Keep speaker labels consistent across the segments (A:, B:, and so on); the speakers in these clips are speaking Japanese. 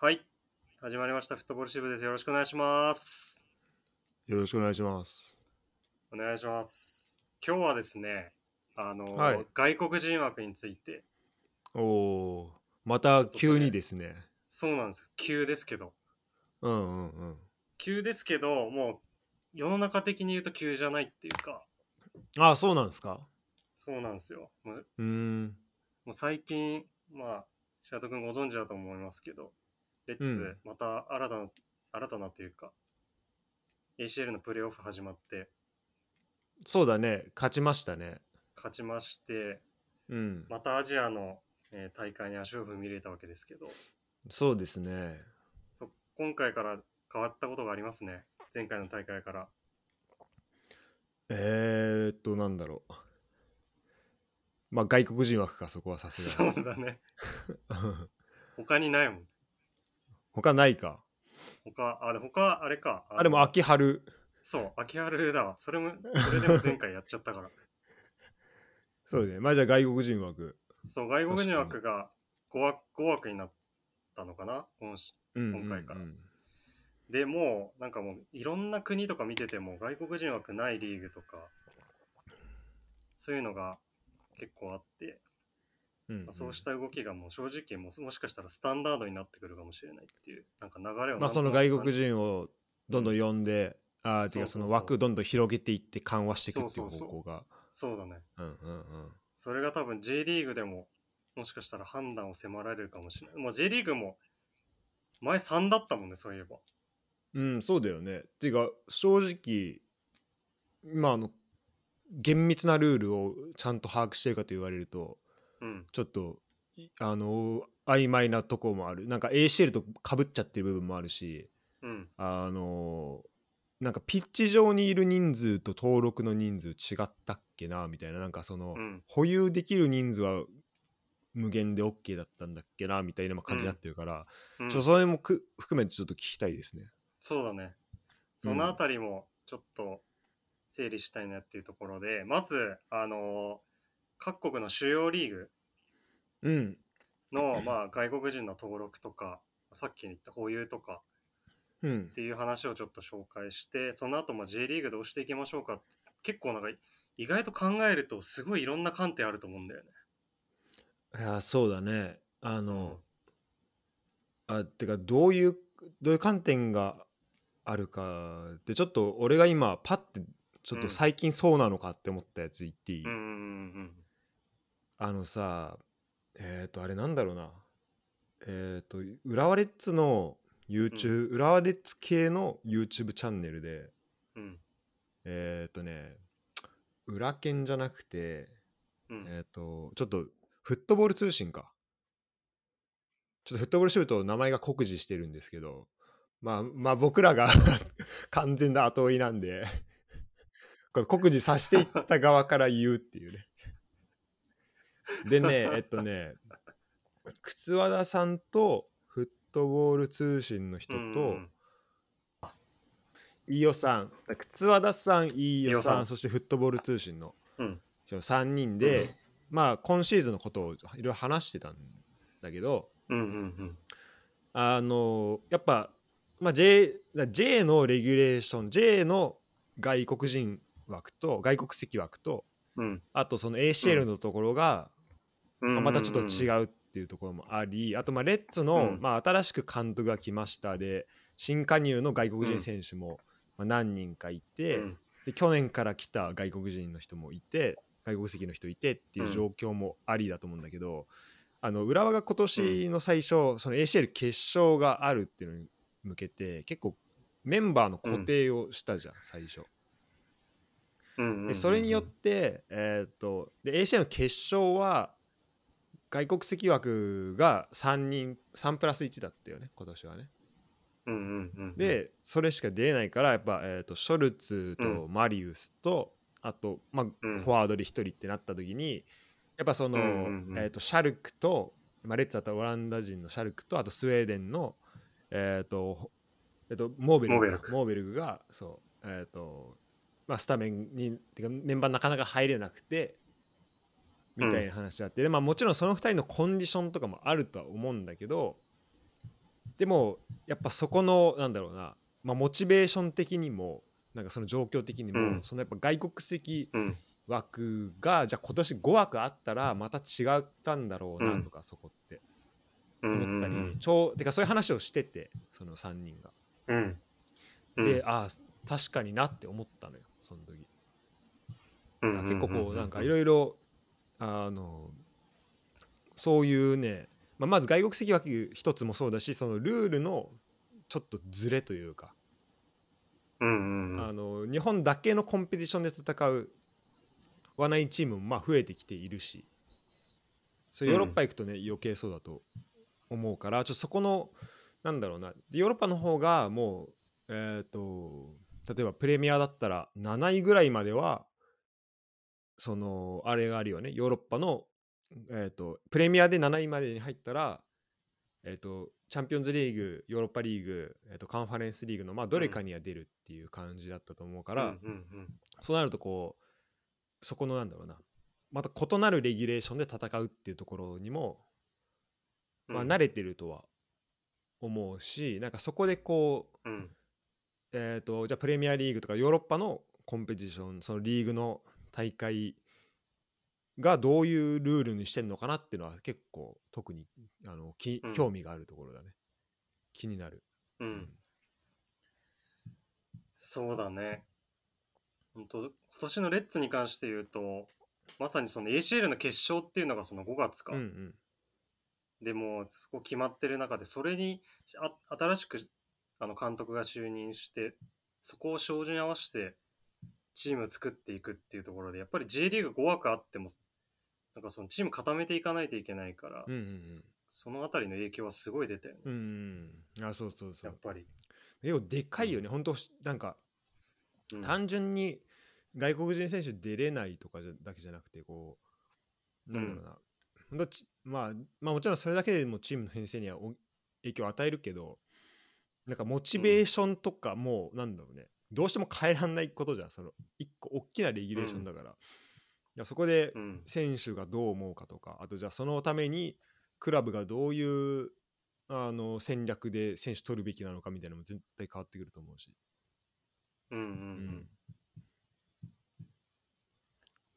A: はい。始まりました。フットボール支部です。よろしくお願いします。
B: よろしくお願いします。
A: お願いします。今日はですね、あの、
B: はい
A: 外国人枠について、
B: おおー、また急にですね。
A: そうなんですよ。急ですけど。
B: うんうんうん。
A: 急ですけど、もう、世の中的に言うと急じゃないっていうか、
B: ああ、そうなんですか。
A: そうなんですよ。もう
B: うーん。
A: もう最近、まあ、白戸君ご存知だと思いますけど、レッツ、
B: うん
A: また新たな、新たなというか、ACL のプレーオフ始まって、
B: そうだね。勝ちましたね。
A: 勝ちまして、
B: うん。
A: またアジアの、えー大会に足を踏み入れたわけですけど
B: そうですね。
A: そ今回から変わったことがありますね前回の大会から
B: えー、っと、なんだろう。まあ、外国人枠か、そこはさす
A: そ
B: がに。
A: うだね他にないもん
B: 他ないか。
A: 他あれ他あれかあの
B: あ、でも、秋春。
A: そう秋葉ルだわそれもそれでも前回やっちゃったから
B: そうだね。まあ、じゃあ、外国人枠。
A: そう外国人枠が5枠 ,5 枠になったのかな今し
B: うん、
A: 今回から
B: うんうん
A: でもうなんかもういろんな国とか見てても外国人枠ないリーグとかそういうのが結構あって
B: うんうん
A: そうした動きがもう正直もうもしかしたらスタンダードになってくるかもしれないっていうなんか流れを
B: まあ、その外国人をどんどん呼んで、ああ、ていうか、
A: そ
B: そ
A: そうそう
B: うの枠どんどん広げていって緩和していくって
A: そ
B: いうう
A: そうそう
B: 方向が。
A: そうだね
B: うんうんうん。
A: それが多分 J リーグでももしかしたら判断を迫られるかもしれないもう J リーグも前3だったもんねそういえば
B: うん、そうだよね。っていうか正直今あの厳密なルールをちゃんと把握してるかと言われると
A: うん
B: ちょっといあの曖昧なとこもあるなんか ACL とかぶっちゃってる部分もあるし
A: うん
B: あのなんかピッチ上にいる人数と登録の人数違ったっけなみたいななんかその、
A: うん
B: 保有できる人数は無限で OK だったんだっけなみたいな感じになってるから、
A: うん
B: ちょっとそれもく含めてちょっと聞きたいですね。
A: そうだねそのあたりもちょっと整理したいなっていうところで、まずあの各国の主要リーグ
B: うん、
A: の、まあ、外国人の登録とかさっき言った保有とか
B: うん
A: っていう話をちょっと紹介してその後も J リーグどうしていきましょうかって結構なんか意外と考えるとすごいいろんな観点あると思うんだよね。
B: いやそうだねあの、あてかどういうどういう観点があるかでちょっと俺が今パッてちょっ
A: うん
B: と最近そうなのかって思ったやつ言っていい、
A: うんうんうん
B: あのさえっ、とあれなんだろうなえっ、と浦和レッズの YouTube、浦和レッズ系の YouTube チャンネルで
A: うんうん
B: えっ、とね裏剣じゃなくて
A: うん
B: えっ、と、ちょっと、フットボール通信か。ちょっとフットボールシュート名前が酷似してるんですけど、まあ、まあ僕らが 完全な後追いなんで、これ酷似させていった側から言うっていうね。でね、えっ とね、靴和田さんとフットボール通信の人と、
A: うん
B: 飯尾さん靴和田さん飯尾
A: 飯尾
B: さん
A: さん
B: そしてフットボール通信の、
A: うん
B: その3人
A: うん
B: で、まあ今シーズンのことをいろいろ話してたんだけど
A: うんうん
B: あのやっぱ、まあ、J, だ J のレギュレーション J の外国人枠と外国籍枠と
A: うんうん
B: あとその ACL のところが、
A: うん
B: まあまたちょっと違
A: う
B: うっていうところもありあとまあレッツの、
A: うん
B: まあ、新しく監督が来ましたで新加入の外国
A: うん
B: 人選手も、まあ、何人かいて。
A: ん
B: で去年から来た外国人の人もいて外国籍の人いてっていう状況もありだと思うんだけど、あの浦和が今年の最初、その ACL 決勝があるっていうのに向けて結構メンバーの固定をしたじゃん、最初
A: うんうんうん
B: でそれによって、えーっとで ACL の決勝は外国籍枠が3人3プラス1だったよね今年はね
A: うんうんうん
B: で、それしか出れないからやっぱ、えー、とショルツ
A: う
B: とマリウスと、あと、まあ
A: うん
B: フォワードで1人ってなった時にやっぱその、
A: うんうんうん
B: えー、とシャルクと、まあ、レッツだったらオランダ人のシャルクとあとスウェーデンの、えーとほえー、とモーベル
A: モーベ
B: グ
A: ル
B: か
A: ク
B: モーベルグがそう、えーとまあ、スタメンにてかメンバーなかなか入れなくてみたいな話があって、でまあ、もちろんその2人のコンディションとかもあるとは思うんだけどでもやっぱそこのなんだろうな、まあ、モチベーション的にもなんかその状況的にも、
A: うん
B: そのやっぱ外国籍
A: うん
B: 枠がじゃあ今年5枠あったらまた違ったんだろうなとか、そこって
A: うん
B: 思ったり、ちょうてかそういう話をしててその3人が。
A: うんうん
B: で、ああ確かになって思ったのよその時。
A: うん
B: 結構こうなんかいろいろあのそういうね、まあ、まず外国籍枠一つもそうだしそのルールのちょっとずれというか、
A: うんうんうん
B: あの日本だけのコンペティションで戦うはないチームもまあ増えてきているしそれヨーロッパ行くとね、余計そうだと思うからちょっとそこのなんだろうなでヨーロッパの方がもうえっ、と例えばプレミアだったら7位ぐらいまではそのあれがあるよねヨーロッパの、えー、とプレミアで7位までに入ったら、えー、とチャンピオンズリーグヨーロッパリーグ、えー、とカンファレンスリーグの、まあ、どれかには出るっていう感じだったと思うから、
A: うんうん
B: そうなるとこうそこのなんだろうなまた異なるレギュレーションで戦うっていうところにも、
A: うん
B: まあ、慣れてるとは思うし、なんかそこでこう
A: うん
B: えー、とじゃあプレミアリーグとかヨーロッパのコンペティションそのリーグの大会がどういうルールにしてるのかなっていうのは結構特にあのき
A: うん
B: 興味があるところだね、気になる、
A: うんそうだね。本当今年のレッツに関して言うと、まさにその ACL の決勝っていうのがその5月か。
B: うんうん
A: でもうそこ決まってる中で、それにあ新しくあの監督が就任して、そこを照準に合わせてチームを作っていくっていうところで、やっぱり J リーグ5枠あっても、なんかそのチーム固めていかないといけないから、
B: うん
A: そのあたりの影響はすごい出てる、ね
B: うんうんうんあそうそうそ
A: やっ
B: う
A: ぱり。
B: でもでかいよね本当なんか
A: うん
B: 単純に外国人選手出れないとかじゃだけじゃなくてこうなんだろうな、ほんとちまあ、まあもちろんそれだけでもチームの編成にはお影響を与えるけどなんかモチベーションとかもうなんだろうね、どうしても変えらんないことじゃんその一個大きなレギュレーションだから、いやそこで
A: うん
B: 選手がどう思うかとかあとじゃあそのためにクラブがどういうあの戦略で選手取るべきなのかみたいなのも絶対変わってくると思うし。
A: うんうんう
B: うんん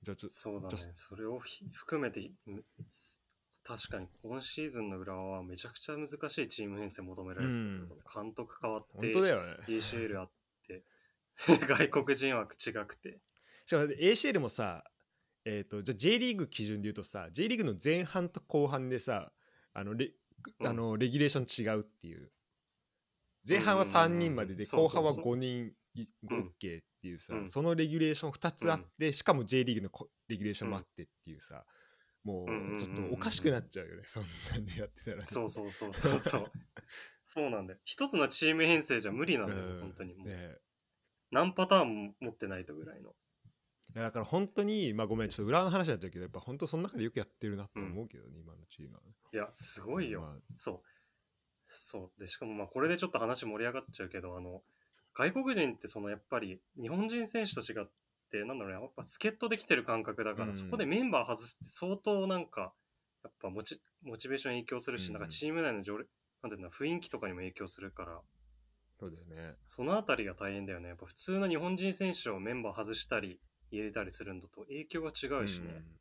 B: じゃあちょ
A: そうだ
B: じゃ
A: ね。それをひ含めて、むす確かに今シーズンの裏はめちゃくちゃ難しいチーム編成求められてたけど、
B: うん
A: 監督変わっ
B: 本
A: て、
B: 当だよね。
A: ACL あって、 外国人枠違くて。
B: しかも ACL もさ、えー、とじゃあ J リーグ基準で言うとさ J リーグの前半と後半でさあのレ,、
A: うん
B: あのレギュレーション違うっていう前半は
A: うんうんうん
B: 3人までで
A: そう
B: 後
A: そうそう
B: 半は5人い
A: うん
B: OK っていうさ、
A: うん
B: そのレギュレーション2つあって、しかも J リーグのこレギュレーションもあってっていうさ、
A: う
B: も
A: んうんうんうん
B: うちょっとおかしくなっちゃうよね、そんなんでやってたらね、
A: そうそうそうそう そう。そうなんだよ。一つのチーム編成じゃ無理なんだよ、
B: うん
A: 本当にもう、
B: ねえ
A: 何パターンも持ってないとぐらいの。
B: いやだから本当に、まあ、ごめん、ちょっと裏の話になっちゃうけど、やっぱ本当、その中でよくやってるなと思うけどね、今のチームはね。
A: いや、すごいよ。
B: まあ
A: そう。そう。で、しかもまあこれでちょっと話盛り上がっちゃうけど、あの、外国人ってそのやっぱり日本人選手と違って、なんだろうね、やっぱ助っ人できてる感覚だから、
B: うん
A: そこでメンバー外すって相当なんか、やっぱモチモチベーションに影響するし、
B: うん
A: なんかチーム内の条例、なんていうの、雰囲気とかにも影響するから、
B: そうだよね。
A: そのあたりが大変だよね。やっぱ普通の日本人選手をメンバー外したり、入れたりするのと影響が違うしね。
B: うん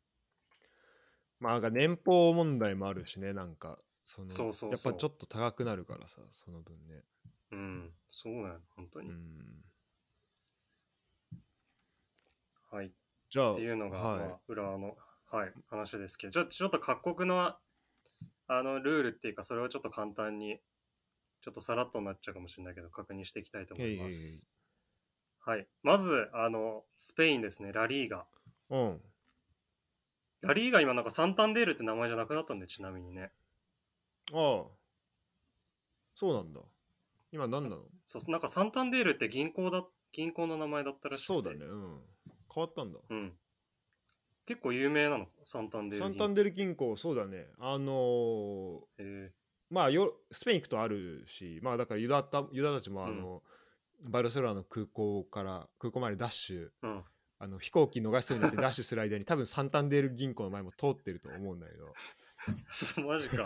B: まあ、なんか年俸問題もあるしね、なんか、その
A: そうそうそう
B: やっぱちょっと高くなるからさ、その分ね。
A: うん、そうやん、本当
B: う
A: に。
B: ん、
A: はい。
B: じゃあ、
A: っていうのが、
B: はい
A: まあ、裏の、はい、話ですけど、ちょちょっと各国のあのルールっていうか、それをちょっと簡単に、ちょっとさらっとになっちゃうかもしれないけど、確認していきたいと思います。はい、まず、あのスペインですね、ラリーガ。
B: うん。
A: ラリーガ、今、なんかサンタンデールって名前じゃなくなったんで、ちなみにね。
B: ああ、そうなんだ。今、何なの
A: そうなんかサンタンデールって銀行だ銀行の名前だったらしくて
B: そうだね、うん。変わったんだ。
A: うん、結構有名なの、サンタンデール
B: サ
A: 銀
B: ン
A: 行。
B: タンデル銀行、そうだね。あのー、
A: えー
B: まあよスペイン行くとあるしまあだからユダたユダたちもあの、バルセロナの空港から空港までダッシュ
A: うん、
B: あの飛行機逃しそうになってダッシュする間に 多分サンタンデール銀行の前も通ってると思うんだけど
A: そうマジか。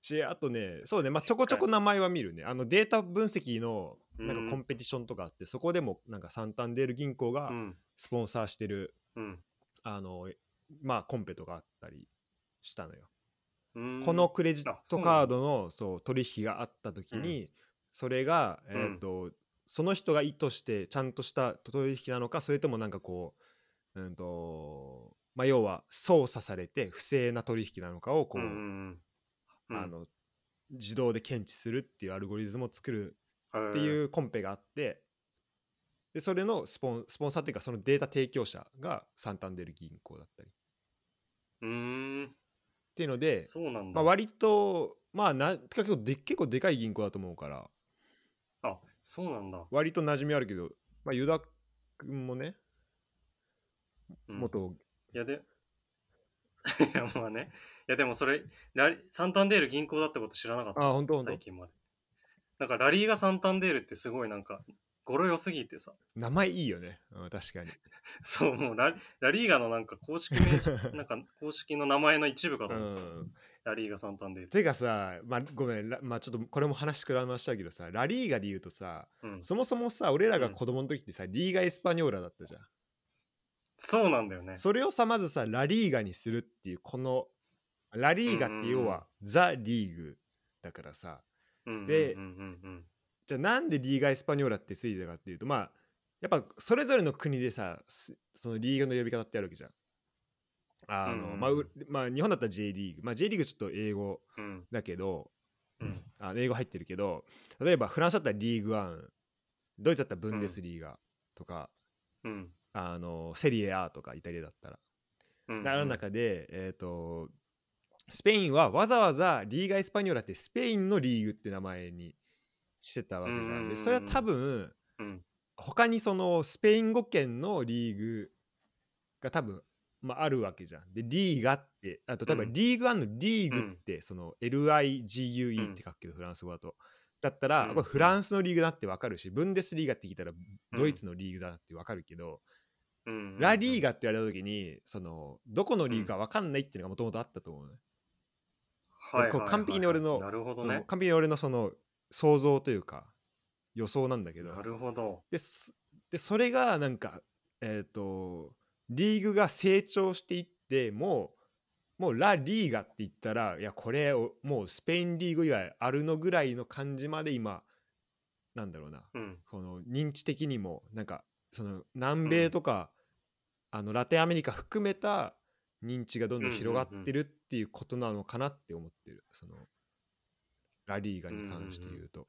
B: しあとねそうね、まあ、ちょこちょこ名前は見るねあのデータ分析のなん
A: うん
B: かコンペティションとかあって、そこでもなんかサンタンデール銀行が
A: うん。
B: スポンサーしてる、
A: うん。
B: あのまあコンペとかあったりしたのよ、
A: うん
B: この、クレジッ
A: あそ
B: ト
A: うなんだ
B: カードのそう取引があった時に、それが、えーとその人が意図してちゃんとした取引なのかそれともなんかこう、うんとまあ、要は操作されて不正な取引なのかをこ
A: う
B: う、
A: んうんうん。
B: あの自動で検知するっていうアルゴリズムを作る
A: うん、
B: っていうコンペがあって、でそれのスポンスポンサーっていうかそのデータ提供者がサンタンデル銀行だったりっ
A: うん。うん。
B: ていうので、
A: そうなん
B: ま
A: だ。
B: あ、割とまあな結構で結構でかい銀行だと思うから
A: あ、そうなんだ。
B: 割と馴染みあるけど、まあ、ユダ君もね
A: うん
B: 元、
A: いやで、 いやまあね。いやでもそれ、ラリサンタンデール銀行だってこと知らなかった。
B: あ本当本当
A: 最近まで。なんかラリーがサンタンデールってすごいなんか、語呂良すぎてさ。
B: 名前いいよね、うん、確かに
A: そう、もうララリーガのなんか公式名 称、なんか公式の名前の一部かと
B: う
A: 思ってた。
B: ん
A: ラリーガサンタンデール。
B: てかさ、まあ、ごめん、らまあ、ちょっとこれも話膨らましたけどさラリーガで言うとさ
A: うん、
B: そもそもさ俺らが子供の時ってさ、リーガ・エスパニョーラだったじゃん
A: そうなんだよね。
B: それをさまずさラリーガにするっていうこのラリーガって要
A: うんうん
B: はザ・リーグだからさ、で
A: うんうんうん
B: じゃあなんでリーガ・エスパニョーラってついてたかっていうとまあやっぱそれぞれの国でさすそのリーグの呼び方ってあるわけじゃん。あ
A: うんうん
B: の
A: うん
B: まあうまあ、日本だったら J リーグ、まあ、J リーグちょっと英語
A: うんうん
B: だけど
A: うん
B: あの英語入ってるけど例えばフランスだったらリーグワンドイツだったらブンデスリーガとか、
A: うん
B: あのセリエ A とかイタリアだったら。
A: うん
B: ある中で、えー、とスペインはわざわざリーガ・エスパニョラってスペインのリーグって名前にしてたわけじ
A: うんうんう
B: ゃ
A: ん
B: ん。
A: うん
B: でそれは多分
A: うん
B: 他にそのスペイン語圏のリーグが多分、まあ、あるわけじゃん。でリーガってあと例えば
A: うん
B: リーグワンのリーグって、その LIGUE って書くけど、フランス語だと。だったら、
A: うん
B: これフランスのリーグだってわかるしブンデスリーガって聞いたらドイツのリーグだってわかるけど、
A: うんうん
B: ラリーガって言われた時にそのどこのリーグか分かんないっていうのがもともとあったと思うね、
A: はいはいはいはい
B: こう完璧に俺の
A: なるほど
B: うん
A: ね。
B: 完璧に俺のその想像というか予想なんだけど
A: なるほど。
B: ですでそれがなんかえっ、とリーグが成長していってもうもうラ・リーガって言ったらいやこれおもうスペインリーグ以外あるのぐらいの感じまで今なんだろうな
A: うん
B: この認知的にもなんかその南米とか、あのラテンアメリカ含めた認知がどんどん広がってるっていうことなのかなって思ってる、そのラリーガに関して言うと、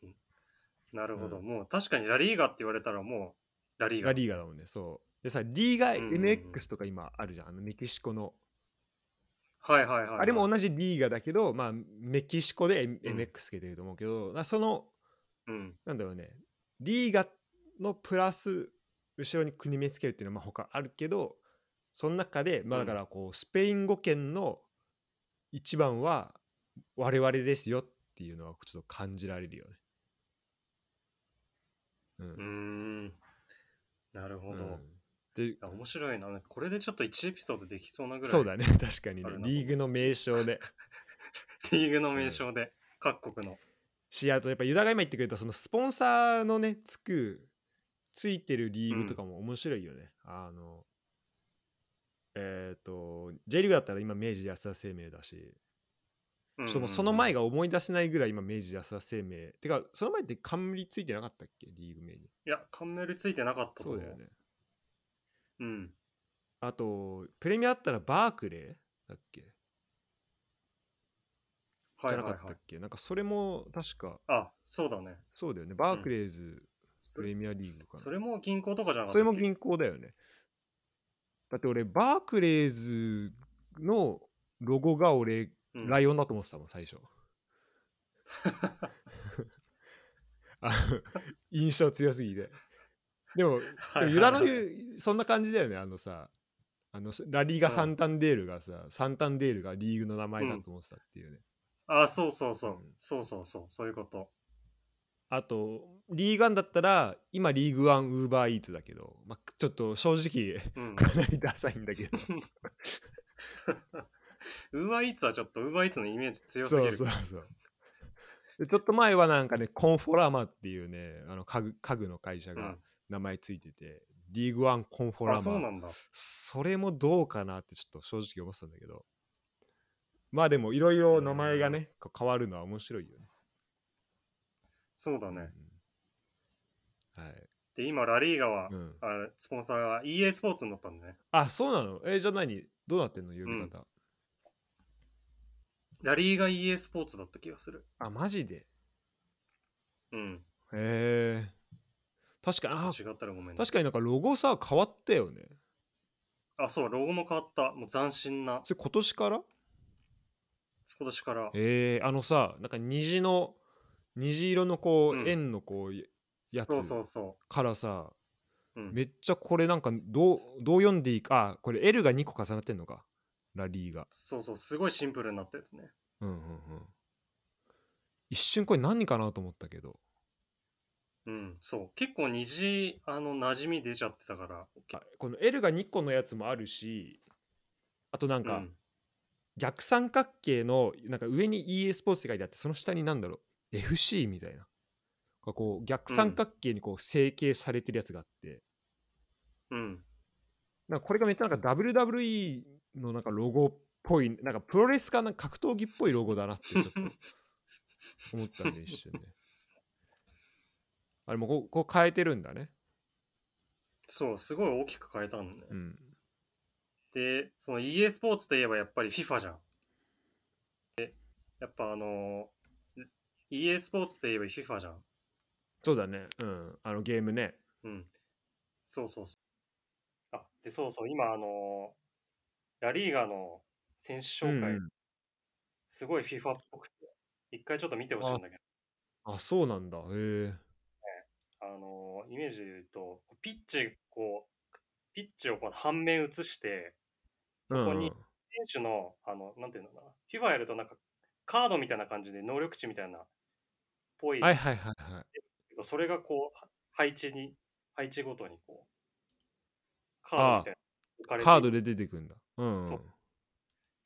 A: なるほど。
B: うん
A: もう確かにラリーガって言われたらもうラリーガ。
B: ラリーガだもんねそうでさリーガ
A: うんうんうん
B: MX とか今あるじゃんあのメキシコの、
A: はいはいはいはい。
B: あれも同じリーガだけど、まあ、メキシコで M- MX つけてると思うけど、なその
A: うん。
B: なんだろうねリーガのプラス後ろに国名つけるっていうのはまあ他あるけどその中でまあ
A: う
B: だ
A: ん
B: からこうスペイン語圏の一番は我々ですよっていうのはちょっと感じられるよね。う
A: うー
B: ん
A: ん。なるほど。
B: う
A: い
B: んで
A: や面白いな。なんかこれでちょっと1エピソードできそうなぐらい。
B: そうだね 確かに
A: あ
B: ね
A: るな
B: リーグの名称で。
A: リーグの名称で、各国の。
B: しあとやっぱユダが今言ってくれたそのスポンサーのねつくついてるリーグとかも面白いよね、あのえっ、と J リーグだったら今明治安田生命だし、ちょっともうその前
A: が。
B: が思い出せないぐらい今明治安田生命てかその前って冠ついてなかったっけリーグ名に
A: いや、冠ついてなかったと
B: そ
A: 思
B: う
A: う。
B: だよね
A: うん。
B: あとプレミアだったらバークレーだっけ
A: は
B: じ
A: い
B: ゃな
A: は
B: か
A: い
B: っ
A: は
B: た
A: い
B: っ。けなんかそれも確か
A: あ、そうだね。
B: そうだよねバークレーズ
A: そ
B: プレミアリーグかな
A: それも銀行とかじゃなかっ
B: そ
A: たっ
B: れ
A: け
B: も銀行だよね。だって俺、バークレーズのロゴが俺、
A: うん
B: ライオンだと思ってたもん、最初。 あの印象強すぎて。で
A: は
B: も、で
A: い
B: も
A: はい
B: ユダの
A: はい
B: 言う、そんな感じだよね、あのさ、あのラリーガ・
A: うん
B: サンタンデールがさ、サンタンデールがリーグの名前だと思ってたっていうね。。
A: あ、そうそうそううんそうそうそう。そういうこと。
B: あと、リーガンだったら、今、リーグワン・ウーバー・イーツだけど、まあ、ちょっと正直、
A: うん。
B: かなりダサいんだけど。
A: ウーバーイーツはちょっとウーバーイーツのイメージ強すぎ
B: そ
A: る。
B: うそうそう でちょっと前はなんかね、コンフォラマっていうね、あの家具家具の会社
A: う
B: が
A: ん
B: 名前ついてて、リーグワンコンフォ
A: あ、
B: ラ
A: そうな。
B: マ
A: んだ。
B: それもどうかなってちょっと正直思ってたんだけど。まあでもいろいろ名前がね、こう変わるのは面白いよね。
A: そうだね。
B: うん。はい。
A: で、今、ラリーガは、
B: うん。
A: あれスポンサーが EA スポーツになったんだね。
B: あ、そうなのえ、じゃあ何どうなってんの呼び方。
A: ラリーガ EA スポーツだった気がする。
B: あ、マジで
A: うん。
B: へえ。確かに、あ、
A: 違ったらごめんね。
B: 確かになんかロゴさ、変わったよね。
A: あ、そう、ロゴも変わった。もう斬新な。
B: それ今年から
A: 今年から。
B: えー、あのさなんか虹の虹色のこう、
A: うん
B: 円のこうやつ
A: そうそうそ
B: からさ
A: う。うん、
B: めっちゃこれなんかどうどう読んでいいかあこれ L が2個重なってんのかラリーが
A: そうそう、すごいシンプルになったやつね。
B: うんうんうん一瞬これ何かなと思ったけど
A: うん、そう。結構虹、あの、馴染み出ちゃってたから。
B: あこの L が2個のやつもあるしあとなん
A: う
B: か
A: ん、
B: 逆三角形のなんか上に EA スポーツって書いてあってその下になんだろう FC みたいなこう逆三角形にこう成形されてるやつがあって、
A: うん、
B: なんかこれがめっちゃなんか WWE のなんかロゴっぽい、なんかプロレスかなんか格闘技っぽいロゴだなってちょっ と思ったんで一瞬ね。あれもこうこう変えてるんだね。
A: そう、すごい大きく変えたんだね。
B: うん。
A: で、その EA スポーツといえばやっぱり FIFA じゃん。で、やっぱあのー、EA スポーツといえば FIFA じゃん。
B: そうだね。うん。あのゲームね。
A: うん。そうそうそう。あ、で、そうそう、今、あのーラリーガの選手紹介、
B: うんうん
A: すごい FIFA っぽくて、一回ちょっと見てほしいんだけど、
B: あ、そうなんだ。へえ。
A: あのーイメージで言うと、ピッチ、こう、ピッチをこう半面映して、そこに選手の、あの、なんていうのかな、FIFA やるとなんか、カードみたいな感じで能力値みたいな、ぽい
B: うん、はいはいはいはい。
A: けど、それがこう、は配置に、配置ごとにこう、カードみたいな置かれていて。
B: カードで出てくるんだ。うん、うん
A: そ。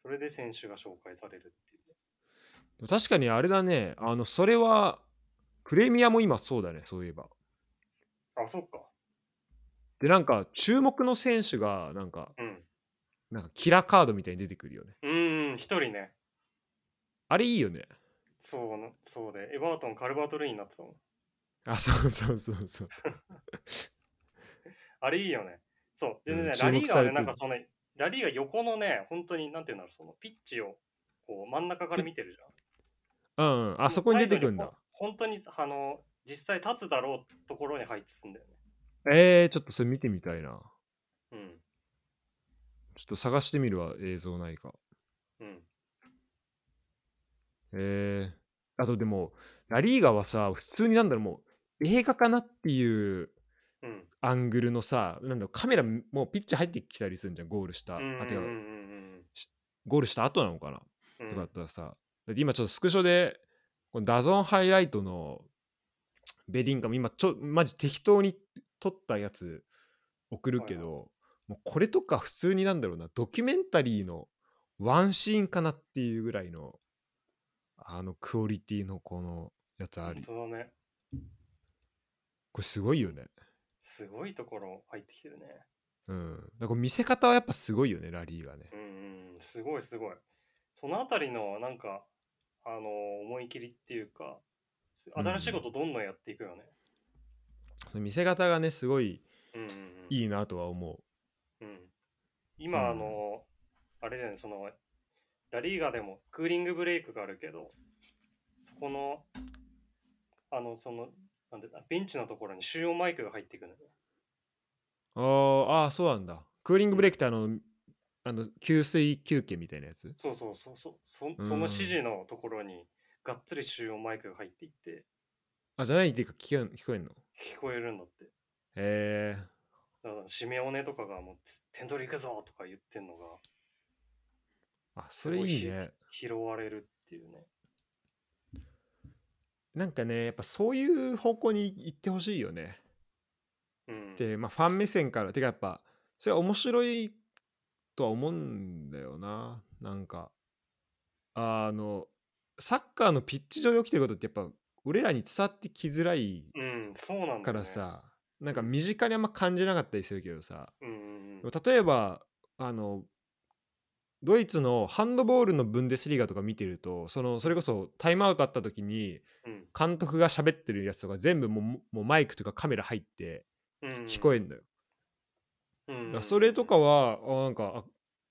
A: それで選手が紹介されるっていう。
B: 確かにあれだね。あの、それは、プレミアも今そうだね、そういえば。
A: あ、そっか。
B: で、なんか、注目の選手が、なんか、
A: うん。
B: なんかキラーカードみたいに出てくるよね。
A: うーん、一人ね。
B: あれいいよね。
A: そうな、そうで。エバートン、カルバートルインになってたもん。
B: あ、そうそうそうそう。
A: あれいいよね。そう。でね、
B: う
A: ラ
B: ん
A: リーガは
B: 注目されて
A: ね、な
B: る
A: んかその、ラリーが横のね、本当に、なんていうんだろう、その、ピッチを、こう、真ん中から見てるじゃん。
B: うん、うん、あそこに出てくんだ
A: もう。最後にほん。本当に、あの、実際立つだろうところに配置すんだよね。
B: えー、ちょっとそれ見てみたいな。
A: うん。
B: ちょっと探してみるわ、映像ないか。
A: うん。
B: えー、あとでも、ラリーガはさ、普通になんだろう、もう映画かなっていう
A: うん。
B: アングルのさ、なんだろう、カメラもうピッチ入ってきたりするじゃん、ゴールした。あ、
A: うんうんうん
B: て
A: う
B: か
A: んうん
B: ゴールした後なのかな、
A: うん。
B: とかだったらさ、だって今ちょっとスクショで、このダゾンハイライトのベリンカム、今ちょ、マジ適当に撮ったやつ送るけど、もうこれとか普通になんだろうな、ドキュメンタリーのワンシーンかなっていうぐらいの、あのクオリティのこのやつあ
A: 本
B: り、こ
A: 当だね。
B: れすごいよね。
A: すごいところ入ってきてるね。
B: うん。だからこれ見せ方はやっぱすごいよね、ラリーがね。
A: うんうん、すごいすごい。そのあたりのなんか、あの思い切りっていうか、す
B: うん
A: 新しいことどんどんやっていくよね。
B: その見せ方がね、すごい
A: うんうんうん。
B: いいなとは思う。
A: うん、今、
B: うん
A: あのあれだよね、その、ラリーガでもクーリングブレイクがあるけど、そこの、あの、その、なんていうんだ、ベンチのところに収容マイクが入っていくのよ。
B: あーあー、そうなんだ。クーリングブレーキってあの、あの給水休憩みたいなやつ
A: そうそうそうそう、そ
B: うん
A: その指示のところに、がっつり収容マイクが入っていって、
B: あ、じゃないっていうか聞こえ聞こえんの
A: 聞こえるんだって。
B: へえ。
A: だからシメオネとかがもうつ点取り行くぞとか言ってんのが
B: あ、それいい
A: すごい
B: ね。
A: 拾われるっていうね。
B: なんかね、やっぱそういう方向に行ってほしいよね。
A: うん。
B: で、まあファン目線から、てかやっぱ、それは面白いとは思うんだよな。なんか、あの、サッカーのピッチ上で起きてることってやっぱ俺らに伝わってきづらい
A: うん、そうなんだ、ね。
B: からさ、なんか身近にあんま感じなかったりするけどさ
A: うんうんうん。
B: 例えばあのドイツのハンドボールのブンデスリーガとか見てるとそのそれこそタイムアウトあった時に
A: うん
B: 監督が喋ってるやつとか全部もうもうマイクとかカメラ入って
A: うん
B: 聞こえんだよ、
A: うんうん
B: だからそれとかはあなんかあ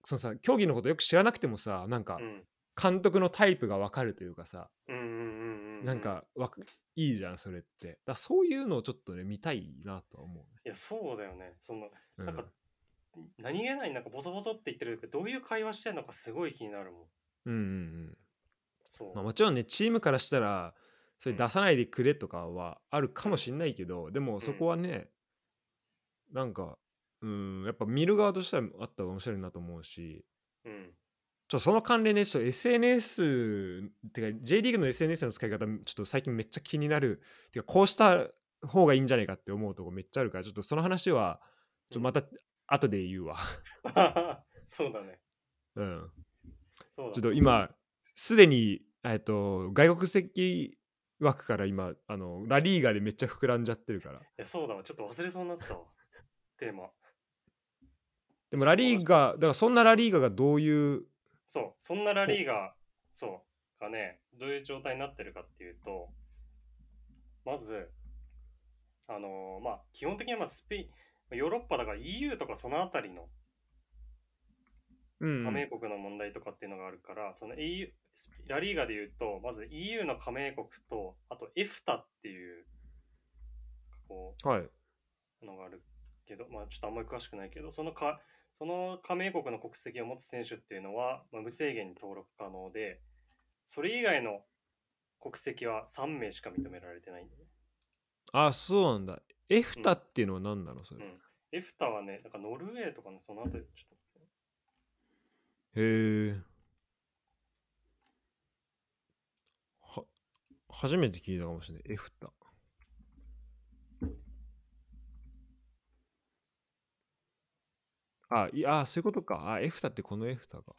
B: そのさ競技のことよく知らなくてもさなんか
A: うん
B: 監督のタイプがわかるというかさ、
A: うんうんうんうん、
B: なんかわかいいじゃんそれってだからそういうのをちょっとね見たいなとは
A: い
B: 思
A: やそうだよねその
B: うね、うん
A: なんか何気ないなんかボソボソって言ってるけどどういう会話してんのかすごい気になるもん
B: うんうんうん
A: そう、
B: まあ、もちろんねチームからしたらそれ出さないでくれとかはあるかもしんないけど、でもそこはね、なんかうんやっぱ見る側としてはあった方が面白いなと思うし
A: うん
B: ちょその関連でちょっと SNS ってか J リーグの SNS の使い方ちょっと最近めっちゃ気になるてかこうした方がいいんじゃないかって思うとこめっちゃあるからちょっとその話はちょっとまた後で言うわ
A: そうだね
B: うん
A: そうだね
B: ちょっと今、すでに、えっと、外国籍枠から今、あの、ラリーガでめっちゃ膨らんじゃってるから。
A: いやそうだわちょっと忘れそうになってたわ テーマ
B: でもラリーガ、だからそんなラリーガがどういう、
A: そうそんなラリーがそうがねどういう状態になってるかっていうとまずあのーまあ基本的にはまあスペインヨーロッパだから EU とかそのあたりの
B: うん
A: 加盟国の問題とかっていうのがあるから、その EU、ラリーガで言うと、まず EU の加盟国と、あと EFTA っていう、こ
B: はい。
A: う、のがあるけど、まあちょっとあんまり詳しくないけど、そのか、その加盟国の国籍を持つ選手っていうのは、まあ、無制限に登録可能で、それ以外の国籍は3名しか認められてないんだよね。
B: あ、そうなんだ。エフタっていうのは何なのそれ。
A: う
B: へ
A: ん EFTA はね、なんかノルウェーとかのそのあたり、ちょっと、
B: え。は、初めて聞いたかもしれない。エフタ。あ、いや、そういうことか。あ、エフタってこのエフタか。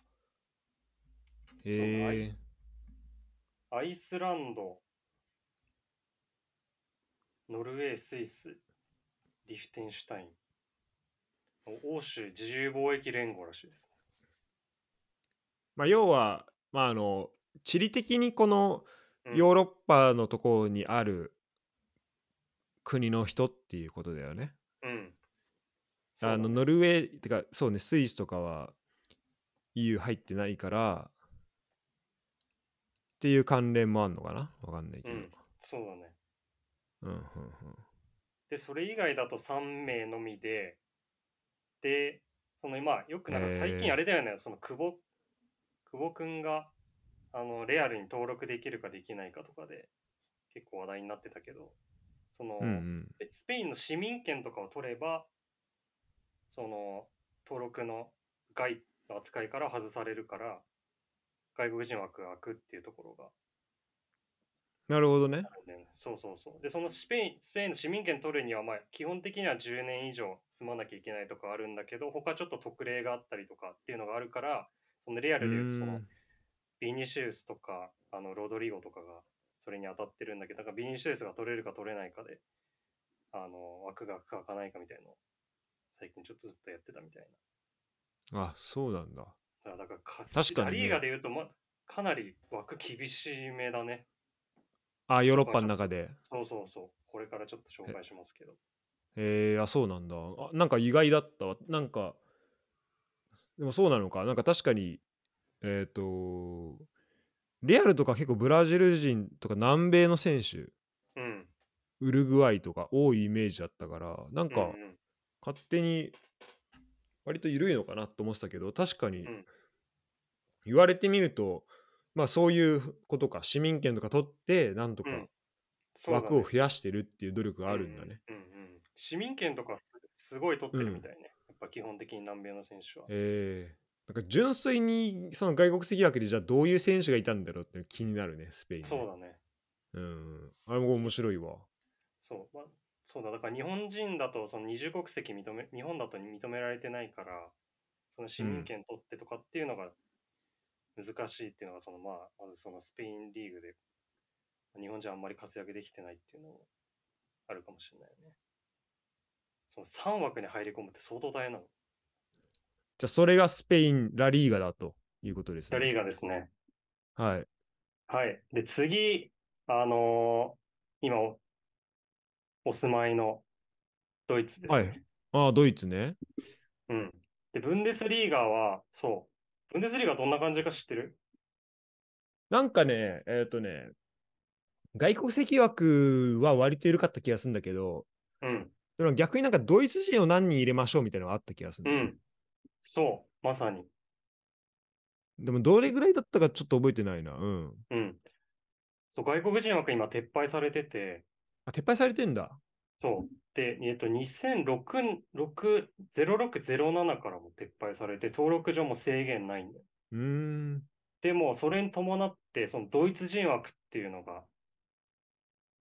A: そうあい
B: へえ
A: つ。アイスランド、ノルウェー、スイス、リフテンシュタイン、欧州自由貿易連合らしいです
B: まあ、要は、まあ、あの、地理的にこの
A: ね。うん
B: ヨーロッパのところにある国の人っていうことだよね。
A: うん。
B: あの
A: そうだね
B: ノルウェーってかそうねスイスとかは EU 入ってないからっていう関連もあんのかなわかんないけど、
A: う
B: うんん、
A: そうだね。
B: うんうん
A: で、それ以外だと3名のみで、で、その今、よくなんか最
B: へー
A: 近あれだよね、その久保、久保くんが、あの、レアルに登録できるかできないかとかで、結構話題になってたけど、その、
B: うんうん
A: スペスペインの市民権とかを取れば、その、登録の外の扱いから外されるから、外国人枠が空くっていうところが
B: なるほどね
A: ねそうそうそう。で、そのスペインスペインの市民権取るには、まあ、基本的には10年以上住まなきゃいけないとかあるんだけど、他ちょっと特例があったりとかっていうのがあるから、そのレアルでいうと、そう
B: ー
A: の
B: ん
A: ビニシウスとかあのロドリゴとかがそれに当たってるんだけど、だからビニシウスが取れるか取れないかで、あの枠が空かないかみたいなのを最近ちょっとずっとやってたみたい
B: あそうなんだ
A: な。だからだから
B: 確かにね
A: ラリーガで言うと、ま、かなり枠厳しめだね。
B: あヨーロッパの中で
A: そうそうそう。これからちょっと紹介しますけど。
B: えー、あそうなんだあなんか意外だったわなんかでもそうなのかなんか確かにえっ、とレアルとか結構ブラジル人とか南米の選手
A: うん。
B: ウルグアイとか多いイメージだったからなんか、
A: うんうん
B: 勝手に割と緩いのかなと思ってたけど確か
A: う
B: に
A: ん
B: 言われてみると、まあそういうことか市民権とか取ってなんとか
A: うんそうだね
B: 枠を増やしてるっていう努力があるんだね。。
A: うんうんうんうん市民権とかすすごい取ってるみたいね。やっぱ基本的に南米の選手は。
B: えーなんか純粋にその外国籍枠でじゃあどういう選手がいたんだろうっていうの気になるねスペインね
A: そうだね。
B: うんあれも面白いわ
A: そう、まあ、そうだ。だから日本人だとその二重国籍認め、日本だと認められてないから、その市民権取ってとかっていうのが難しいっていうのがその、まあ、まずそのスペインリーグで日本人あんまり活躍できてないっていうのもあるかもしれないよね。その3枠に入り込むって相当大変なの。
B: じゃあそれがスペイン、ラリーガだということですね。
A: ラリーガですね。
B: はい。
A: はい。で、次、あのー今お、お住まいのドイツですね。
B: はいああ、ドイツね。
A: うん。で、ブンデスリーガは、そう。ブンデスリーガどんな感じか知ってる
B: なんかね、えっ、とね、外国籍枠は割と緩かった気がするんだけど、
A: うん。
B: でも逆になんかドイツ人を何人入れましょうみたいなのがあった気がす
A: う
B: るんだよね、
A: ん。そう。まさに。
B: でもどれぐらいだったかちょっと覚えてないな。うん。
A: うん。そう、外国人枠今撤廃されてて、
B: あ、撤廃されてんだ。
A: そう。で、えっと、2006、6 0607からも撤廃されて、登録上も制限ないんだよ。
B: うーん。
A: でも、それに伴って、そのドイツ人枠っていうのが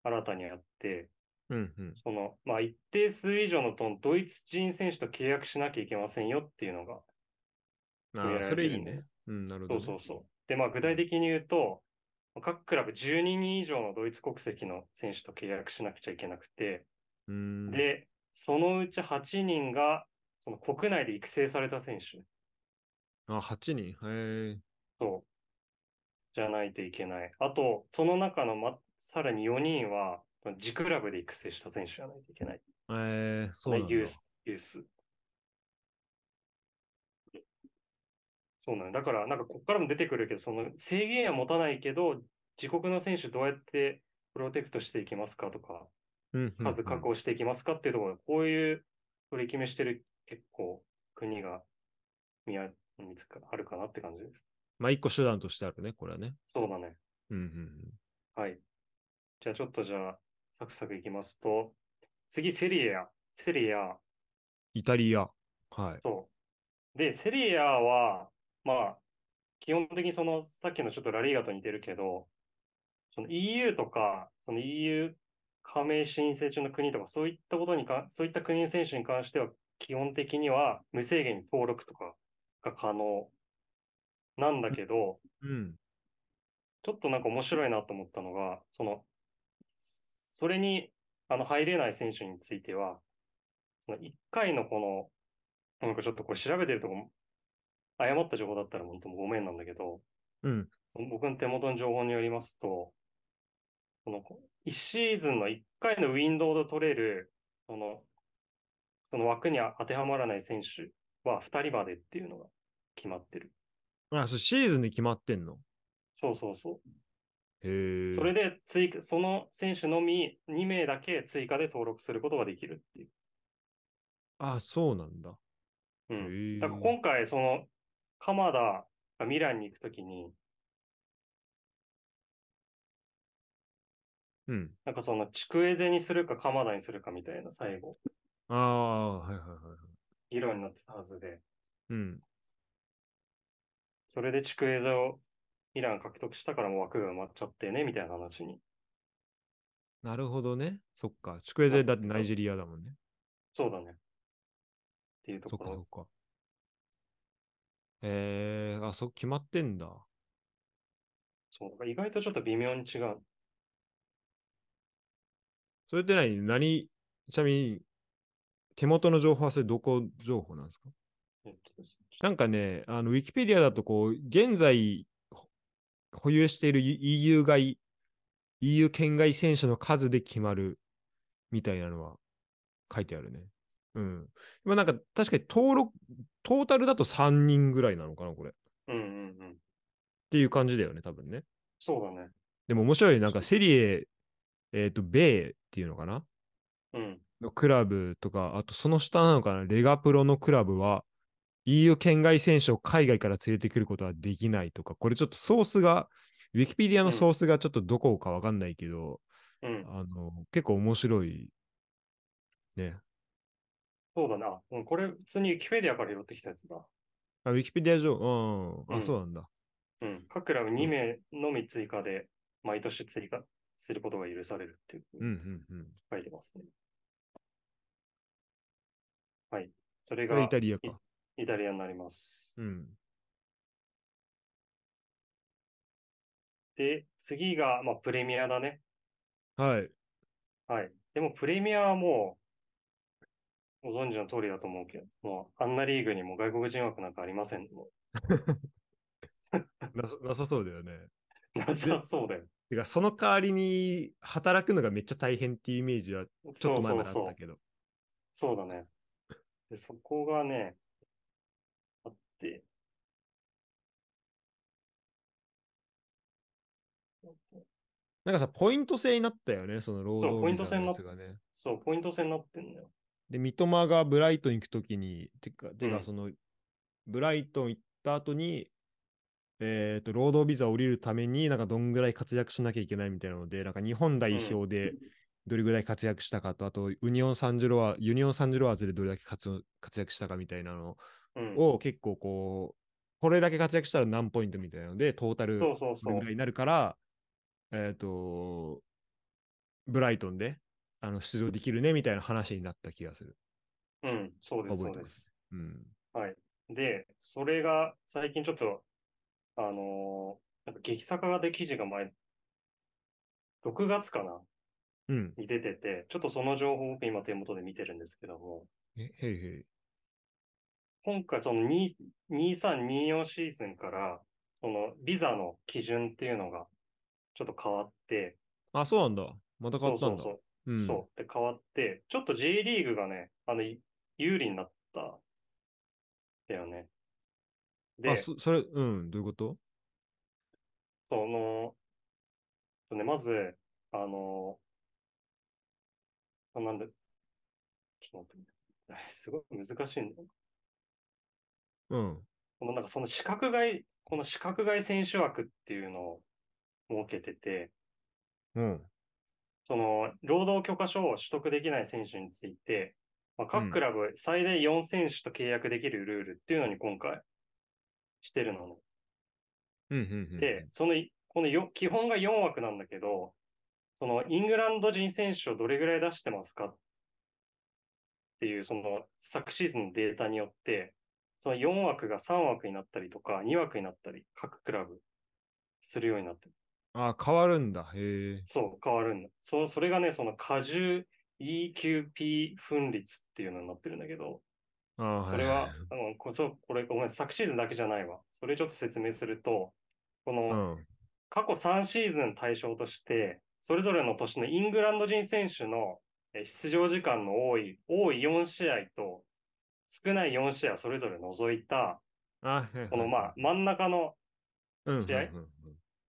A: 新たにあって、
B: うんうん。
A: その、まあ、一定数以上のとドイツ人選手と契約しなきゃいけませんよっていうのが、や
B: あ
A: ら
B: あ、
A: れ
B: それい
A: て
B: い
A: るね
B: ね。うん、なるほど
A: そ
B: ね、
A: うそうそう。で、まあ、具体的に言うと、各クラブ12人以上のドイツ国籍の選手と契約しなくちゃいけなくて、
B: うーん。
A: で、そのうち8人が、その国内で育成された選手
B: あ、8人。へえ。
A: そうじゃないといけない。あと、その中の、ま、さらに4人は、自クラブで育成した選手じゃないといけない。
B: えー、そうなんだ。
A: ユース、ユース。そうなの。だから、なんかここからも出てくるけど、その制限は持たないけど、自国の選手どうやってプロテクトしていきますかとか、
B: うんうんうん
A: 数確保していきますかっていうところで、こういう取り決めしてる結構国が見あ見つかあるかなって感じです。
B: まあ、一個手段としてあるね、これはね。
A: そうだね。
B: うんうんうん。
A: はい。じゃあちょっとじゃあ、サクサクいきますと、次、セリエア。セリエア。
B: イタリア。はい。
A: そう。で、セリエアは、まあ、基本的にその、さっきのちょっとラリーガと似てるけど、その EU とか、その EU 加盟申請中の国とか、そういったことにか、そういった国の選手に関しては、基本的には無制限に登録とかが可能なんだけど、
B: うん。
A: ちょっとなんか面白いなと思ったのが、その、それに、あの、入れない選手については、その1回のこの、なんかちょっとこれ調べてるとこ、誤った情報だったら本当ごめんなんだけど、
B: うん。
A: 僕の手元の情報によりますと、その、1シーズンの1回のウィンドウで取れる、その、その枠に当てはまらない選手は2人までっていうのが決まってる。
B: あ、そう、シーズンで決まってんの。
A: そうそうそう。
B: へえ。
A: それで追加、その選手のみ2名だけ追加で登録することができるっていう。
B: あ、そうなんだ。
A: う
B: へ
A: ん。
B: え。
A: だから今回、その、鎌田がミランに行くときに、
B: うん。
A: なんかその、チクエゼにするか鎌田にするかみたいな最後、
B: ああ、はいはいはいはい。
A: 議論になってたはずで、
B: うん。
A: それでチクエゼをミラン獲得したからもう枠が埋まっちゃってね、みたいな話に。
B: なるほどね。そっか。宿営勢だってナイジェリアだもんね。
A: そうだね。っていうと
B: そっ
A: こ
B: かそ
A: ろ
B: っ。か。へえー、あ、そう決まってんだ。
A: そう。だから意外とちょっと微妙に違う。
B: それって何何ちなみに、手元の情報はそれどこ情報なんですか
A: えっとですね
B: なんかね、あの、ウィキペディアだと、こう、現在、ほ保有している EU 外、EU 圏外選手の数で決まるみたいなのは書いてあるね。うん。今なんか、確かに登録、トータルだと3人ぐらいなのかな、これ。っ
A: うんうんうん。
B: ていう感じだよね、多分ね。
A: そうだね。
B: でも面白いね、なんか、セリエ、えっ、と、ベイっていうのかな
A: うん。
B: のクラブとか、あとその下なのかな、レガプロのクラブは、EU 県外選手を海外から連れてくることはできないとか、これちょっとソースが、ウィキペディアのソースがちょっとどこかわかんないけど、
A: うん。
B: あの、結構面白い。ね。
A: そうだな。うんこれ、普通にウィキペディアから拾ってきたやつだ。
B: あウィキペディア上、うん、
A: う
B: あ、
A: ん
B: そうなんだ。
A: うん、各クラブ2名のみ追加で、毎年追加することが許されるっていうふう
B: う
A: に
B: ん、うん、うん。
A: 書いてますね。はい。それ
B: これ
A: が
B: イタリアか。
A: イタリアになります。
B: うん。
A: で、次が、まあ、プレミアだね。
B: はい。
A: はい。でも、プレミアはもう、ご存知の通りだと思うけど、もう、あんなリーグにも外国人枠なんかありません。も
C: なさなさそうだよね。
A: うなさそうだよ。
C: てか、その代わりに働くのがめっちゃ大変っていうイメージはちょっと前
A: そ
C: ま
A: う
C: で
A: そう
C: あ
A: そう
C: ったけど。
A: そうだね。で、そこがね、あって、
B: なんかさ、ポイント制になったよね、その労
A: そうポイン
B: 働ビ
A: ト
B: ザ
A: 制に
B: の
A: な
B: や
A: っ
B: つがね。
A: そう、ポイント制になってんだよ。
B: で、三笘がブライトン行くときに、てか、て
A: う
B: か、
A: ん
B: その、ブライトン行った後に、えっ、と、労働ビザ降りるために、なんかどんぐらい活躍しなきゃいけないみたいなので、なんか日本代表でどれぐらい活躍したかと、あと、ユニオン・サンジロワ、ユニオン・サンジロワーズでどれだけ活躍活躍したかみたいなの
A: うん。
B: を結構こう、これだけ活躍したら何ポイントみたいなので、トータル
A: そうそう
B: それ
A: そ
B: ぐらいになるから、えっ、と、ブライトンであの出場できるねみたいな話になった気がする。
A: う。うん、そうです、
B: 覚
A: そ
B: え
A: う
B: て
A: で。
B: ますす。うん。
A: はい。で、それが最近ちょっと、あのーなんか激坂がで記事が前、6月かな
B: うん。
A: に出てて、ちょっとその情報を僕今手元で見てるんですけども、
B: え、へいへい。
A: 今回その2 2324シーズンから、そのビザの基準っていうのがちょっと変わって、
B: あ、そうなんだ。また変
A: そ
B: わ
A: う
B: った
A: そ
B: ん
A: う
B: だ。
A: そうう、
B: ん。
A: そう、で変わって、ちょっと J リーグがね、あの、い有利になったんだよね。で
B: あ、、そそれ、うん、どういうこと
A: その、そうね、まず、あの、あなんで、ちょっと待ってね、 すごい難しいんだよ。
B: うん。
A: このなんかその資格外、この資格外選手枠っていうのを設けてて、
B: うん。
A: その労働許可証を取得できない選手について、まあ、
B: うん
A: 各クラブ最大4選手と契約できるルールっていうのに今回してるのね。
B: うん、うん、うん。
A: で、そのい、このよ基本が4枠なんだけど、そのイングランド人選手をどれぐらい出してますかっていう、その昨シーズンのデータによって、その4枠が3枠になったりとか、2枠になったり、各クラブするようになってる、
B: あ、変わるんだ。へえ。
A: そう、変わるんだ。そそれがね、その過重 EQP 分率っていうのになってるんだけど、
B: あ
A: それは、あのこそうこれ、ごめん、昨シーズンだけじゃないわ。それちょっと説明すると、この、
B: いうん。
A: 過去3シーズン対象として、それぞれの年のイングランド人選手のえー出場時間の多い、多い4試合と少ない4試合をそれぞれ除いた、
B: あ、はい
A: このまあ、真ん中の、
B: うん
A: 試合
B: うんうんうん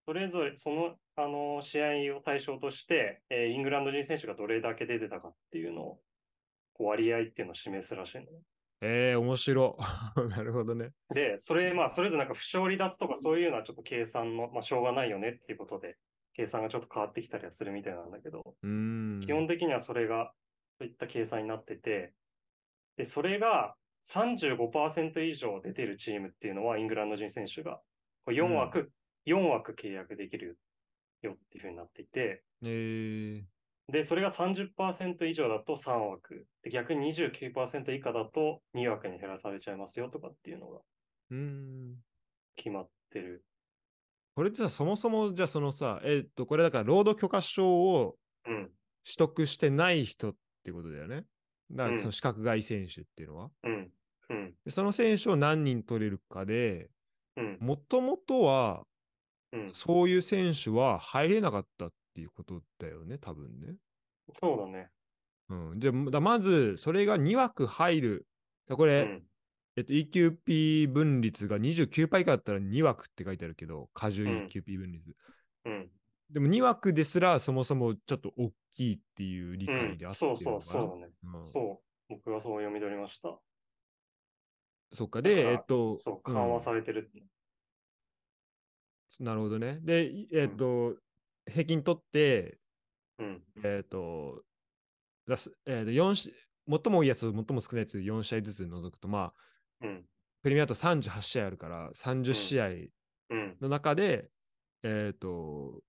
A: それぞれその、あのー試合を対象として、えーイングランド人選手がどれだけ出てたかっていうのを、こう割合っていうのを示すらしいのね。
B: ええ、面白。 なるほどね。
A: で、それ、まあ、それぞれなんか負傷離脱とかそういうのはちょっと計算の、まあ、しょうがないよねっていうことで、計算がちょっと変わってきたりはするみたいなんだけど、
B: うーん。
A: 基本的にはそれが、そういった計算になってて、で、それが35%以上出てるチームっていうのは、イングランド人選手が、4枠、4枠契約できるよっていうふうになっていて、
B: ええ。
A: で、それが30%以上だと3枠、で逆に29%以下だと2枠に減らされちゃいますよとかっていうのが
B: うーん。
A: 決まってる。
B: これってさ、そもそも、じゃあそのさ、えっと、これだから、労働許可証を
A: うん、
B: 取得してない人ってことだよね。だか
A: うん
B: ら、その資格外選手っていうのは。
A: うん、うん、
B: でその選手を何人取れるかで、
A: うん、
B: もともとは、
A: うん。
B: そういう選手は入れなかったっていうことだよね、多分ね。
A: そうだね。
B: うん。じゃあ、だまず、それが2枠入る。だこ
A: う
B: れ、
A: ん、
B: えっと、EQP 分率が29倍以下だったら2枠って書いてあるけど、過重
A: うん
B: EQP 分率。
A: うん。
B: でも2枠ですらそもそもちょっと大きいっていう理
A: う
B: 解
A: ん
B: であってる
A: そ
B: の
A: う
B: か
A: そう、
B: な、
A: そうだね。
B: うんそ
A: そう、僕はそう読み取りました。
B: っか。
A: だか
B: で、
A: ら
B: えっと、
A: そう、
B: ん
A: 緩和されてる。
B: なるほどね。で、いえっと、平均取って、
A: うん、
B: えっと、だすえっと4し最も多いやつ、最も少ないやつ4試合ずつ除くと、まあ、
A: うん、
B: プレミアだと38試合あるから、30試合
A: うん、
B: の中で、えっと、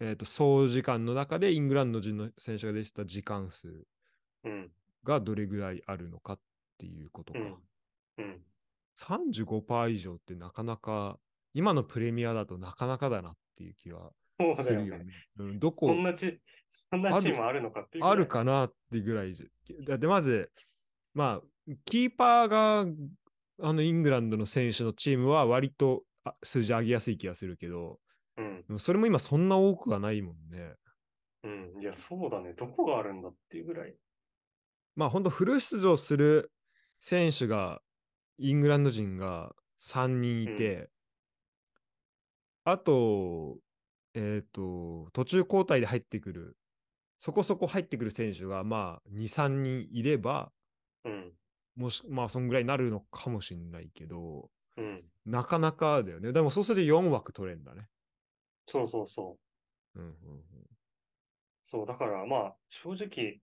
B: えっと、総時間の中でイングランド人の選手が出てた時間数
A: うん、
B: がどれぐらいあるのかっていうことか。
A: うん、うん。
B: 35%以上ってなかなか今のプレミアだとなかなかだなっていう気は
A: そう
B: す
A: だよ
B: る
A: ね
B: よね。うん、ど
A: そ
B: こ
A: んなチそんなチームあるのかっていうぐら
B: あ
A: い
B: るかなってぐらいじゃ。だってまず、まあ、キーパーが、あの、イングランドの選手のチームは割とあ数字上げやすい気がするけど、
A: うん
B: でもそれも今そんな多くはないもんね。
A: うんいやそうだねどこがあるんだっていうぐらい
B: まあ、本当フル出場する選手が、イングランド人が3人いて、あと、えっ、と、途中交代で入ってくる、そこそこ入ってくる選手が、まあ、2、3人いれば、
A: うん
B: もし、まあ、そんぐらいになるのかもしんないけど、
A: うん
B: なかなかだよね。でも、そうすると4枠取れるんだね。
A: そうそうそう
B: うんうんうん、
A: そうだからまあ正直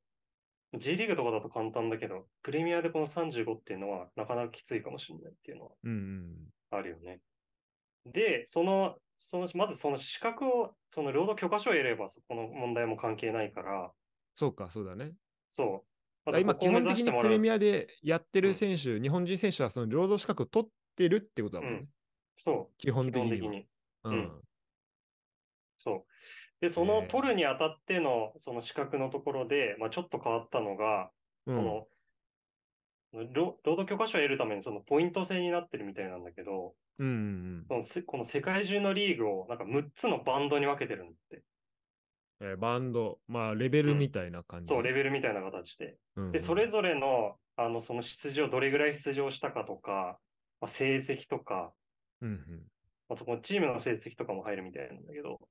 A: J リーグとかだと簡単だけどプレミアでこの35っていうのはなかなかきついかもしれないっていうのは
B: うんうん。
A: あるよね。で、その、その、まずその資格を、その労働許可書を得れば、そこの問題も関係ないから、そう
B: か、そうだね。
A: そう。ま
B: だか
A: ず
B: ら今、
A: ここ
B: 基
A: を目
B: 本
A: 指
B: 的
A: して
B: に
A: も
B: プ
A: らう
B: レミアでやって
A: う
B: る
A: ん
B: 選手、日本人選手はその労働資格を取ってるってことだもんね。
A: うんそ
B: 基
A: う、
B: 本
A: 基
B: 的
A: 本
B: に
A: 的
B: は。
A: に。
B: う
A: うん
B: ん。
A: そう。で、そ
B: ね
A: の取るにあたっての、その資格のところで、まあ、ちょっと変わったのが、
B: うん。
A: この、労労働許可書を得るために、そのポイント制になってるみたいなんだけど、
B: うんうん
A: そのせこの世界中のリーグを、なんか6つのバンドに分けてるんだって。
B: うんえーバンド、まあ、レベルみたいな感じ。
A: そう、レベルみたいな形で。
B: うんうん
A: で、それぞれの、あの、その出場、どれぐらい出場したかとか、まあ、成績とか、
B: うんうん
A: まあ、そこのチームの成績とかも入るみたいなんだけど、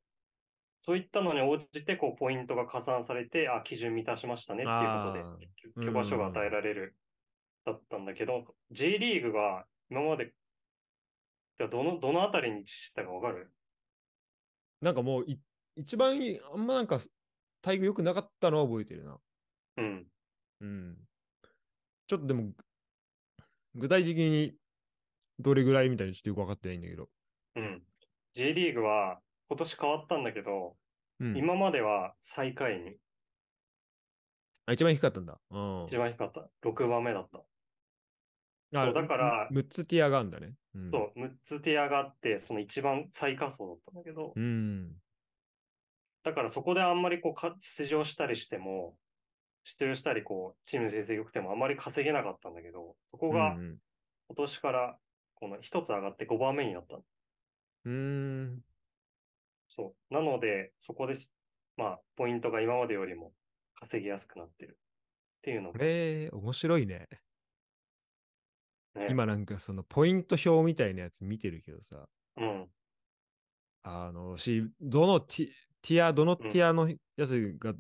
A: そういったのに応じて、こう、ポイントが加算されて、あ、基準満たしましたねっていう
B: あ
A: こ
B: ー
A: とで、許可書が与えられる、だったんだけど、J リーグが今まで、じゃあどの、どのあたりに位置してたかわかる
B: なんかもうい、一番いい、あんまなんか、待遇良くなかったのは覚えてるな。
A: うん。
B: うん。ちょっとでも、具体的にどれぐらいみたいにちょっとよく分かってないんだけど。
A: うん。J リーグは、今年変わったんだけど、
B: うん、
A: 今までは最下位に
B: あ一番低かったんだ。うん。
A: 一番低かった。6番目だった。
B: あ
A: そうだから
B: む6つティアがあるんだね。うん、
A: そう、6つ手上がって、その一番最下層だったんだけど、
B: うん。
A: だからそこであんまりこうか出場したりしても、出場したりこう、チームの成績良くてもあんまり稼げなかったんだけど、そこが
B: うん
A: 今年からこの1つ上がって5番目になったの。
B: うん。う
A: そう。なので、そこです、まあ、ポイントが今までよりも稼ぎやすくなってる。っていうの
B: ーん。
A: が、
B: こ
A: ね、
B: れ、面白いね。今なんかそのポイント表みたいなやつ見てるけどさ、
A: うん、
B: あの、し、どのティティア、どのティアのやつが、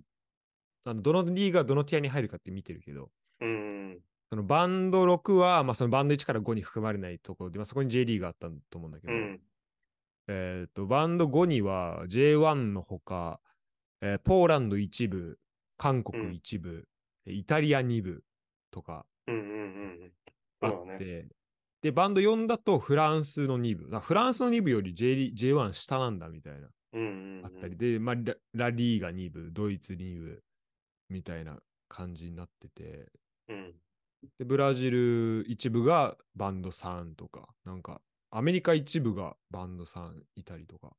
B: あのどのリーグがどのティアに入るかって見てるけど、
A: うん、
B: そのバンド6は、まあ、そのバンド1から5に含まれないところで、まあ、そこに J リーがあったと思うんだけ
A: う
B: ど、
A: ん、
B: えっとバンド5には J1 のほか、えーポーランド1部、韓
A: うん
B: 国1部、イタリア2部とか
A: うん、うん、うん。
B: あ
A: そ
B: っ
A: うだ
B: て、
A: ね。
B: で、バンド4だとフランスの2部、だからフランスの2部より J リ J1 下なんだみたいな、
A: うん、うん、
B: あったり、
A: うん
B: で、まあ、ララリーが2部、ドイツ2部みたいな感じになってて、
A: うん、
B: で、ブラジル一部がバンド3とか、なんか、アメリカ一部がバンド3いたりとか。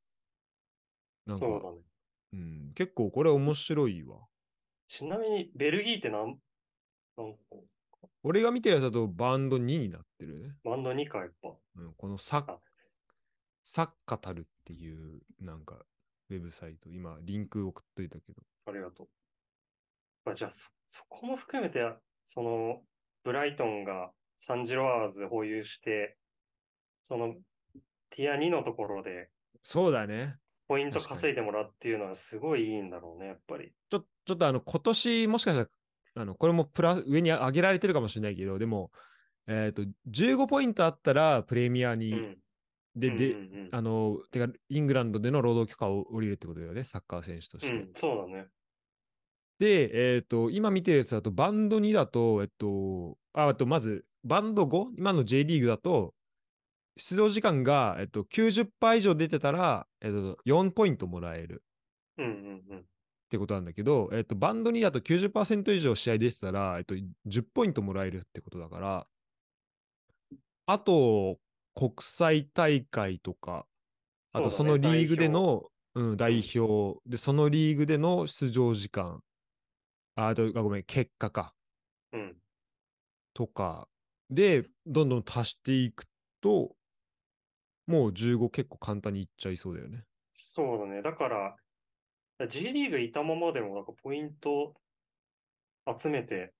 B: なんか、
A: そうだ
B: う
A: ね。
B: ん、結構これ面白いわ。
A: ちなみに、ベルギーってなん、なんか、
B: 俺が見てるやつだとバンド2になってるね。
A: バンド2か、やっぱ。
B: うん、このサッ
A: あ、
B: サッカタルっていう、なんか、ウェブサイト、今、リンク送っといたけど。
A: ありがとう。まあ、じゃあそ、そこも含めて、その、ブライトンがサンジロワーズ保有して、その、ティア2のところで、
B: そうだね。
A: ポイント
B: 確かに
A: 稼いでもらうっていうのはすごいいいんだろうね、やっぱり。
B: ちょ、ちょっとあの、今年、もしかしたら、あの、これもプラ、上に上げられてるかもしれないけど、でも、えっ、と、15ポイントあったら、プレミア
A: う
B: に、
A: ん。
B: で、
A: うん
B: で、
A: うんうん
B: あの、てか、イングランドでの労働許可を降りるってことだよね、サッカー選手として。
A: うん、そうだね。
B: で、えっ、と、今見てるやつだと、バンド2だと、えっと、あ、あと、まず、バンド 5? 今の J リーグだと、出場時間が、えっと、90%以上出てたら、えっと、4ポイントもらえる
A: うんうんうん。
B: ってことなんだけど、えっと、バンド2だと90%以上試合出てたら、えっと、10ポイントもらえるってことだから、あと、国際大会とか、あと
A: そ
B: そう
A: だね
B: のリーグでのうん代表,、で、そのリーグでの出場時間、あ、あとあごめん、結果か、
A: うん。
B: とかで、どんどん足していくと、もう15結構簡単にいっちゃいそうだよね。
A: そうだね。だから、G リーグいたままでも、なんかポイント集めて、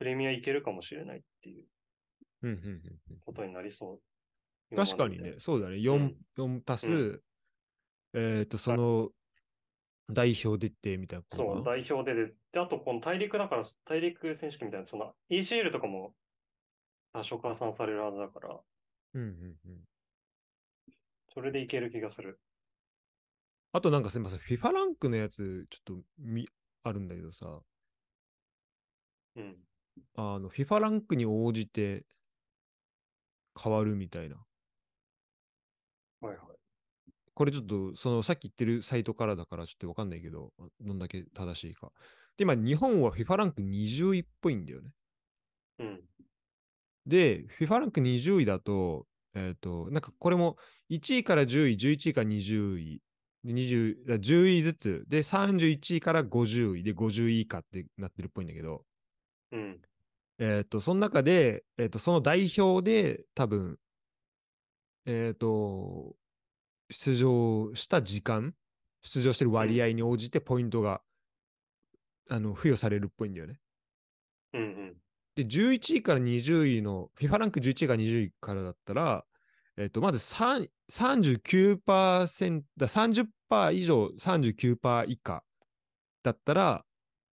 A: プレミアいけるかもしれないっていう
B: うんうんうんうん
A: ことになりそう。今まで
B: 確かに
A: で
B: ね、。そうだね。4、四足す、えっ、と、その、代表出てみたいなこと
A: そう、
B: かな
A: 代表でで、であとこの大陸だから、大陸選手権みたいな、その ECL とかも多少加算されるはずだから、
B: うんうんうん。
A: それでいける気がする。
B: あとなんかすみません、FIFA ランクのやつ、ちょっとみあるんだけどさ、
A: うん。
B: あの、FIFA ランクに応じて変わるみたいな。
A: はいはい。
B: これちょっと、そのさっき言ってるサイトからだからちょっとわかんないけど、どんだけ正しいか。で、今、日本は FIFA ランク20位っぽいんだよね。
A: うん。
B: で、FIFA ランク20位だと、えっ、と、なんかこれも1位から10位、11位から20位、で20だ10位ずつ、で、31位から50位、で、50位以下ってなってるっぽいんだけど、
A: うん。
B: えっ、と、その中で、えっ、と、その代表で多分、えっ、と、出場した時間、出場してる割合に応じてポイントが、あの、付与されるっぽいんだよね。
A: うんうん。
B: で、11位から20位の、FIFA ランク11位から20位からだったら、えっと、まず3 39%だ、30%以上、39%以下だったら、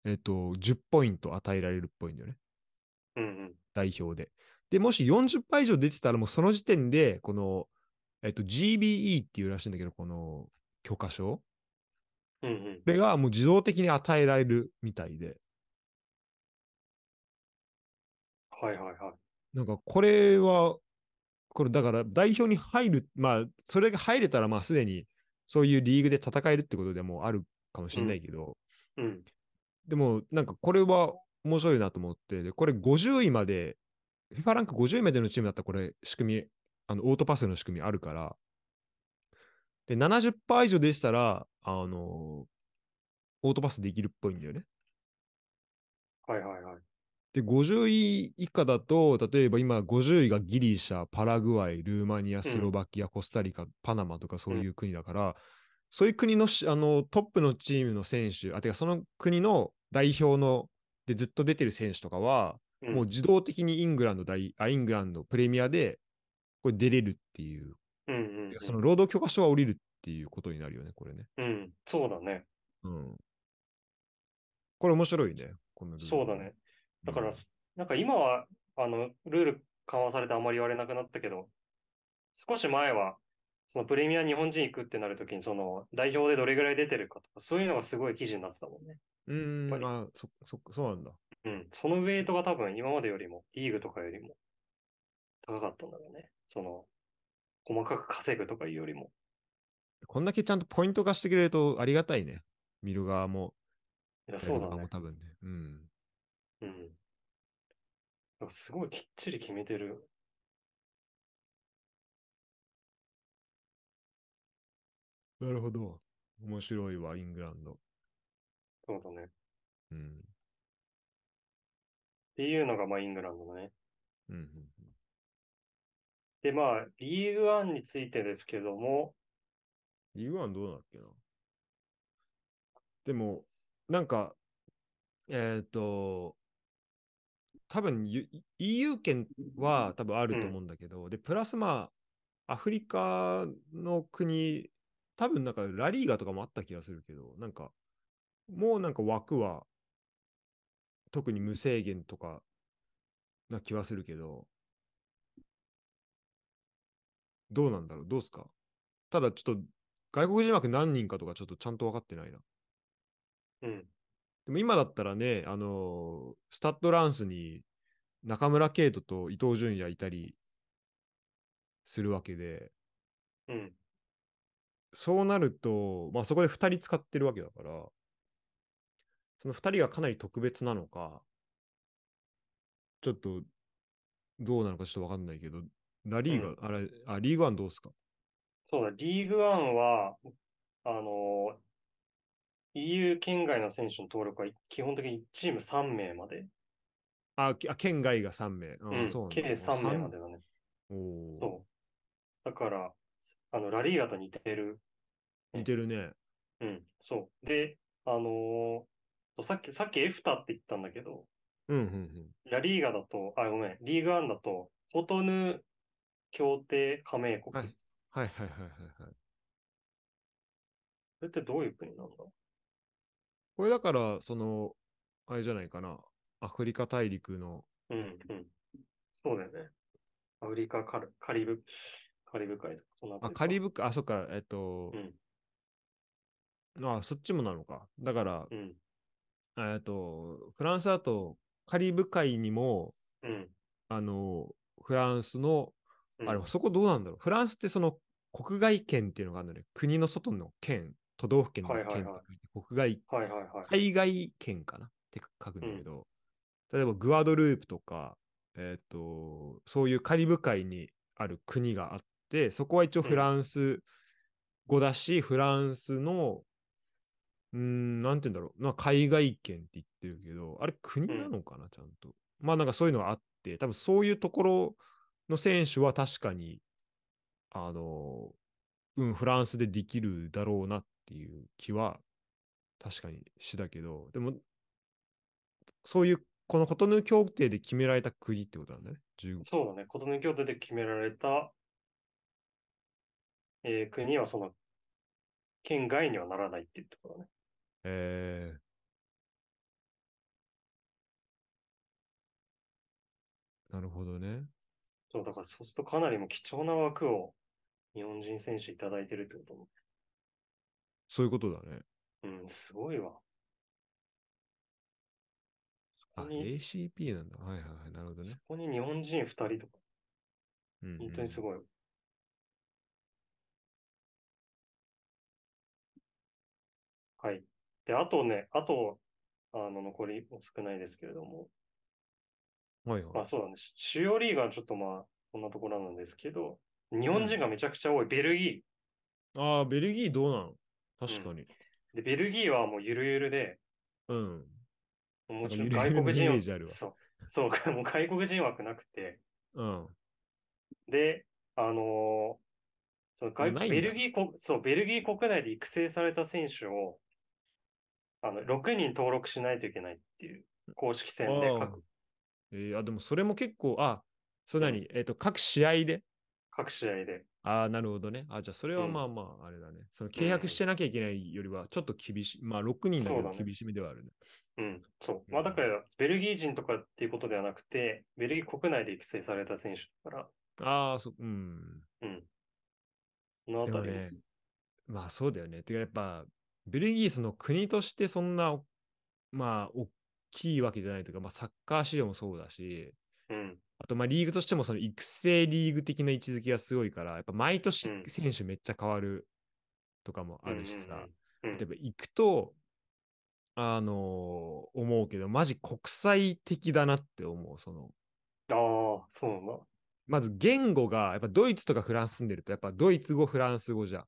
B: えっと、10ポイント与えられるっぽいんだよね、
A: うんうん。
B: 代表で。で、もし40%以上出てたら、もうその時点で、この、えっと、GBE っていうらしいんだけど、この許可証、こ
A: うんうん。
B: れがもう自動的に与えられるみたいで、
A: はいはいはい。
B: なんかこれは、これだから代表に入る、まあ、それが入れたら、まあすでにそういうリーグで戦えるってことでもうあるかもしれないけど、
A: うん。
B: でもなんかこれは面白いなと思って、でこれ50位まで、FIFA ランク50位までのチームだったらこれ仕組み、あのオートパスの仕組みあるから、で70%以上でしたら、あのオートパスできるっぽいんだよね。
A: はいはいはい。
B: で、50位以下だと、例えば今、50位がギリシャ、パラグアイ、ルーマニア、スロバキア、コスタリカ、パナマとかそういう国だから、そういう国のしあのトップのチームの選手、あてかその国の代表のでずっと出てる選手とかは、
A: うん
B: もう自動的にイングランド大あイングランドプレミアでこれ出れるっていう、
A: うんうんうん
B: てかその労働許可証は降りるっていうことになるよね、これね。
A: うん。そうだね。
B: うん。これ面白いね、このルール
A: そうだね。。だから
B: うん、
A: なんか今は、あの、ルール緩和されてあんまり言われなくなったけど、少し前は、そのプレミア日本人行くってなるときに、その代表でどれぐらい出てるかとか、そういうのがすごい記事になってたもんね。
B: うー
A: やっ
B: ん、
A: ぱり
B: まあ、そ、そ、そうなんだ。
A: うん。そのウェイトが多分今までよりも、リーグとかよりも高かったんだろうね。その、細かく稼ぐとかいうよりも。
B: こんだけちゃんとポイント化してくれるとありがたいね。見る側も、
A: いや、
B: や
A: そ
B: る
A: うだ
B: 側
A: ね
B: も。多分ね。うん。
A: うん。なんかすごいきっちり決めてる。
B: なるほど。面白いわ、イングランド。
A: そうだね。っ
B: うん。
A: ていうのが、まあ、イングランドのね。
B: うんうん。
A: で、まあ、リーグワンについてですけども、
B: リーグワンどうなんだっけな。でも、なんか、えっ、と、多分ゆ EU 圏は多分あると思うんだけど、で、プラスまあ、アフリカの国、多分なんかラリーガとかもあった気がするけど、なんか、もうなんか枠は、特に無制限とかな気はするけど、どうなんだろうどうすかただちょっと外国人枠何人かとかちょっとちゃんと分かってないな。
A: うん、
B: でも今だったらね、あのースタッドランスに中村敬斗と伊東純也いたりするわけで、
A: うん、
B: そうなると、まあそこで2人使ってるわけだから、その2人がかなり特別なのか、ちょっとどうなのかちょっと分かんないけど、ラリーが、あれ、あ、リーグワンどうすか
A: そうだ、リーグワンは、あの、EU 圏外の選手の登録は基本的にチーム3名まで、
B: あ、きあ県外が3名。
A: う
B: うんん、そうなんだ
A: 計3名まで。だね。
B: おー
A: そう。だから、あの、ラリーガと似てる。
B: 似てるね。
A: うん、そう。で、あのーさっき、さっきエフタって言ったんだけど、
B: うん、うん、うん。
A: ラリーガだと、あ、ごめん、リーグワンだと、コトヌ協定加盟国。
B: はいはいはいはいはいはい。
A: それってどういう国なんだ
B: これだから、その、あれじゃないかな。アフリカ大陸の、
A: うん、うん。そうだよね。アフリカ、カルカリブ、カリブ海とか、そんな
B: あ、カリ
A: ブ
B: ブ海、あ、そっか、えっと
A: う、ん、
B: あ、そっちもなのか。だから、
A: うん、
B: えっと、フランスだと、カリブ海にも、
A: うん。
B: あの、フランスの、
A: うん
B: あれ、そこどうなんだろう。フランスってその、国外圏っていうのがあるのね。国の外の県、都道府県の
A: はい
B: 県っ
A: はいは
B: て書いて、
A: い
B: 国外
A: はいはいはい。
B: 海外圏かなって書くんだけど、例えばグアドループとか、えっ、と、そういうカリブ海にある国があって、そこは一応フランス語だし、フランスの、うーん、なんて言うんだろう、まあ、海外圏って言ってるけど、あれ国なのかな、ちゃんと。まあなんかそういうのがあって、多分そういうところの選手は確かに、あの、うん、フランスでできるだろうなっていう気は確かにしだけど、でも、そういう、このコトヌー協定で決められた国ってことなんだね。15
A: そうだね。コトヌ協定で決められた、えー国はその、県外にはならないっていうところだね。
B: えー、なるほどね。
A: そう、だからそうするとかなりもう貴重な枠を日本人選手いただいてるってことも。
B: そういうことだね。
A: うん、すごいわ。そ
B: あ、
A: こに、
B: ACP なんだ。はいはいはい。なるほどね
A: そ。こに日本人2人とか、
B: うんうん
A: 本当にすごい。はい。で、あとね、あと、あの、残り少ないですけれども、
B: はいは
A: ま
B: い
A: あ。そうだね、し主要リーガーはちょっとまあ、こんなところなんですけど、日本人がめちゃくちゃ多い、ベルギ
B: ああ、ベルギーどうなの確かに。
A: ー。で、ベルギーはもうゆるゆるで、
B: うん。
A: もちろ
B: な
A: ん
B: んか
A: 外国
B: ゆるゆるのイ
A: 人
B: メージある
A: 枠、
B: わ
A: そう、そう、 もう外国人枠なくて、
B: うん。
A: で、あのーその外
B: ないんだ
A: ベルギー国、そう、ベルギー国内で育成された選手を、あの、6人登録しないといけないっていう公式戦で
B: あー
A: 各、
B: えーあ、でもそれも結構、あ、それ何、えっ、と、各試合で
A: 各試合で。
B: ああ、なるほどね。あじゃあ、それは
A: うん
B: まあまあ、あれだね。その契約してなきゃいけないよりは、ちょっと厳しい。まあ、6人だ
A: そ
B: け
A: うだ
B: ど
A: ね
B: 厳しめではあるね。
A: うん、そう。まあ、
B: うん
A: だから、ベルギー人とかっていうことではなくて、ベルギー国内で育成された選手だから、
B: ああ、そうん。
A: うん。そのあ
B: で
A: た
B: も
A: り、
B: ね、まあそうだよね。てか、やっぱ、ベルギー、その国としてそんな、まあ、大きいわけじゃないというか、まあ、サッカー市場もそうだし、
A: うん、
B: あと、まあ、リーグとしても、その育成リーグ的な位置づけがすごいから、やっぱ、毎年
A: うん
B: 選手めっちゃ変わるとかもあるしさ。
A: うんうんうん、
B: 例えば行くと、あのー思うけど、マジ国際的だなって思う。その、
A: ああ、そうなんだ。
B: まず言語が、やっぱドイツとかフランス住んでると、やっぱドイツ語、フランス語じゃ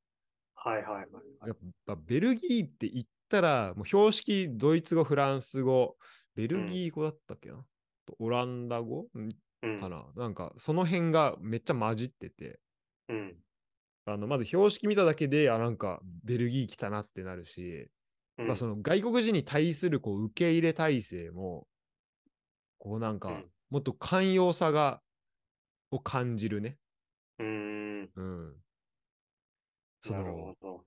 A: はいはいはい。
B: ん。やっぱベルギーって言ったら、もう標識、ドイツ語、フランス語、ベルギー語だったっけな、とオランダ語ん
A: うん、
B: かな、なんか、その辺がめっちゃ混じってて、
A: うん、
B: あの、まず標識見ただけで、あ、なんか、ベルギー来たなってなるし、
A: うん、
B: まあ、その外国人に対するこう受け入れ体制も、こうなん
A: う
B: か
A: ん、
B: もっと寛容さが、を感じるね。
A: うーん、な
B: うん。そ
A: る
B: の
A: ほ、ど。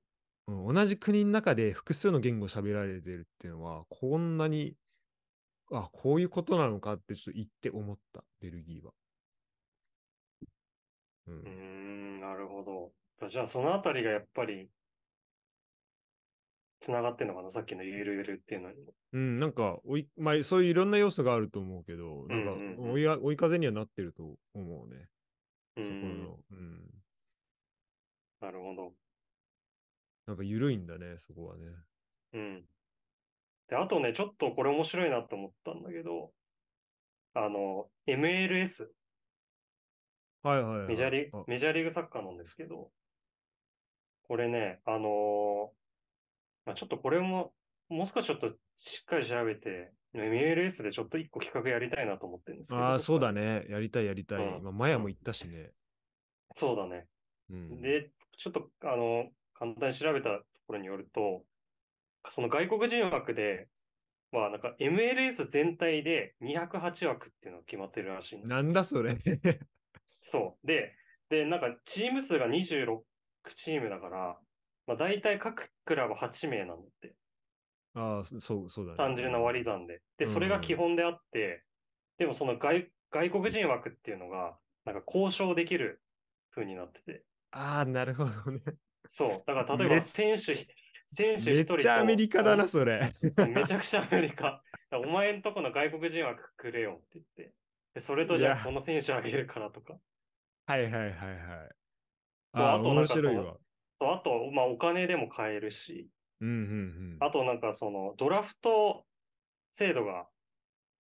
B: うん、同じ国の中で複数の言語喋られてるっていうのは、こんなに、あ、こういうことなのかってちょっと言って思った、ベルギーは。う
A: うー
B: ん。
A: ん、なるほど。じゃあ、そのあたりがやっぱり、つながってんのかなさっきのゆるゆるっていうのにも。
B: うん、なんか追い、まあ、そういういろんな要素があると思うけど、なんか
A: うんうんうん
B: 追いあ追い風にはなってると思うね。
A: うー
B: そこ
A: ん、
B: の、うん。
A: なるほど。
B: なんか緩いんだね、そこはね。
A: うん。で、あとね、ちょっとこれ面白いなと思ったんだけど、あの、MLS、
B: はいはい、はい。
A: メジャーリ
B: あ
A: メジャーリーグサッカーなんですけど、これね、あのーまあ、ちょっとこれも、もう少しちょっとしっかり調べて、MLS でちょっと一個企画やりたいなと思ってるんですけど。
B: ああ、そうだ。ね。やりたい、やりたい。
A: うん
B: まあ、マヤも行ったしね。
A: そうだね。
B: うん、
A: で、ちょっと、あの、簡単に調べたところによると、その外国人枠で、まあなんか MLS 全体で208枠っていうのが決まってるらしいんだ
B: なんだそれ。
A: そう。で、で、なんかチーム数が26チームだから、まあ大体各クラブ8名なのって。
B: ああ、そそう、そうだね。
A: 単純な割り算で。で、それが基本であって、でもその外外国人枠っていうのが、なんか交渉できる風になってて。
B: ああ、なるほどね。
A: そう。だから例え
B: め
A: ば選手ひ、選手
B: め
A: 一
B: っ
A: 人と
B: ちゃアメリカだな、。それ。
A: めちゃくちゃアメリカ。だからお前んとこの外国人枠くれよって言って。でそれとじ
B: い
A: ゃ
B: や
A: あこの選手あげるからとか。
B: はいはいはいはい。
A: そう
B: ああ
A: あ
B: ー、
A: とな
B: 面
A: んかその
B: 白いわ。
A: そうあと、まあお金でも買えるし、
B: うんうんうん。
A: あとなんかそのドラフト制度が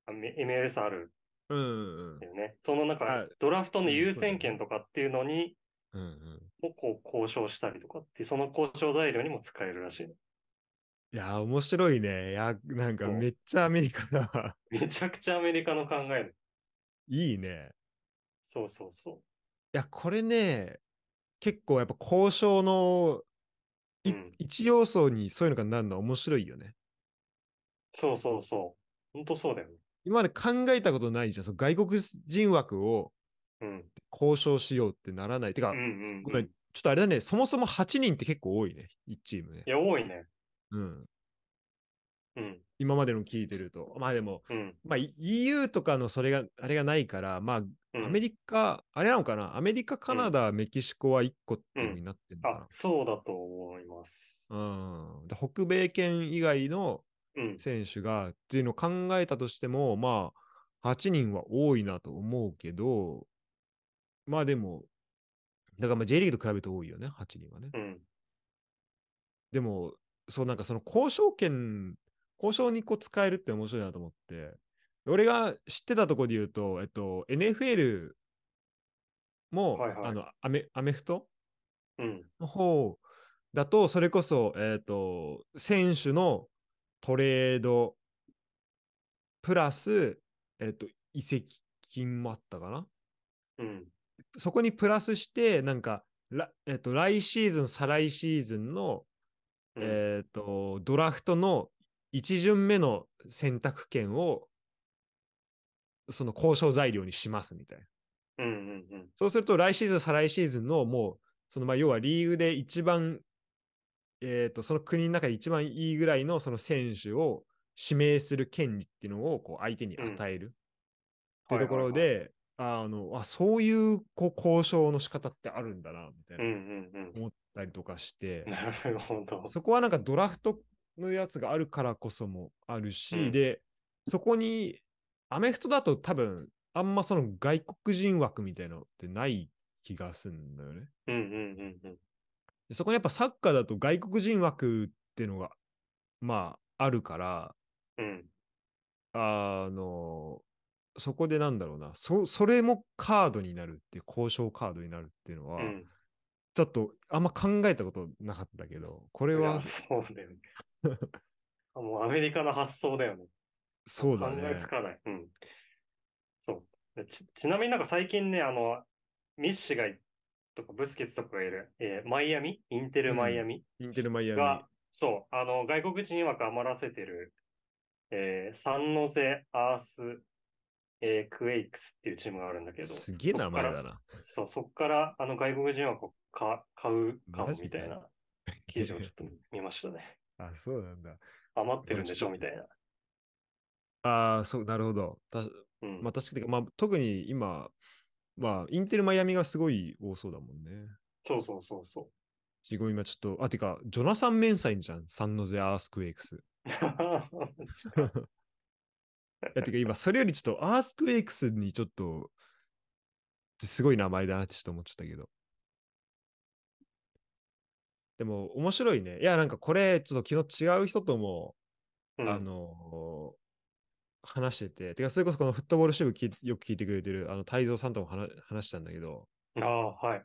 A: あ MLS ある
B: うんうんうん
A: んだよね。その中
B: はい
A: ドラフトの
B: うん
A: 優
B: そうだね
A: 先権とかっていうのに、
B: うんうん。
A: をこう交渉したりとかっていう、その交渉材料にも使えるらしいの。
B: いやー、面白いね。いやー、なんか
A: そう
B: めっちゃアメリカだ わ。
A: めちゃくちゃアメリカの考える。
B: いいね。
A: そうそうそう。
B: いや、これね、結構やっぱ交渉のい
A: うん
B: 一要素にそういうのがなるのは面白いよね。
A: そうそうそう。ほんとそうだよね。
B: 今まで考えたことないじゃん。その外国人枠を
A: うん。
B: 交渉しようってならない。てか、
A: うんうん
B: ご
A: う
B: めん
A: ん。
B: ちょっとあれだね、そもそも8人って結構多いね、1チームね
A: い。や、多いね。
B: うん、
A: うん。
B: 今までの聞いてると。まあでも、
A: うん。
B: まあ、い EU とかのそれが、あれがないから、ま
A: う
B: あ、
A: ん
B: アメリカ、あれなのかなアメリカ、カナダ、メキシコは1個っていうふうになってるの
A: あ
B: か、
A: そうだと思います
B: な。。うん。で北米圏以外の
A: うん。
B: 選手がっていうのを考えたとしても、まあ、8人は多いなと思うけど、まあでも、だからまあ J リーグと比べて多いよね、8人はね。
A: うん。
B: でも、そうなんかその交渉権、交渉にこう使えるって面白いなと思って、俺が知ってたところで言うと、えっと、NFL も、
A: はいはい
B: あのアメアメフト
A: うん。
B: の方だと、それこそ、えっと、選手のトレード、プラス、えっと、移籍金もあったかな
A: うん。
B: そこにプラスして、なんか、らえっと、来シーズン、再来シーズンの、
A: うん
B: えっ、と、ドラフトの1巡目の選択権を、その交渉材料にしますみたいな。
A: うんうんうん。
B: そうすると、来シーズン、再来シーズンの、もう、その、まあ、要はリーグで一番、えっ、と、その国の中で一番いいぐらいの、その選手を指名する権利っていうのを、こう、相手に与える。っていうところ
A: はい
B: で、あの、あ、そういう、こう、交渉の仕方ってあるんだな、みたい
A: はいはい。う
B: な、
A: んうん
B: 思ったりとかして
A: うん。。なるほど。
B: そこはなんかドラフトのやつがあるからこそもあるし、
A: うん
B: で、そこに、アメフトだと多分、あんまその外国人枠みたいなのってない気がするんだよね。
A: うんうんうんうん。
B: でそこにやっぱサッカーだと外国人枠っていうのが、まあ、あるから、
A: うん。
B: あの、そこでなんだろうな、そそれもカードになるっていう、交渉カードになるっていうのは、
A: うん。
B: ちょっとあんま考えたことなかったけど、これ
A: い
B: は
A: やそうだよね。あもうアメリカの発想だよね。
B: そう
A: 考
B: だね。
A: えつかない。うん。そう。でちちなみになんか最近ね、あの、ミッシがいとかブスケツとかがいる、えーマイアミ、インテルマイアミ
B: インテルマイアミ。
A: が、そう、あの、外国人枠余らせてる、えーサンノゼ・アース、えークエイクスっていうチームがあるんだけど、
B: すげえ名前だな。
A: そう、そっから、あの、外国人枠をか買うかも
B: マジで
A: みたいな記事をちょっと見ましたね。
B: あ、そうなんだ。
A: 余ってるんでしょみたいな。
B: ああ、そう、なるほど。た
A: うん。
B: まあ確かに、まあ特に今、まあインテルマイアミがすごい多そうだもんね。
A: そうそうそうそう。
B: しごみ今ちょっと、あ、てか、ジョナサン・メンサインじゃん。サンノゼ・アースクエイクス。いや、てか今、それよりちょっと、アースクエイクスにちょっと、ってすごい名前だなってちょっと思っちゃったけど。でも、面白いね。いや、なんかこれ、ちょっと昨日違う人とも、
A: うん
B: あのー話してて、てか、それこそこのフットボール支部聞いよく聞いてくれてる、あの、太蔵さんとも話話したんだけど、
A: ああ、はい。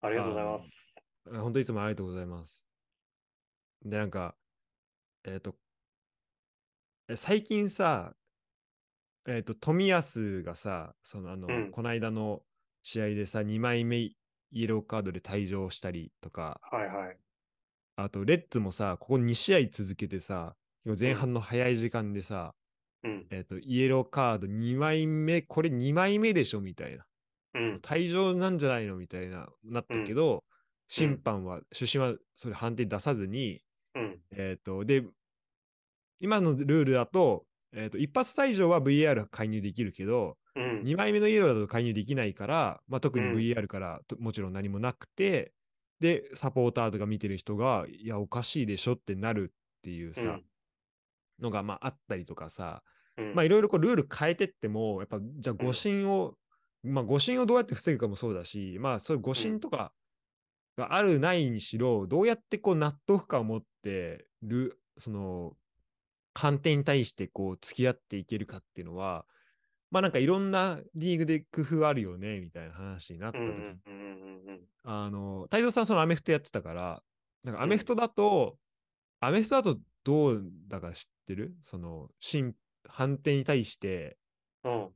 A: ありがとうございます。
B: 本当いつもありがとうございます。で、なんか、えっ、と、え最近さ、えっ、と、冨安がさ、その、あの、
A: うん
B: この間の試合でさ、2枚目イエローカードで退場したりとか、
A: はいはい。
B: あと、レッツもさ、ここ2試合続けてさ、前半の早い時間でさ、
A: うん。
B: えっ、と、イエローカード2枚目、これ2枚目でしょみたいな。
A: うん。
B: 退場なんじゃないのみたいな、なったけど、審判は、主審はそれ判定出さずに、
A: うん。
B: えっ、と、で、今のルールだと、えっ、と、一発退場は VAR 介入できるけど、
A: うん。
B: 2枚目のイエローだと介入できないから、まあ、特に
A: うん
B: VAR からともちろん何もなくて、で、サポーターとか見てる人が、いや、おかしいでしょってなるっていうさ、のが、まあ、あったりとかさ、
A: うん。
B: まあいろいろこうルール変えてっても、やっぱじゃあ誤信を、まあ誤信をどうやって防ぐかもそうだし、まあそういう誤信とかがあるないにしろ、どうやってこう納得感を持ってる、その判定に対してこう付き合っていけるかっていうのは、まあなんかいろんなリーグで工夫あるよねみたいな話になった
A: うん。う
B: 時に、
A: ん。うん。うん。うん。
B: あの、太蔵さんそのアメフトやってたから、なんかア
A: う
B: メ
A: ん
B: フトだと、アメフトだとどうだか知ってるその審判定に対して、
A: うん。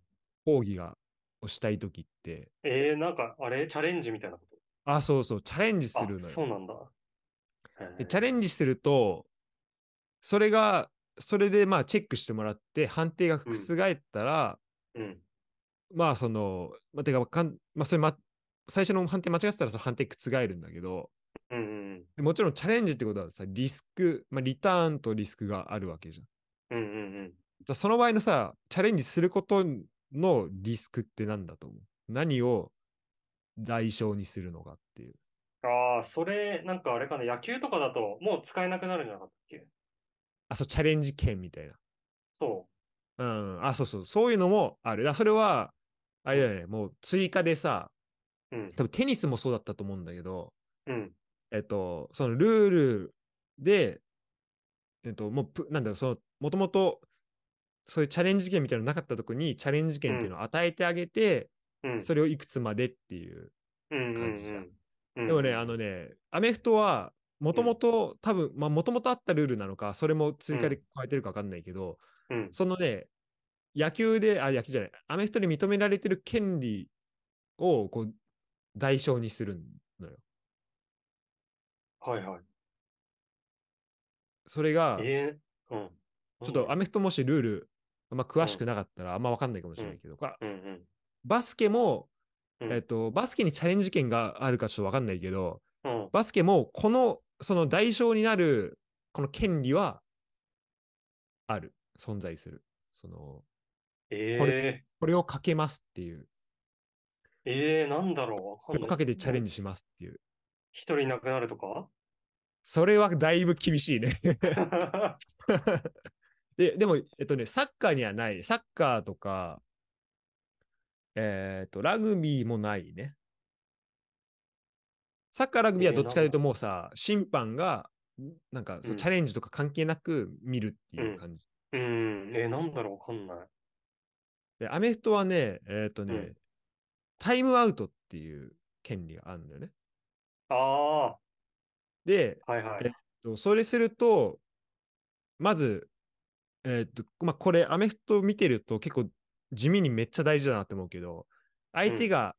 B: 講義がをしたいときって、
A: えー、なんか、あれチャレンジみたいなこ
B: あ、そうそう、チャレンジす
A: とあ
B: るの
A: そう
B: よ。
A: なんだ。
B: でチャレ
A: ジ
B: ンジすると、それが、それでまあチェックしてもらって、判定が覆ったら、
A: うん。
B: まあその、まあ、てか、かんまあそれ、ま、最初の判定間違ってたらその判定覆るんだけど、
A: うん。うん。
B: でもちろんチャレンジってことはさ、リスク、まあ、リターンとリスクがあるわけじゃん。
A: うん。うん。うん。
B: じゃあその場合のさ、チャレンジすることのリスクって何だと思う何を代償にするのかっていう。
A: ああ、それ、なんかあれかな、野球とかだと、もう使えなくなるんじゃなかったっけ
B: あ、そう、チャレンジ権みたいな。
A: そ
B: うん、あ、そうそう、そういうのもある。だそれは、あれだよね、もう追加でさ、
A: う。うん。
B: 多分テニスもそうだったと思うんだけど、
A: うん。
B: えっと、そのルールで、えっと、もうプ、なんだろう、その、もともと、そういうチャレンジ権みたいなのなかったとこに、チャレンジ権っていうのを与えてあげて、
A: うん。
B: それをいくつまでっていう。
A: うん。うん。
B: 感じじゃん
A: うん。
B: でもね、あのね、アメフトは、もともと、多分まあ、もともとあったルールなのか、それも追加で加えてるか分かんないけど、
A: うん。
B: そのね、野球で、あ、野球じゃない、アメフトで認められてる権利をこう代償にするのよ。
A: はいはい。
B: それが、ち
A: えー、うん。
B: ょっとアメフトもしルール、あんま詳し
A: う
B: くなかったら、あんま分かんないかもしれないけど、か
A: うんうん。
B: バスケも、
A: うん
B: えっと、バスケにチャレンジ権があるかちょっと分かんないけど、
A: うん。
B: バスケも、この、その代償になる、この権利は、ある、存在する。その、
A: え
B: これをかけますっていう、
A: ー、えー、なんだろう。
B: こ
A: わか
B: れ
A: んない。
B: をかけてチャレン
A: ジ。
B: ジしますっていう。
A: 一人いなくなると か
B: それはだいぶ厳しいね。 ででも、えっとね、サッカーにはない。サッカーとか、えーっと、ラグビーもないね。サッカー、ラグビーはどっちかというともうさ、審判が、なんかそう
A: うん
B: チャレンジとか関係なく見るっていううん感じ。
A: うん。えー、なんだろう。わかんない。
B: で、アメフトはね、えーっとね、
A: うん
B: タイムアウトっていう権利があるんだよね。
A: ああ、は
B: で、
A: いは
B: え
A: い。
B: とそれすると、まず、えーっと、まあ、これ、アメフト見てると結構地味にめっちゃ大事だなって思うけど、相手が、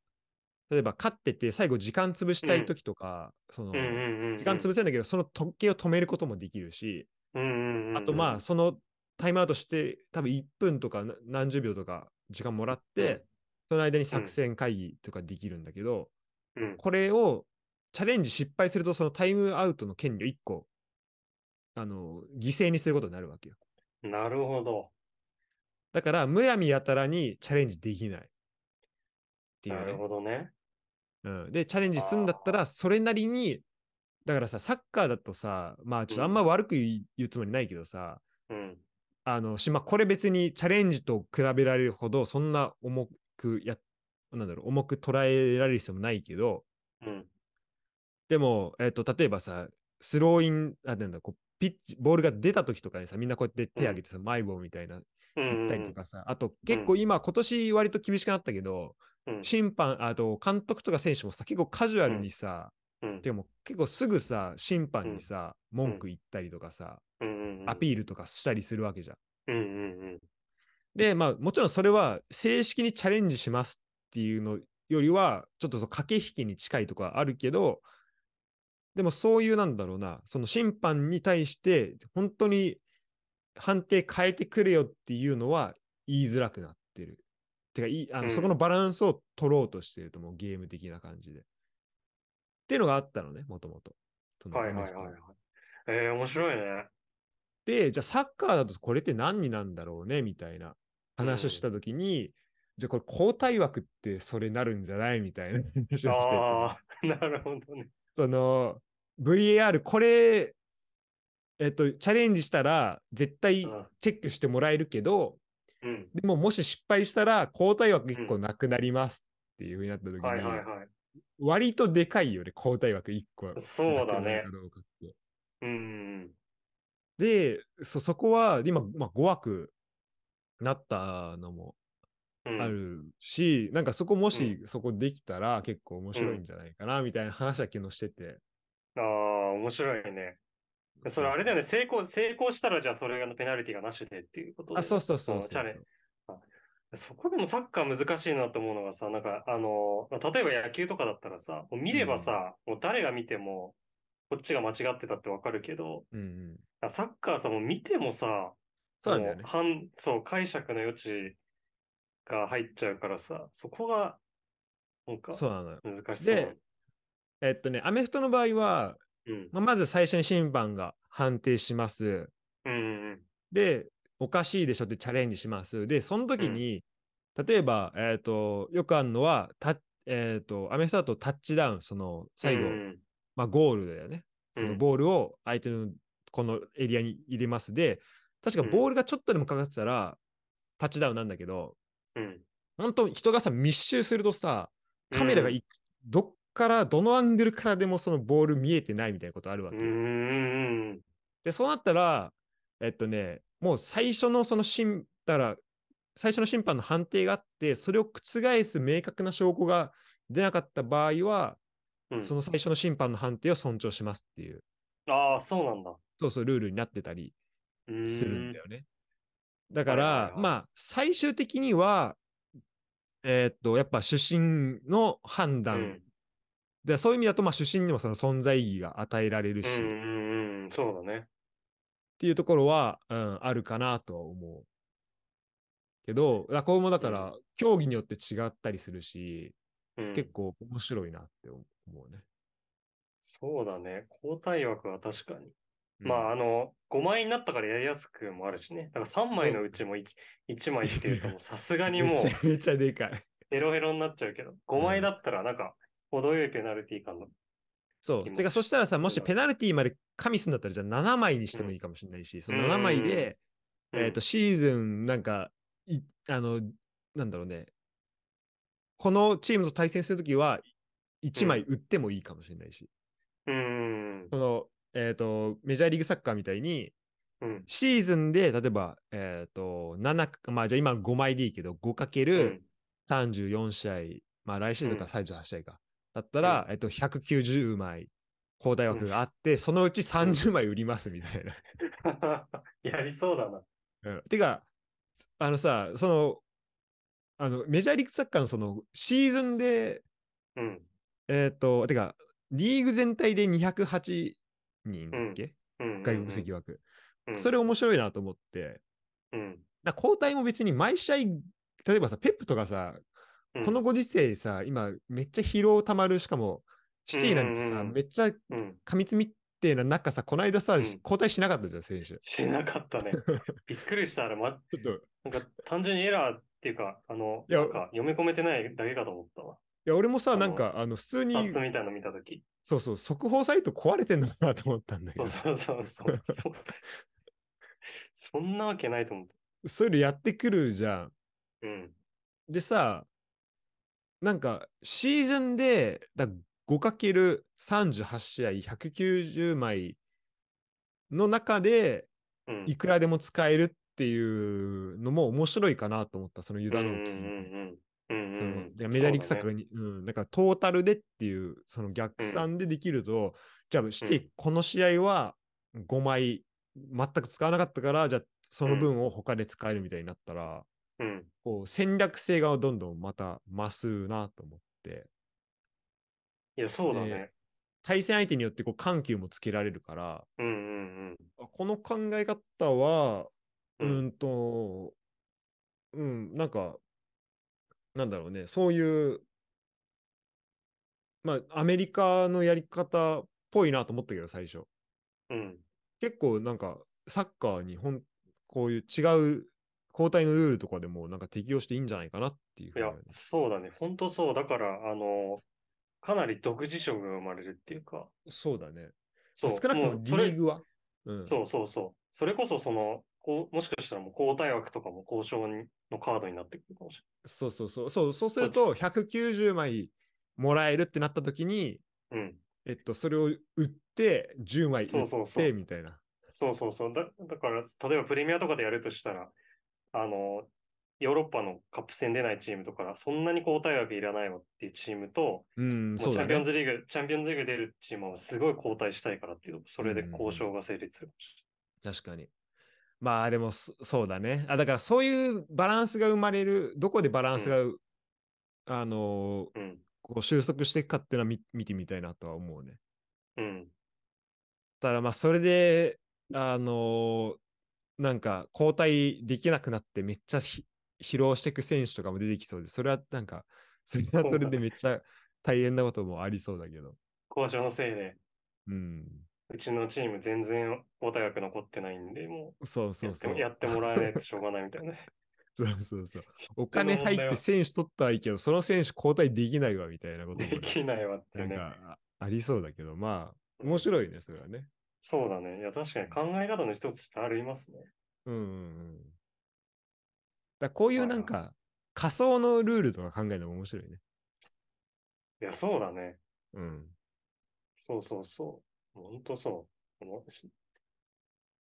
B: 例えば勝ってて最後時間潰したい時とか、その、
A: うんうんうん。
B: 時間潰せんだけど、その時計を止めることもできるし、
A: うんうんうん。
B: あとまあ、そのタイムアウトして、多分1分とかな何十秒とか時間もらって、
A: うん
B: その間に作戦会議とかできるんだけど、
A: うん。
B: これをチャレンジ失敗すると、そのタイムアウトの権利を1個、あの、犠牲にすることになるわけよ。
A: なるほど。
B: だから、むやみやたらにチャレンジできない。っていう
A: なる
B: ね。
A: ほどね。
B: うん、で、チャレンジするんだったら、それなりに、だからさ、サッカーだとさ、まあ、ちょっとあんま悪く言い言うつもりないけどさ、
A: うん。
B: あの、しまあ、これ別にチャレンジと比べられるほど、そんな重くや、なんだろう、重く捉えられる必要もないけど、
A: うん。
B: でも、えっと、例えばさ、スローイン、あ、なんだ、こう、ピッチ、ボールが出た時とかにさ、みんなこうやって手挙げてさ、マイボーみたいな、
A: うんうん
B: 言
A: う
B: っ
A: ん
B: たりとかさ、あと、結構今、今年割と厳しくなったけど、
A: うん
B: 審判、あと、監督とか選手もさ、結構カジュアルにさ、
A: うん。
B: でも結構すぐさ、審判にさ、文句言ったりとかさ、
A: うん。
B: アピ
A: ー
B: ールとかしたりするわけじゃん。
A: ル。うんうんうん。
B: で、まあもちろんそれは正式にチャレンジしますっていうのよりは、ちょっとその駆け引きに近いとかあるけど、でもそういうなんだろうな、その審判に対して本当に判定変えてくれよっていうのは言いづらくなってる。てかいいあの、
A: うん
B: そこのバランスを取ろうとしてると思う、ゲーム的な感じで。っていうのがあったのね、もともと。その
A: はいはいはいはい。えー、面白いね。
B: で、じゃあサッカーだとこれって何になんだろうねみたいな話をしたときに、じゃあこれ交代枠ってそれなるんじゃないみ たいな話をして
A: ああ、 なるほどね。
B: その VAR これ、えっと、チャレンジしたら絶対
A: うん
B: チェックしてもらえるけど、
A: うん。
B: でももし失敗したら交代枠1個なくなりますっていうふうになったときに、
A: はいはいはい。
B: 割とでかいよね、交代枠1個。
A: そうだね
B: なくなるかどうかって。
A: うん。
B: で、そ、そこは、で今、まあ、5枠なったのも
A: うん
B: あ。るし、なんかそこもしそこできたら結構面白いんじゃないかな、みたいな話は昨日してて。
A: ああ、面白いね。それあれだよね、成功、成功したらじゃあそれのペナルティがなしでっていうこと
B: あ、そううそうそうそう
A: チャレンそこでもサッカー難しいなと思うのがさ、なんかあの、例えば野球とかだったらさ、もう見ればさ、もう誰が見ても、こっちが間違ってたってわかるけど、
B: うんうん。
A: サッカーさ、もう見てもさ、
B: そうなんだよね
A: も。反そう、解釈の余地が入っちゃうからさ、そこが、なんか
B: そうなのよ。
A: 難しそう。
B: でえっとね、アメフトの場合は、
A: うん。
B: まあ、まず最初に審判が判定します。
A: うんうん
B: で、おかしいでしょってチャレンジします。で、その時に、例えば、えっ、と、よくあるのは、たえっ、と、アメフトだとタッチダウン、その、最後、
A: うん
B: まあ、ゴールだよね。
A: う
B: そ
A: ん
B: のボールを相手のこのエリアに入れますで、確かボールがちょっとでもかかってたら、タッチダウンなんだけど、
A: うん
B: 本当に人がさ、密集するとさ、カメラがいどっから、どのアングルからでもそのボール見えてないみたいなことあるわ
A: う
B: け
A: ん
B: よ。
A: うん
B: で、そうなったら、えっとね、もう最初のその審、だから、最初の審判の判定があって、それを覆す明確な証拠が出なかった場合は、
A: うん。
B: その最初の審判の判定を尊重しますっていう、
A: ああ、そうなんだ。
B: そうそう、ルールになってたり
A: うーん
B: するんだよね。だから、
A: はいはいはい
B: まあ、最終的には、えーっと、やっぱ主審の判
A: う
B: 断、
A: ん
B: でそういう意味だと、まあ、主審にもその存在意義が与えられるし、
A: うん
B: っ
A: うんうん、そうだね。
B: ていうところは、うん、あるかなとは思う。けど、だこれもだから、
A: う
B: 競技によって違ったりするし、
A: うん、
B: 結構面白いなって思うね。
A: そうだね。交代枠は確かに。
B: うん
A: まあ、あの、5枚になったからやりやすくもあるしね。だから3枚のうちも 1, 一枚っていうともう、さすが にもう
B: めちゃめちゃでかい。
A: ヘロヘロになっちゃうけど、5枚だったらなんか、程よいペナルティー感の。
B: そう。
A: でも
B: てか、そしたらさ、もし
A: うん
B: ペナルティーまで加味するんだったら、じゃあ7枚にしてもいいかもしれないし、その7枚で、えっと、シーズン、なんか、いあの、なんだろうね、このチームと対戦するときは、1枚売ってもいいかもしれないし、
A: うん、うん、
B: その、えっと、メジャーリーグサッカーみたいに、
A: うん、
B: シーズンで、例えば、えっと、7か、まあ、じゃあ今5枚でいいけど、5×34 試合、まあ、来シーズンから38試合か、だったら、えっと、190枚、交代枠があって、そのうち30枚売りますみたいな。
A: うん やりそうだな。
B: うんてか、あのさ、その、あの、メジャーリーグサッカーのその、シーズンで、
A: うん、
B: えっ、と、てか、リーグ全体で208人だっけ、
A: うん。
B: 外国籍枠、
A: うん、
B: それ面白いなと思って、
A: うん、
B: な交代も別に毎試合、例えばさ、ペップとかさ、
A: うん、
B: このご時世さ、今、めっちゃ疲労たまる、しかも、シティなんてさ、
A: うんうんうん
B: めっちゃ
A: うん、
B: 過密密てな中さ、この間さ、
A: うん
B: 交代しなかったじゃん、選手。ちょ
A: しなか ったね。びっくりした。あれ、ま、
B: っと
A: なんか単純にエラーっていうか、あの、
B: いや
A: なんか読み込めてないだけかと思ったわ。
B: いや俺も
A: あ
B: さ、
A: の
B: なんか、あの普通に
A: タッツみたいなの見たとき。
B: そうそう、速報サイト壊れてんのかなと思ったんだけ
A: そ
B: ど
A: う、そうそうそう。そうそんなわけないと思っ
B: そういうのやってくるじゃん。
A: た。うん。
B: でさ、なんか、シーズンで、だ 5×38 試合、190枚の中で、
A: うん。
B: いくらでも使えるっていうのも面白いかなと思った、そのユダノ
A: うん
B: キ。
A: うんうん
B: その
A: うん
B: でメジャーリーグ
A: そ
B: サ
A: う
B: ッ
A: だね
B: カーに、うん、だからトータルでっていう、その逆算でできると、じゃあ、シティ、この試合は5枚全く使わなかったから、じゃあ、その分を他で使えるみたいになったら、
A: うん
B: こう戦略性がどんどんまた増すなと思って、
A: いやそうだね
B: で対戦相手によってこう緩急もつけられるから、
A: うんうん
B: あこの考え方は、
A: う
B: うんーんと、うん、なんか、なんだろうね、そういう、まあ、アメリカのやり方っぽいなと思ったけど、最初。
A: うんうん
B: 結構、なんか、サッカーにほん、こういう違う交代のルールとかでも、なんか適用していいんじゃないかなっていうふ
A: いう
B: に
A: や
B: はね、
A: そうだね。本当そう。だから、あの、かなり独自色が生まれるっていうか、
B: そうだね。
A: そう、
B: 少なくと
A: も
B: も
A: う
B: リ
A: それ
B: ーグは。うん、
A: そうそうそう。それこそ、その、こうもしかしたらもう交代枠とかも交渉にのカードになってくるかもし
B: そうそうそうそう。そうする
A: そ
B: と、190枚もらえるってなった時に、
A: れない。うん。
B: えっと、それを売って、10枚売
A: そうそう
B: っ
A: そう
B: てみたいな。
A: そうそうそう。だだから、例えばプレミアとかでやるとしたら、あの、ヨーロッパのカップ戦出ないチームとか、そんなに交代枠いらないわっていうチームと、
B: うん、
A: も
B: そうう
A: チャ
B: だ
A: ンピオン
B: ね。
A: ズリーグ、チャンピオンズリーグ出るチームはすごい交代したいからっていう、それで交渉が成立する。
B: 確かに。まあでもそ、そうだね。あ、だからそういうバランスが生まれる、どこでバランスが、あのー
A: うん。
B: こう収束していくかっていうのは見見てみたいなとは思うね。
A: うん。
B: ただまあ、それで、あのーなんか交代できなくなってめっちゃひ疲労していく選手とかも出てきそうで、それはなんか、それは
A: そう
B: そ
A: だ
B: れ
A: ね
B: でめっちゃ大変なこともありそうだけど。
A: 交渉のせいで、
B: うん。
A: うちのチーム全然交代枠残ってないんで、も
B: そう
A: う
B: そ
A: や
B: う
A: っ
B: そ
A: て
B: う
A: も。やってもらえないとしょうがないみた いなね。
B: そうそうそう。お
A: そんな
B: 金
A: 問題
B: 入っ
A: は
B: て選手取ったはいいけど、その選手交代できないわみたいなこともね、
A: できないわってい
B: な
A: うんね。
B: かあありそうだけど、まあ、面白いね、それはね。
A: そうだね。いや、確かに考え方の一つってありますね。
B: うんうんうん。だからこうい
A: は
B: う
A: いはい
B: なんか、仮想のルールとか考えるのも面白いね。
A: いや、そうだね。
B: うん。
A: そうそうそう。ほんとそう。このし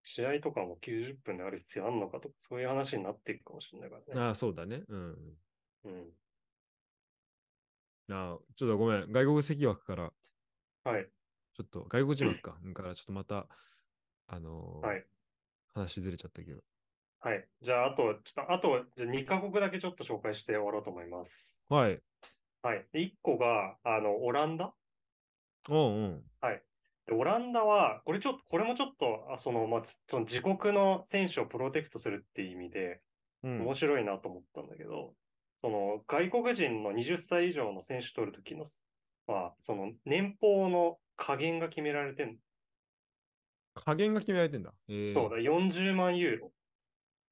A: 試合とかも90分である必要あんのかとか、そういう話になっていくかもしれないからね。
B: ああ、そうだね。うんう
A: う
B: ん。
A: ん。
B: ああちょっとごめん。外国籍枠から、
A: はい。
B: ちょっと、外国人枠か。うんから、ちょっとまた、あのー
A: はい
B: 話ずれちゃったけど。
A: はい。じゃあ、あと、ちょっと、あと、じゃあ2カ国だけちょっと紹介して終わろうと思います。
B: はい。
A: はい。1個が、あの、オランダ。
B: うんうん。
A: でオランダは、これちょっと、これもちょっと、あその、まあ、つその自国の選手をプロテクトするっていう意味で、
B: うん
A: 面白いなと思ったんだけど、その、外国人の20歳以上の選手取るときの、まあ、その、年俸の加減が決められてる、
B: 加減が決められてんだ。ええ
A: そうだ、40万ユーロ。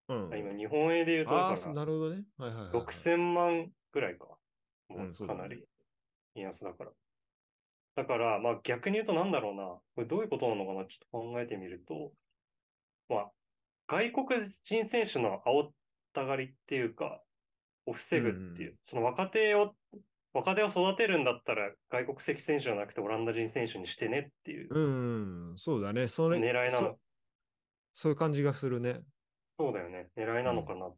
B: うん
A: 今、日本 円で言うと、だ
B: ああ、
A: か
B: そう
A: ら、
B: なるほどね。はいはいはい、はい。
A: 6000万ぐらいか。も
B: うん
A: う
B: そう
A: か
B: だね
A: なり、円安だから。だから、まあ逆に言うとなんだろうな。これどういうことなのかな、ちょっと考えてみると、まあ、外国人選手の煽ったがりっていうか、を防ぐっていう、
B: う
A: その若手を、若手を育てるんだったら外国籍選手じゃなくてオランダ人選手にしてねっていう
B: うんうんうん、そうだね。それ
A: 狙いなの。
B: そそういう感じがするね。
A: そうだよね。狙いなのかなっ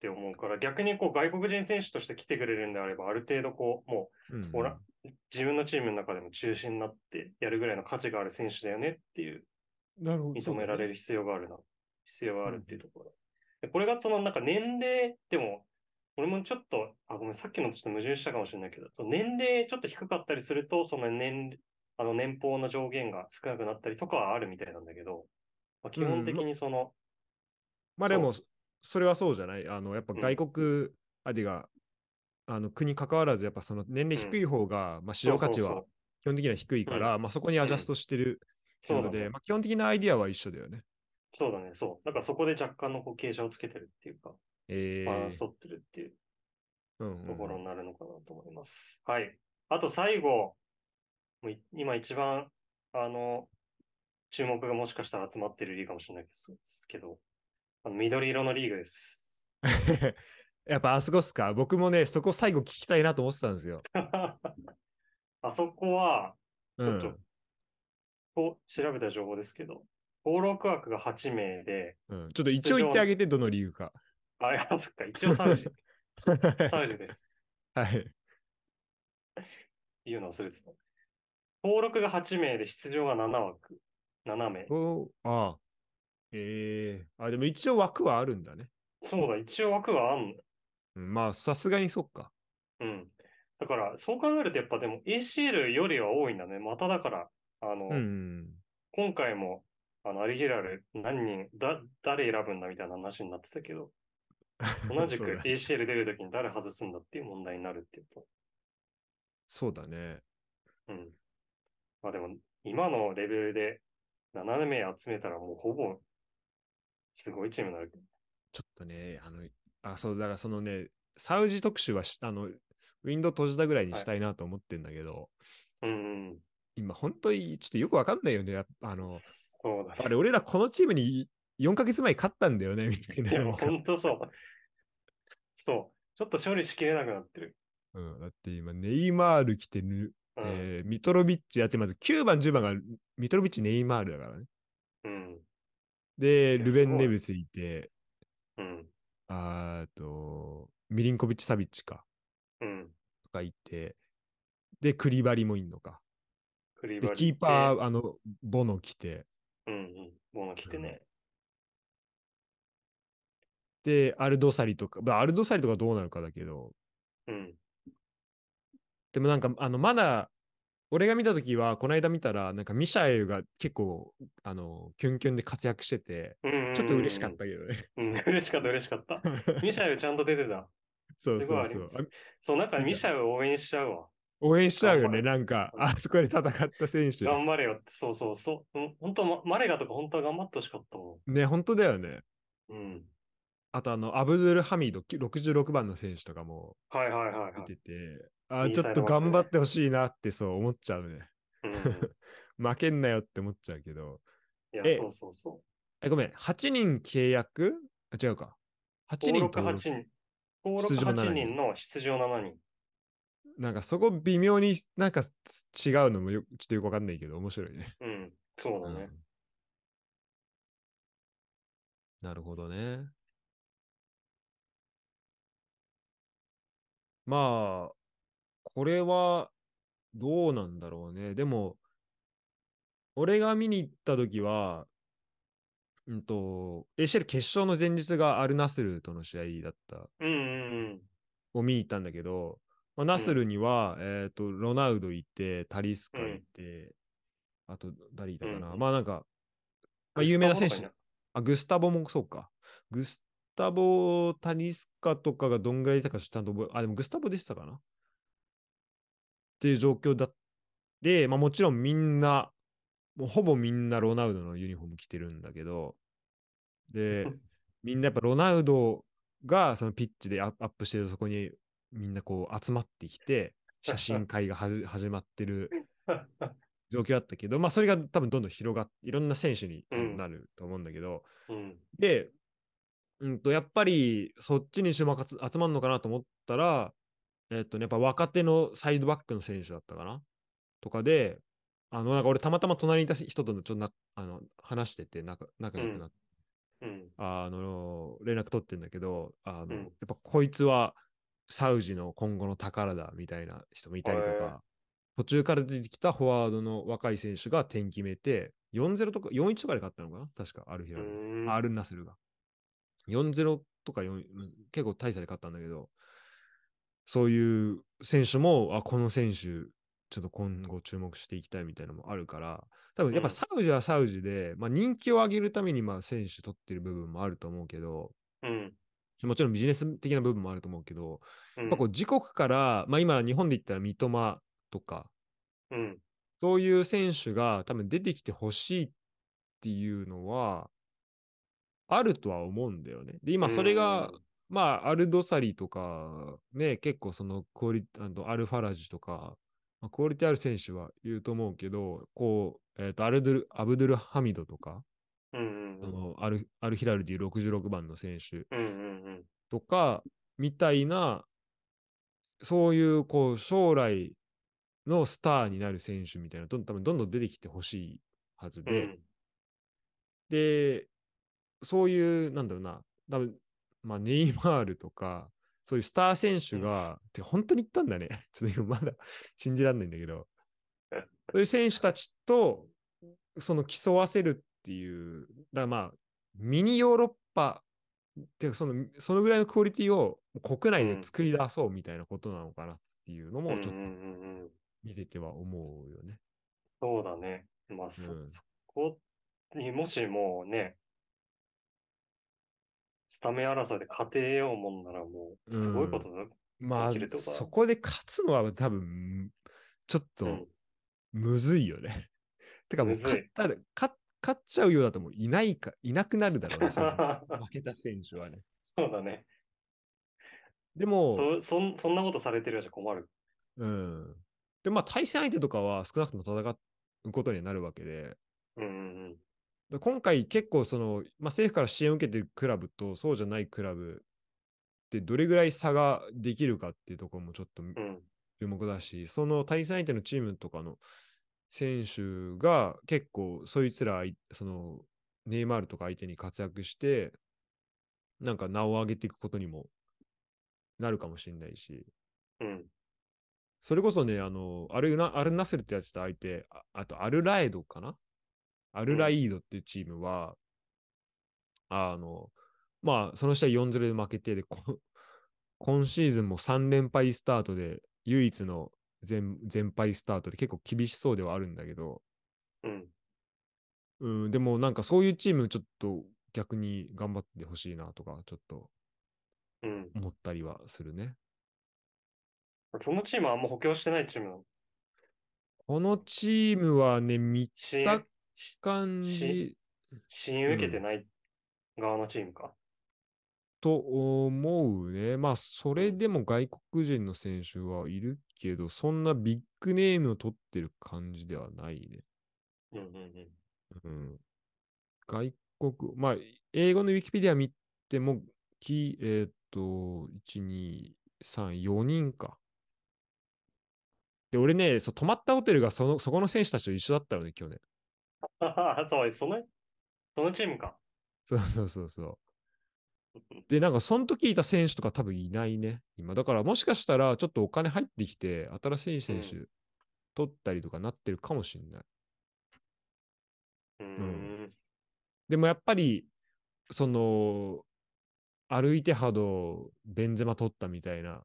A: て思うから、逆にこう外国人選手として来てくれるんであれば、ある程度こう、もう
B: うん、
A: ほら自分のチームの中でも中心になってやるぐらいの価値がある選手だよねっていう
B: なるほど。
A: 認められ
B: る。
A: る必要があるな、必要があるっていうところ。でこれがそのなんか年齢でも、俺もちょっと、あ、ごめん、さっきのとちょっと矛盾したかもしれないけど、その年齢ちょっと低かったりすると、その年、あの年俸の上限が少なくなったりとかはあるみたいなんだけど、まあ、基本的にその、
B: まあでも、
A: そ
B: そそれはそうじゃないあの、やっぱ
A: うん
B: 外国、あてか、あの国関わらず、やっぱその年齢低い方が、まあ市場価値
A: そうそ
B: は
A: う
B: 基本的には低いから、まあそこにアジャストしてるって
A: そうそう
B: い
A: うだ
B: ので、
A: ね。
B: まあ基本的なアイディアは一緒だよね。
A: そうだね、そう。だからそこで若干のこう傾斜をつけてるっていうか、
B: え
A: バランス
B: ー
A: 取ってるっていう
B: うんうん
A: ところになるのかなと思います。はい。あと最後、もうい今一番、あの、注目がもしかしたら集まってるリーグかもしれないですけど、あの緑色のリーグです。
B: やっぱあそこっすか。僕もね、そこ最後聞きたいなと思ってたんですよ。
A: あそこは、
B: う
A: ちょっ
B: ん
A: と。こう調べた情報ですけど、登録枠が8名で、
B: うん、ちょっ と一応言ってあげて、どの理由か。
A: あ、いやそっか、一応サウジ、サウジです。
B: はい。
A: 言うの忘れてた。登録が8名で出場が7枠。7名。
B: おああ。
D: ええ
B: あ、でも一応枠はあるんだね。
A: そうだ、一応枠はあんの。
B: うんまあ、さすがにそっか。
A: うん。だから、そう考えるとやっぱでも ACL よりは多いんだね。まただから、あの、
B: うん。
A: 今回も、あの、アリゲラル何人、だ、誰選ぶんだみたいな話になってたけ ど、同じ
B: そう
A: く
B: だ
A: ACL 出るときに誰外すんだっていう問題になるっていうと。
B: そうだね。
A: うん。まあでも、今のレベルで7名集めたらもうほぼ、すごいチームになる。
B: ちょっとね、あの、あ、そう、だからそのね、サウジ特集はし、あの、ウィンドウ閉じたぐらいにしたいなと思ってんだけど、
A: うん、うん。
B: 今、本当にちょっとよくわかんないよね。やっぱあの、
A: そうだね
B: あれ、俺らこのチームに4ヶ月前勝ったんだよね、みたいな。
A: いや、
B: なんか
A: 本当そう。そう。ちょっと処理しきれなくなってる。
B: うん、だって今、ネイマール来てぬ、
A: うん。
B: えーミトロビッチやって、まず9番、10番がミトロビッチ、ネイマールだからね。
A: うん。
B: で、
A: いや
B: ルベン・
A: すごい
B: ネブスいて、
A: うん。
B: あーと、ミリンコビッチ・サビッチか、
A: うん。
B: とかいて、で、クリバリもいんのか。
A: クリ
B: で、
A: バリ
B: キーパー、あの、ボノ来て、
A: ー。うんうん。もの来て ね。
B: で、アルドサリとか、まあアルドサリとかどうなるかだけど、
A: うん。
B: でもなんか、あの、まだ、俺が見たときは、この間見たら、なんかミシャエルが結構、あの、キュンキュンで活躍してて、
A: うん
B: ちょっと嬉しかったけどね。
A: うん。うん嬉しかった、嬉しかった。ミシャルちゃんと出てた。
B: そう
A: す
B: そ
A: ごいうあり
B: そ
A: ま
B: う
A: す。そう、なんかミシャルを応援しちゃうわ。
B: 応援しちゃうよ
A: 頑
B: ね、
A: 張
B: なんか、
A: うん
B: あそこで戦った選手。
A: 頑張れよって、そうそうそう。うん本当、まマレガとか本当は頑張ってほしかったも
B: ね、本当だよね。
A: ん。うん。
B: あと、あの、アブドゥル・ハミード、き66番の選手とかも
A: はいはいはいはい。
B: 出てて、あー
A: イン
B: ち
A: サ
B: ょ
A: イド
B: っと
A: バックね
B: 頑張ってほしいなって、そう思っちゃうね。
A: うんうん、
B: 負けんなよって思っちゃうけど。
A: いや
B: え、
A: そうそうそう。
B: え、ごめん、8人契約あ、違うか。8
A: 登
B: 人
A: 録
B: 登
A: 8
B: 録
A: 人。登録
B: 出場
A: 8
B: 7
A: 人
B: 人
A: の出場7人。
B: なんかそこ微妙になんか違うのもよちょっとよくわかんないけど面白いね。
A: うん。そうだね。
B: うんなるほどね。まあ、これはどうなんだろうね。でも、俺が見に行った時は、うんと、ACL 決勝の前日がアルナスルとの試合だった
A: うんうんうん。
B: を見に行ったんだけど、まあ、ナスルには、えっ、と、ロナウドいて、タリスカいて、あと、誰いたかな。
A: うん
B: まあなんか、まあ、有名な選
A: ス
B: 手
A: タ。
B: あ、グスタボもそうか。グスタボ、タリスカとかがどんぐらいいたかちょっとちゃんと覚え、あ、でもグスタボ出てたかなっていう状況だで、まあもちろんみんな、もうほぼみんなロナウドのユニフォーム着てるんだけど、 で、みんなやっぱロナウドがそのピッチでアアップしてるそこにみんなこう集まってきて、写真会がは じ始まってる
A: ボとかいない
B: 状況だったけど、まあそれが多分どんどん広がって、いろんな選手に多
A: うん
B: 分なると思うんだけど、
A: うん。
B: で、うんと、やっぱりそっちに注目集集まるのかなと思ったら、えっとね、やっぱ若手のサイドバックの選手だったかなとかで、あの、なんか俺たまたま隣にいた人とちょっとなあの話してて仲、仲良くなって、
A: うん。
B: あの、連絡取ってんだけど、あの、
A: うん
B: やっぱこいつはサウジの今後の宝だみたいな人もいたりと
A: へえ
B: か、途中から出てきたフォワードの若い選手が点決めて、4-0とか、4-1とかで勝ったのかな確か、ある日
A: う
B: はね。
A: ん。
B: アルナスルが。4-0とか4、うん結構大差で勝ったんだけど、そういう選手も、あ、この選手、ちょっと今後注目していきたいみたいなのもあるから、多分やっ
A: う
B: ぱ
A: ん
B: サウジはサウジで、まあ人気を上げるためにまあ選手取ってる部分もあると思うけど、
A: うん。
B: もちろんビジネス的な部分もあると思うけど、
A: や
B: やっぱこう自国から、まあ今日本で言ったら三笘とか、
A: うん。うん。
B: そういう選手が多分出てきてほしいっていうのは、あるとは思うんだよね。で、今それが、まあ、アルドサリとか、ね、結構そのクオリあの、アルファラジとか、まあクオリティある選手はいると思うけど、こう、えっ、と、アルドゥル、アブドゥルハミドとか、
A: うん。うん。
B: そのアル、アルヒラルディ66番の選手
A: うん。うん。うん。
B: とかみたいなそういうこう将来のスターになる選手みたいなどん多分どんどん出てきてほしいはずで、でそういうなんだろうな多分、まあ、ネイマールとかそういうスター選手が、てか本当に言ったんだね。 ちょっと今まだ信じらんないんだけど、そういう選手たちと、その競わせるっていう、だからまあ、ミニヨーロッパ、てかその、そのぐらいのクオリティを国内で作り出そうみたいなことなのかなっていうのも、ち
A: うんう
B: ょっと
A: んうんうん
B: 見てては思うよね。
A: そうだね。まあ、そ、
B: うん
A: そこにもしもうね、スタメン争いで勝てようもんならもう、すごいことだ。
B: ま
A: できると
B: あ、
A: か
B: そこで勝つのは多分、ちょっ
A: う
B: と
A: ん
B: むずいよね。 てかもう
A: むずい
B: 勝ったら、勝勝っちゃうようだともういないか、いなくなるだろうね、そ の負けた選手はね。
A: そうだね。
B: でも、
A: そ、そん、そんなことされてるようじゃ困る。
B: うん。で、まあ対戦相手とかは少なくとも戦うことになるわけで、
A: うんうんうん。
B: で今回結構その、まあ、政府から支援を受けてるクラブとそうじゃないクラブってどれぐらい差ができるかっていうところもちょっと
A: うん。
B: 注目だし、その対戦相手のチームとかの選手が結構、そいつら、そのネイマールとか相手に活躍して、なんか名を上げていくことにもなるかもしれないし、
A: うん。
B: それこそね、あの、アルナアルナスルってやってた相手、ああとアルラエドかなアルライードっていうチームは、あの、まあ、その試合4-0で負けて、で、こ 今シーズンも3連敗スタートで、唯一の全全敗スタートで結構厳しそうではあるんだけど、
A: うん。
B: うん、でもなんかそういうチームちょっと逆に頑張ってほしいなとか、ちょっと
A: うん。
B: 思ったりはするね。
A: そのチームはあんま補強してないチームなの。
B: このチームはね、見
A: 支援
B: た
A: し
B: 感じ
A: し、支援受けてない側のチームか。
B: と思うね。まあ、それでも外国人の選手はいるけど、そんなビッグネームを取ってる感じではないね。
A: うんうんうん。
B: うん。外国、まあ、英語のウィキペディア見ても、きえーっと、1、2、3、4人か。で、俺ね、そう泊まったホテルがそのそこの選手たちと一緒だったのね、去年。
A: そう、その、そのチームか。
B: そうそうそうそう。で、なんか、その時いた選手とか多分いないね、今。だから、もしかしたら、ちょっとお金入ってきて、新しい選手
A: う
B: 取ったりとかなってるかもしれない。
A: うーん
B: ん。でも、やっぱり、その、歩いて波動、ベンゼマ取ったみたいな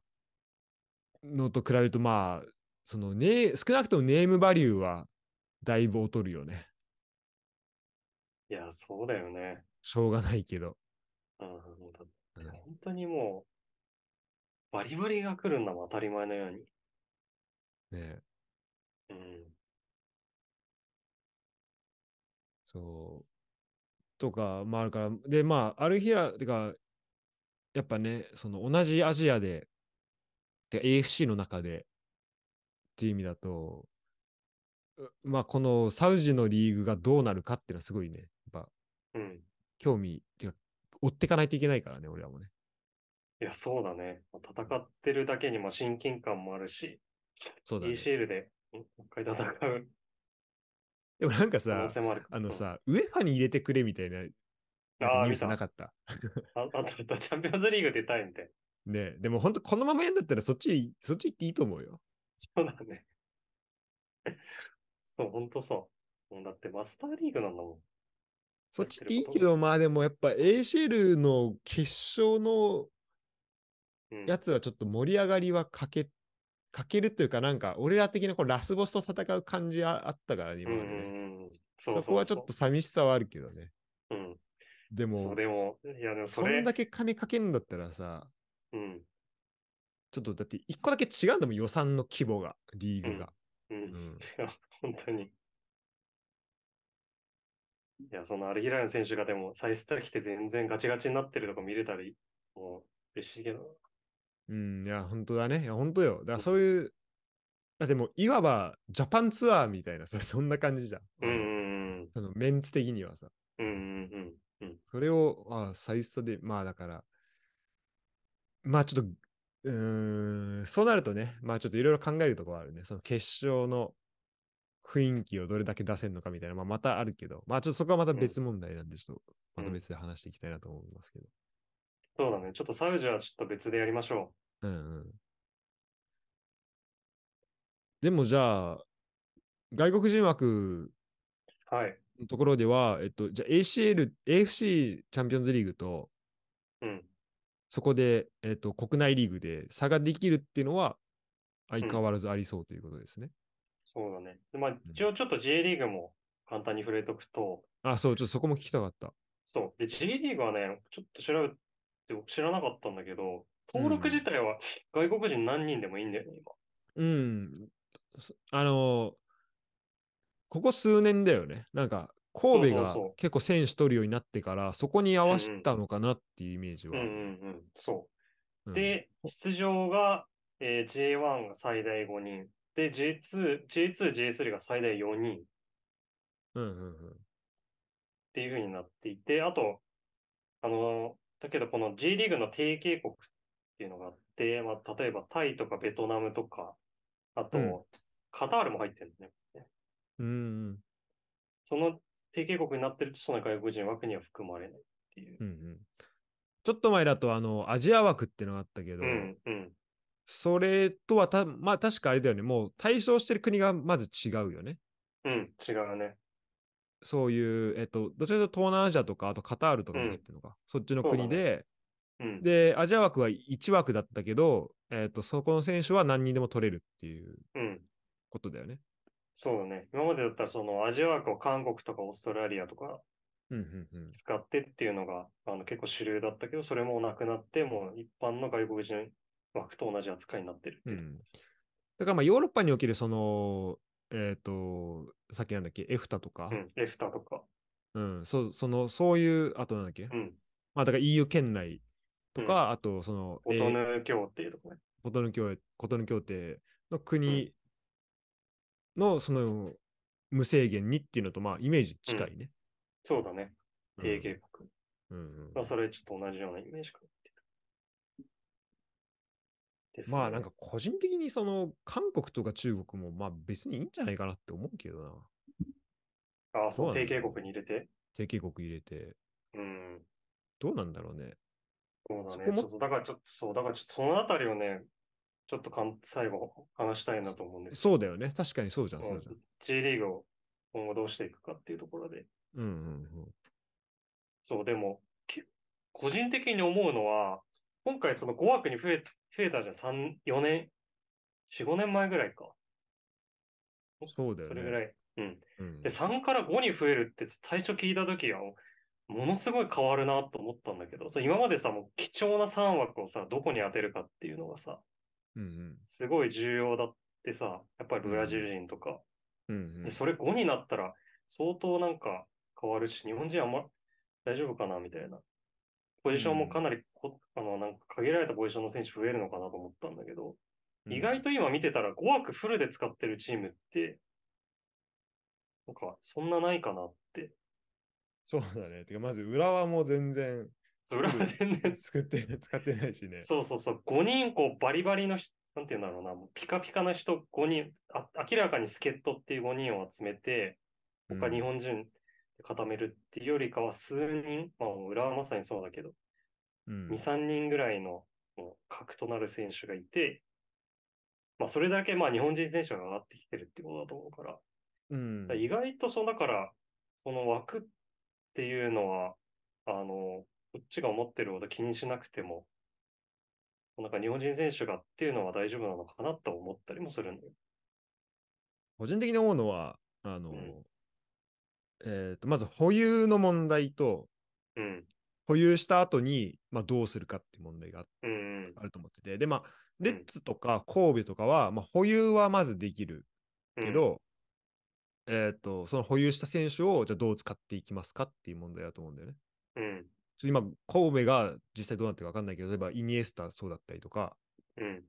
B: のと比べると、まあ、そのね、少なくともネームバリューは、だいぶ劣るよね。
A: いや、そうだよね。
B: しょうがないけど。
A: うん。もうだって
B: うん
A: 本当にもう、バリバリが来るのも当たり前のように。
B: ね
A: うん。
B: そう。とか、まああるから、で、まあ、アルヒラ、てか、やっぱね、その同じアジアで、てか AFC の中でっていう意味だと、うまあ、このサウジのリーグがどうなるかっていうのはすごいね、やっぱ
A: うん。
B: 興味、てか、追ってかないといけないからね、俺らもね。
A: いや、そうだね。戦ってるだけにも親近感もあるし、
B: そうだね。
A: ECL でんもう一回戦う
B: でもなんか
A: 可能
B: さ、
A: 性もある。
B: あ
A: う
B: の
A: ん、
B: さ、ウェファに入れてくれみたいななん
A: あ
B: か
A: あ、
B: ニュー
A: 見
B: ス
A: た。
B: な
A: あ
B: かった。
A: あと、あとチャンピオンズリーグ出たいみたいな。
B: ね、でも本当このままやんだったらそっち、そっち行っていいと思うよ。
A: そうだね。そう、ほんとそう。もうだってマスターリーグなんだもん。
B: そっちっていいけど、まあでもやっぱ ACL の決勝の
A: うん、
B: やつはちょっと盛り上がりは欠け、欠けるというか、なんか俺ら的なこうラスボスと戦う感じはあったからね、
A: う
B: 今
A: んう
B: までね。
A: んうん。
B: そう
A: うう
B: こはちょっと、寂しさはあるけどね。
A: うん。
B: で
A: そ
B: も
A: う、でも、いや、でもそ
B: そ
A: れ
B: んだ、け金かけるんだったらさ、
A: うん。
B: ちょっとだって一個だけ違うんだもん、予算の規模が、リーグが。
A: う。
B: うんん。
A: いや、本当に。いや、そのアルヒラルの選手がでも、再スター来て全然ガチガチになってるとこ見れたり、もう嬉しいけど。
B: うん、いや、本当だね。いや、本当よ。だからそういう、だってもういわばジャパンツアーみたいなさ、そんな感じじゃん。
A: うんうん
B: そのメンツ的にはさ。
A: うん。うんうんうん。
B: それを、ああ、再ストで、まあだから、まあちょっと、うーん、そうなるとね、まあちょっといろいろ考えるところはあるね。その決勝の雰囲気をどれだけ出せるのかみたいな、まあまたあるけど、まあちょっとそこはまた別問題なんで、ちょっと、また別で話していきたいなと思いますけど。
A: そうだね。ちょっとサウジはちょっと別でやりましょ
B: うんうん。でもじゃあ、外国人枠
A: う。はい。
B: のところでは、えっと、じゃあ ACL、AFC チャンピオンズリーグと、
A: うん。
B: そこで、えっと、国内リーグで差ができるっていうのは、相変わらずありそうということですね。
A: そうだね。でまあ、一応ちょっと J リーグも簡単に触れとくと、
B: あ、そう、ちょっとそこも聞きたかった。
A: そう。で、J リーグはね、ちょっと調べて、知らなかったんだけど、登録自体は 外国人何人でもいいんだよね、今。
B: うん。そあのーここ数年だよね。なんか、神戸
A: そうそ
B: が
A: うそう
B: 結構選手取るようになってから、そこに合わせ
A: うんうん
B: たのかなっていうイメージ
A: う
B: は。
A: んうんうん。そう。
B: うん
A: で、出場が、えー J1 が最大5人。で、J2、J2、J3 が最大4人っ
B: うんうんうん。
A: ていう風になっていて、あと、あの、だけどこの J リーグの提携国っていうのがあって、まあ、例えばタイとかベトナムとか、あと、
B: うん
A: カタールも入ってるんだね。
B: うん
A: その提携国になってると、その外国人枠には含まれないっていう
B: うんう。んうんちょっと前だとあのアジア枠ってのがあったけど、
A: うん、うん。
B: それとはたまあ確かあれだよねもう対象してる国がまず違うよね
A: うん、違うね。
B: そういうえっとどちらかというと東南アジアとかあとカタールとかも入ってるのか、そっちの
A: そうだね
B: 国で、
A: うん。
B: でアジア枠は1枠だったけど、えっとそこの選手は何人でも取れるっていう
A: うん。
B: ことだよね
A: そうだね。今までだったら、そのアジア枠を韓国とかオーストラリアとか
B: うんうんうん
A: 使ってっていうのがあの結構主流だったけど、それもなくなって、もう一般の外国人枠と同じ扱いになってるっていう
B: うんだからまあヨーロッパにおけるそのえっ、とさっきなんだっけエフタとか、
A: うん、レフターとか。
B: うん、そう、その、そういう、あとなんだっけ、
A: うん。
B: まあ、だから EU 圏内とか、あと、その、
A: コ
B: え
A: ト
B: ー
A: ヌ協定とかね。
B: コトヌ協コトヌ協定の国の、その、無制限にっていうのと、まあ、イメージ近いね。
A: そうだね。
B: うん
A: 定型国。
B: うんうん
A: まあ、それちょっと同じようなイメージかなっていうですね
B: まあ、なんか、個人的に、その、韓国とか中国も、まあ、別にいいんじゃないかなって思うけどな。
A: ああ、
B: そ
A: そうう、
B: なんだ
A: 定型国に入れて。
B: 定型国入れて、
A: うん。
B: どうなんだろうね。
A: そうだね。
B: そこも
A: そうそうだからちょっと、そう、だからちょっとそのあたりをね、ちょっとかん最後話したいなと思うんです
B: そうだよね。確かにそうじゃん、
A: け
B: そ
A: ど、う
B: うんじゃん。
A: J リーグを今後どうしていくかっていうところで。
B: うんうん
A: そう、でも、け個人的に思うのは、今回その5枠に増え増えたじゃん、三4年、4、5年前ぐらいか。
B: うん。そうだよ
A: そ
B: ね。
A: れぐらい。うん。
B: うん
A: で、3から5に増えるって最初聞いたときは、ものすごい変わるなと思ったんだけど、そう今までさ、もう貴重な3枠をさ、どこに当てるかっていうのがさ、
B: うんうん。
A: すごい重要だってさ、やっぱりブラジル人とか、
B: うんうん
A: でそれ5になったら相当なんか変わるし、日本人あんま大丈夫かなみたいな。ポジションもかなりこ、あのなんか限られたポジションの選手増えるのかなと思ったんだけど、
B: うん
A: 意外と今見てたら5枠フルで使ってるチームって、なんかそんなないかなって。
B: そうだね。てか、まず裏はもう全然
A: それは全然、
B: 作って、 使ってないしね。
A: そうそうそう、5人こうバリバリの人、なんていうんだろうな、もうピカピカな人5人、あ明らかに助っ人っていう5人を集めて、他日本人で固めるっていうよりかは数人、まあ、裏はまさにそうだけど、
B: うん、
A: 2、3人ぐらいのもう核となる選手がいて、まあ、それだけまあ日本人選手が上がってきてるってことだと思うから、
B: うん
A: だから意外とそうだから、その枠っていうのは、あの、こっちが思ってるほど気にしなくても、なんか日本人選手がっていうのは大丈夫なのかなと思ったりもするんだよ。
B: 個人的に思うのは、あの、
A: うん
B: えっ、と、まず保有の問題と、
A: うん。
B: 保有した後に、まあ、どうするかっていう問題があ
A: うんうん。
B: あると思ってて、で、まあ、レッツとか神戸とかは、まあ、保有はまずできる
A: うん
B: け、ど、えっ、と、その保有した選手を、じゃあどう使っていきますかっていう問題だと思うんだよね。
A: うん。
B: ちょ今、神戸が実際どうなってるか分かんないけど、例えばイニエスタそうだったりとか、
A: うん。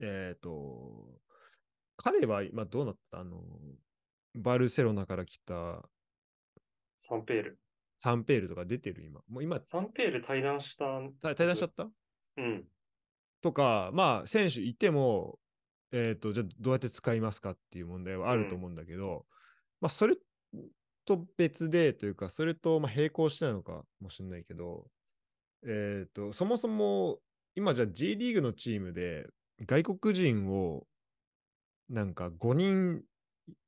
B: えっ、と、彼は今どうなったあの、バルセロナから来た
A: サンペール。
B: サンペールとか出てる今。もう今、
A: サンペール対談した。
B: た退団しちゃった
A: うん。
B: とか、まあ、選手いても、えっ、と、じゃあどうやって使いますかっていう問題はあると思うんだけど、まあ、それと別でというか、それとまあ並行してなのかもしれないけど、えっ、と、そもそも、今じゃあ J リーグのチームで、外国人を、なんか5人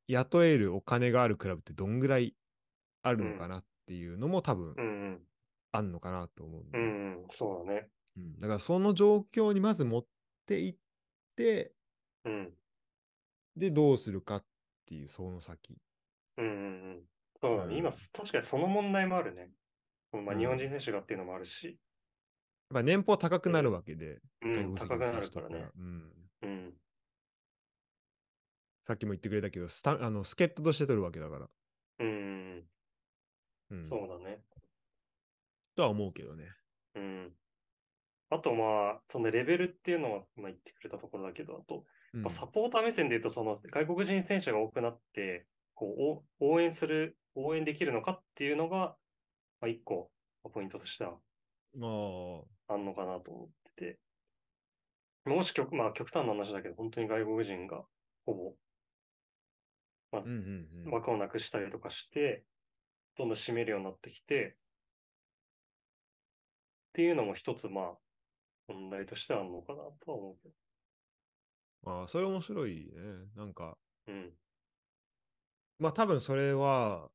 B: 雇えるお金があるクラブってどんぐらいあるのかなっていうのも多分
A: うん
B: あんのかなと思うんで
A: うん。うんうん。そうだね。
B: うんだからその状況にまず持っていって、
A: うん。
B: で、どうするかっていう、その先。
A: うんうんうん。そうだ
B: うん
A: ね。今、確かにその問題もあるね。ま
B: う
A: あ、
B: ん
A: 日本人選手がっていうのもあるし、
B: やっぱ年俸高くなるわけで、
A: うん
B: 外国籍
A: 高く
B: の
A: な
B: 選
A: る
B: 手
A: か
B: と
A: ら
B: か
A: ね
B: ら。。うん
A: うん。
B: さっきも言ってくれたけど、スタあの助っ人として取るわけだから。
A: うんうん
B: う
A: うん。
B: ん
A: そうだね。
B: とは思うけどね。
A: うん。あと、まあ、そのレベルっていうのは、まあ、言ってくれたところだけど、あと、
B: うん
A: まあサポーター目線で言うと、その外国人選手が多くなって、こう、お応援する、応援できるのかっていうのが、まあ、一個、まあポイントとしては
B: ああ
A: あんのかなと思ってて、もし極、まあ、極端な話だけど、本当に外国人がほぼ
B: うんうんうん。
A: 枠をなくしたりとかして、どんどん占めるようになってきて、っていうのも一つ、まあ、問題としてはあるのかなとは思うけど。
B: ああ、それ面白いね。なんか、
A: うん。
B: まあ多分それは、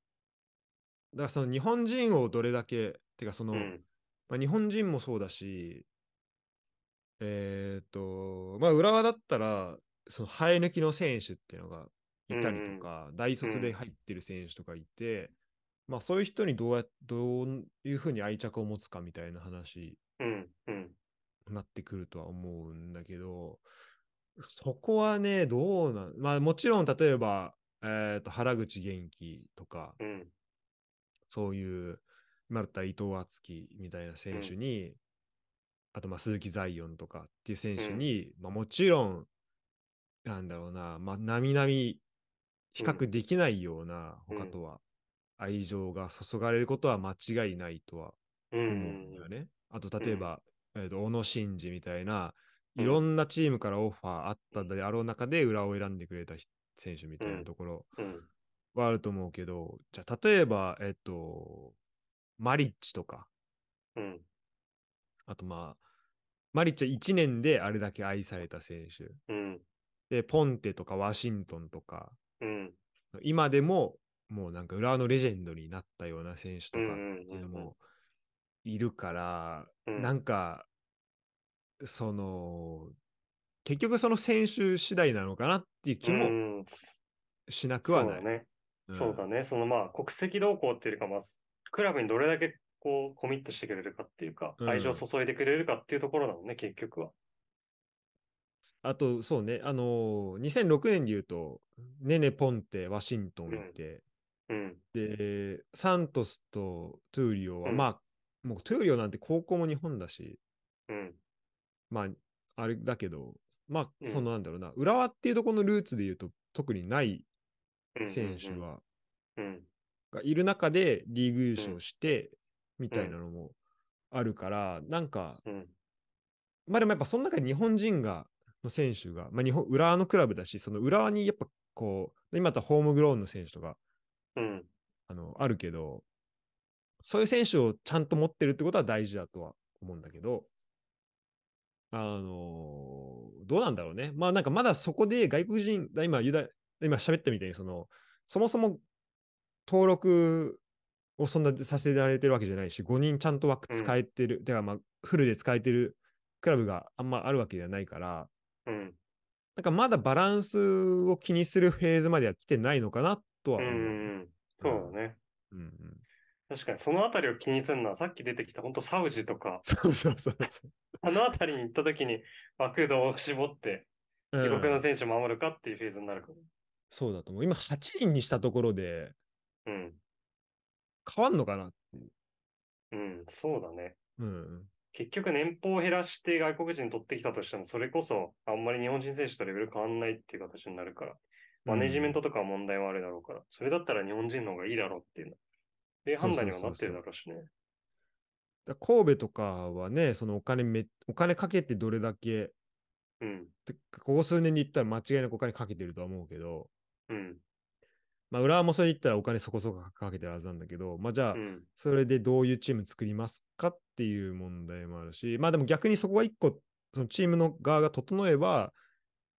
B: だからその日本人をどれだけ、てかその、
A: うん。
B: まあ、日本人もそうだし、えっ、と、まあ、浦和だったら、その生え抜きの選手っていうのがいたりとか、大卒で入ってる選手とかいて、まあ、そういう人にどうやどういうふうに愛着を持つかみたいな話
A: うん。うん。
B: になってくるとは思うんだけど、そこはね、どうなん、まあ、もちろん例えば、えー、と原口元気とか、
A: うん。
B: そういう、今だったら伊藤敦樹みたいな選手に、あとまあ鈴木ザイオンとかっていう選手に、まあ、もちろん、なんだろうな、まあ、並々比較できないような、
A: うん
B: 他とは、愛情が注がれることは間違いないとは
A: うん。う
B: 思うんだよ
A: ん。
B: ね。あと、例えば、えーと小野伸二みたいな、
A: うん
B: いろんなチームからオファーあったであろう中で、裏を選んでくれた人選手みたいなところ、
A: うん。
B: はあると思うけど、じゃあ例えば、えっと、マリッチとか、
A: うん。
B: あとまあ、マリッチは1年であれだけ愛された選手。
A: うん。
B: で、ポンテとかワシントンとか、
A: うん。
B: 今でももうなんか浦和のレジェンドになったような選手とかっていうの
A: うんうんうんうん
B: もいるから、
A: うん
B: なんか、その、結局その選手次第なのかなっていう気
A: う
B: も
A: ん
B: しなく
A: そ
B: は
A: う
B: な
A: だ
B: い。
A: ね。
B: うん
A: そうだね。そのまあ国籍動向っていうか、まあ、クラブにどれだけこうコミットしてくれるかっていうか、
B: うん
A: 愛情を注いでくれるかっていうところなのね、結局は。
B: あと、そうね、あのー2006年で言うと、ネネ・ポンテ、ワシントン行って、
A: うん。
B: で、サントスとトゥーリオは、
A: うん
B: まあ、もうトゥーリオなんて高校も日本だし、
A: うん。
B: まあ、あれだけど、まあ、
A: うん
B: そのなんだろうな、浦和っていうところのルーツで言うと、特にない
A: うん
B: 選手。は、
A: うん。
B: がいる中でリーグ優勝して、みたいなのもあるから、なんか、
A: うん。
B: まあでもやっぱその中に日本人が、の選手が、まあ日本、浦和のクラブだし、その浦和にやっぱこう、今だったらホームグローンの選手とか、
A: うん。
B: あの、あるけど、そういう選手をちゃんと持ってるってことは大事だとは思うんだけど、あのどうなんだろうね。まあなんかまだそこで外国人、だ今、ユダ、今喋ったみたいに、その、そもそも登録をそんなさせられてるわけじゃないし、5人ちゃんと枠使えてる、てかまあフルで使えてるクラブがあんまあるわけではないから、
A: うん。
B: なんかまだバランスを気にするフェーズまでは来てないのかなとは
A: う
B: 思う。
A: ん。そうだね。
B: うん うん
A: 確かにそのあたりを気にするのは、さっき出てきた本当サウジとか、
B: そうそうそうそう。
A: あのあたりに行った時に枠度を絞って、自国
B: う
A: の
B: ん
A: 選手を守るかっていうフェーズになるかも。
B: そうだと思う。今8人にしたところで
A: うん。
B: 変わんのかな
A: うん。そうだね。
B: うん。
A: 結局年俸を減らして外国人取ってきたとしても、それこそあんまり日本人選手とレベル変わんないっていう形になるから、マネジメントとかは問題はあるだろうから、それだったら日本人の方がいいだろうっていうの。で
B: そう
A: 判
B: そう
A: 断
B: そ
A: には
B: うそう
A: なってるだろうしね。
B: だ神戸とかはね、そのお金め、お金かけてどれだけ、
A: うん。
B: てかここ数年で言ったら間違いなくお金かけてるとは思うけど、
A: うん。
B: まあ、浦和もそれ言ったらお金そこそこかけてるはずなんだけど、まあ、じゃあ、
A: うん。
B: それでどういうチーム作りますかっていう問題もあるし、まあでも逆にそこが一個、そのチームの側が整えば、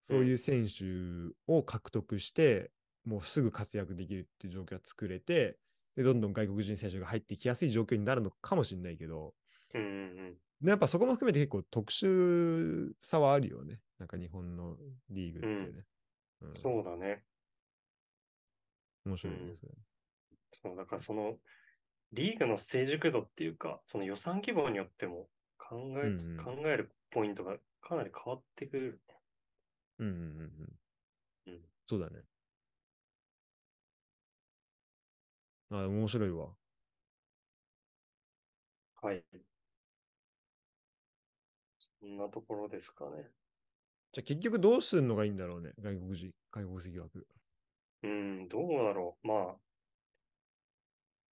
B: そういう選手を獲得して、もうすぐ活躍できるっていう状況が作れて、でどんどん外国人選手が入ってきやすい状況になるのかもしれないけど、
A: うんうん
B: でやっぱそこも含めて結構特殊さはあるよね。なんか日本のリーグってね。う
A: うんん。そうだね。
B: 面白いで
A: うん
B: すね。
A: そうだからそのリーグの成熟度っていうか、その予算規模によっても考え,、
B: うんうん
A: 考えるポイントがかなり変わってくる。
B: うんうんうんうん。
A: うん
B: そうだね。あ、面白いわ。
A: はい。そんなところですかね。
B: じゃあ結局どうするのがいいんだろうね、外国人、外国籍枠。
A: うん、どうだろう。まあ、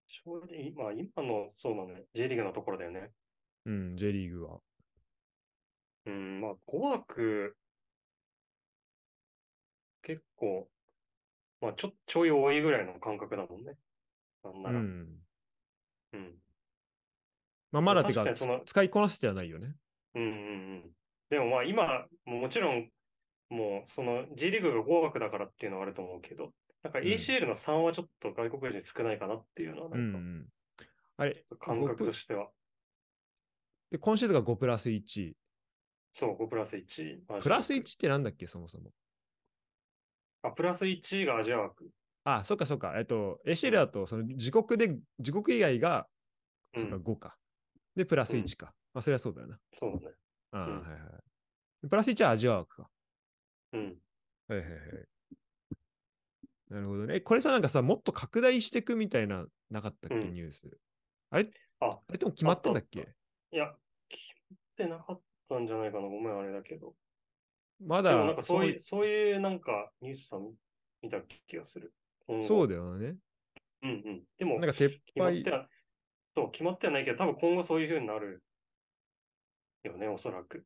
A: 正直、まあ今の、そうだね、J リーグのところだよね。
B: うん、J リーグは。
A: うん、まあ語学、結構、まあちょ、ちょい多いぐらいの感覚だもんね。なんな
B: う
A: ら。
B: ん。
A: うん
B: まあ、まだて
A: 確
B: か
A: かに
B: つ
A: その
B: 使いこなせてはないよね。
A: うんうんうん。でもまあ今、ももちろん、もうその G リーグが合格だからっていうのはあると思うけど、なんか
B: うん
A: ACL の3はちょっと外国人少ないかなっていうのは、
B: う、
A: なん
B: うん
A: か
B: ん。あれ、
A: 感覚
B: ご
A: としては、
B: で今シーズンが5プラス1。
A: そう、5プラス1。アジア枠
B: プラス1ってなんだっけ、そもそも。
A: あ、プラス1がアジア枠。
B: あそっかそっか。えっと、ACL だと、その自国で、自国以外が、
A: う
B: そっか
A: ん、
B: 5か。で、プラス
A: うん
B: 1か。まあ、それはそうだよな。
A: そうだね。
B: ああ、
A: うん
B: はいはい。でプラス1はアジア枠か。
A: うん。
B: はいはいはい。なるほどね。えこれさ、なんかさ、もっと拡大していくみたいな、なかったっけ、
A: うん
B: ニュース。あれ
A: あ
B: あれでも決まったんだっ
A: あ
B: け
A: っいや、決めてなかったんじゃないかな。ごめん、あれだけど。
B: ま
A: で
B: だ
A: もなんかそういう、
B: そ
A: そういうなんかニュースさん見た気がする。今
B: う
A: 後
B: そうだよね。
A: うんうん。でも
B: なん、か撤
A: 決まっ
B: 廃
A: て。は、そう、決まってはないけど、多分今後そういう風になるよね、おそらく。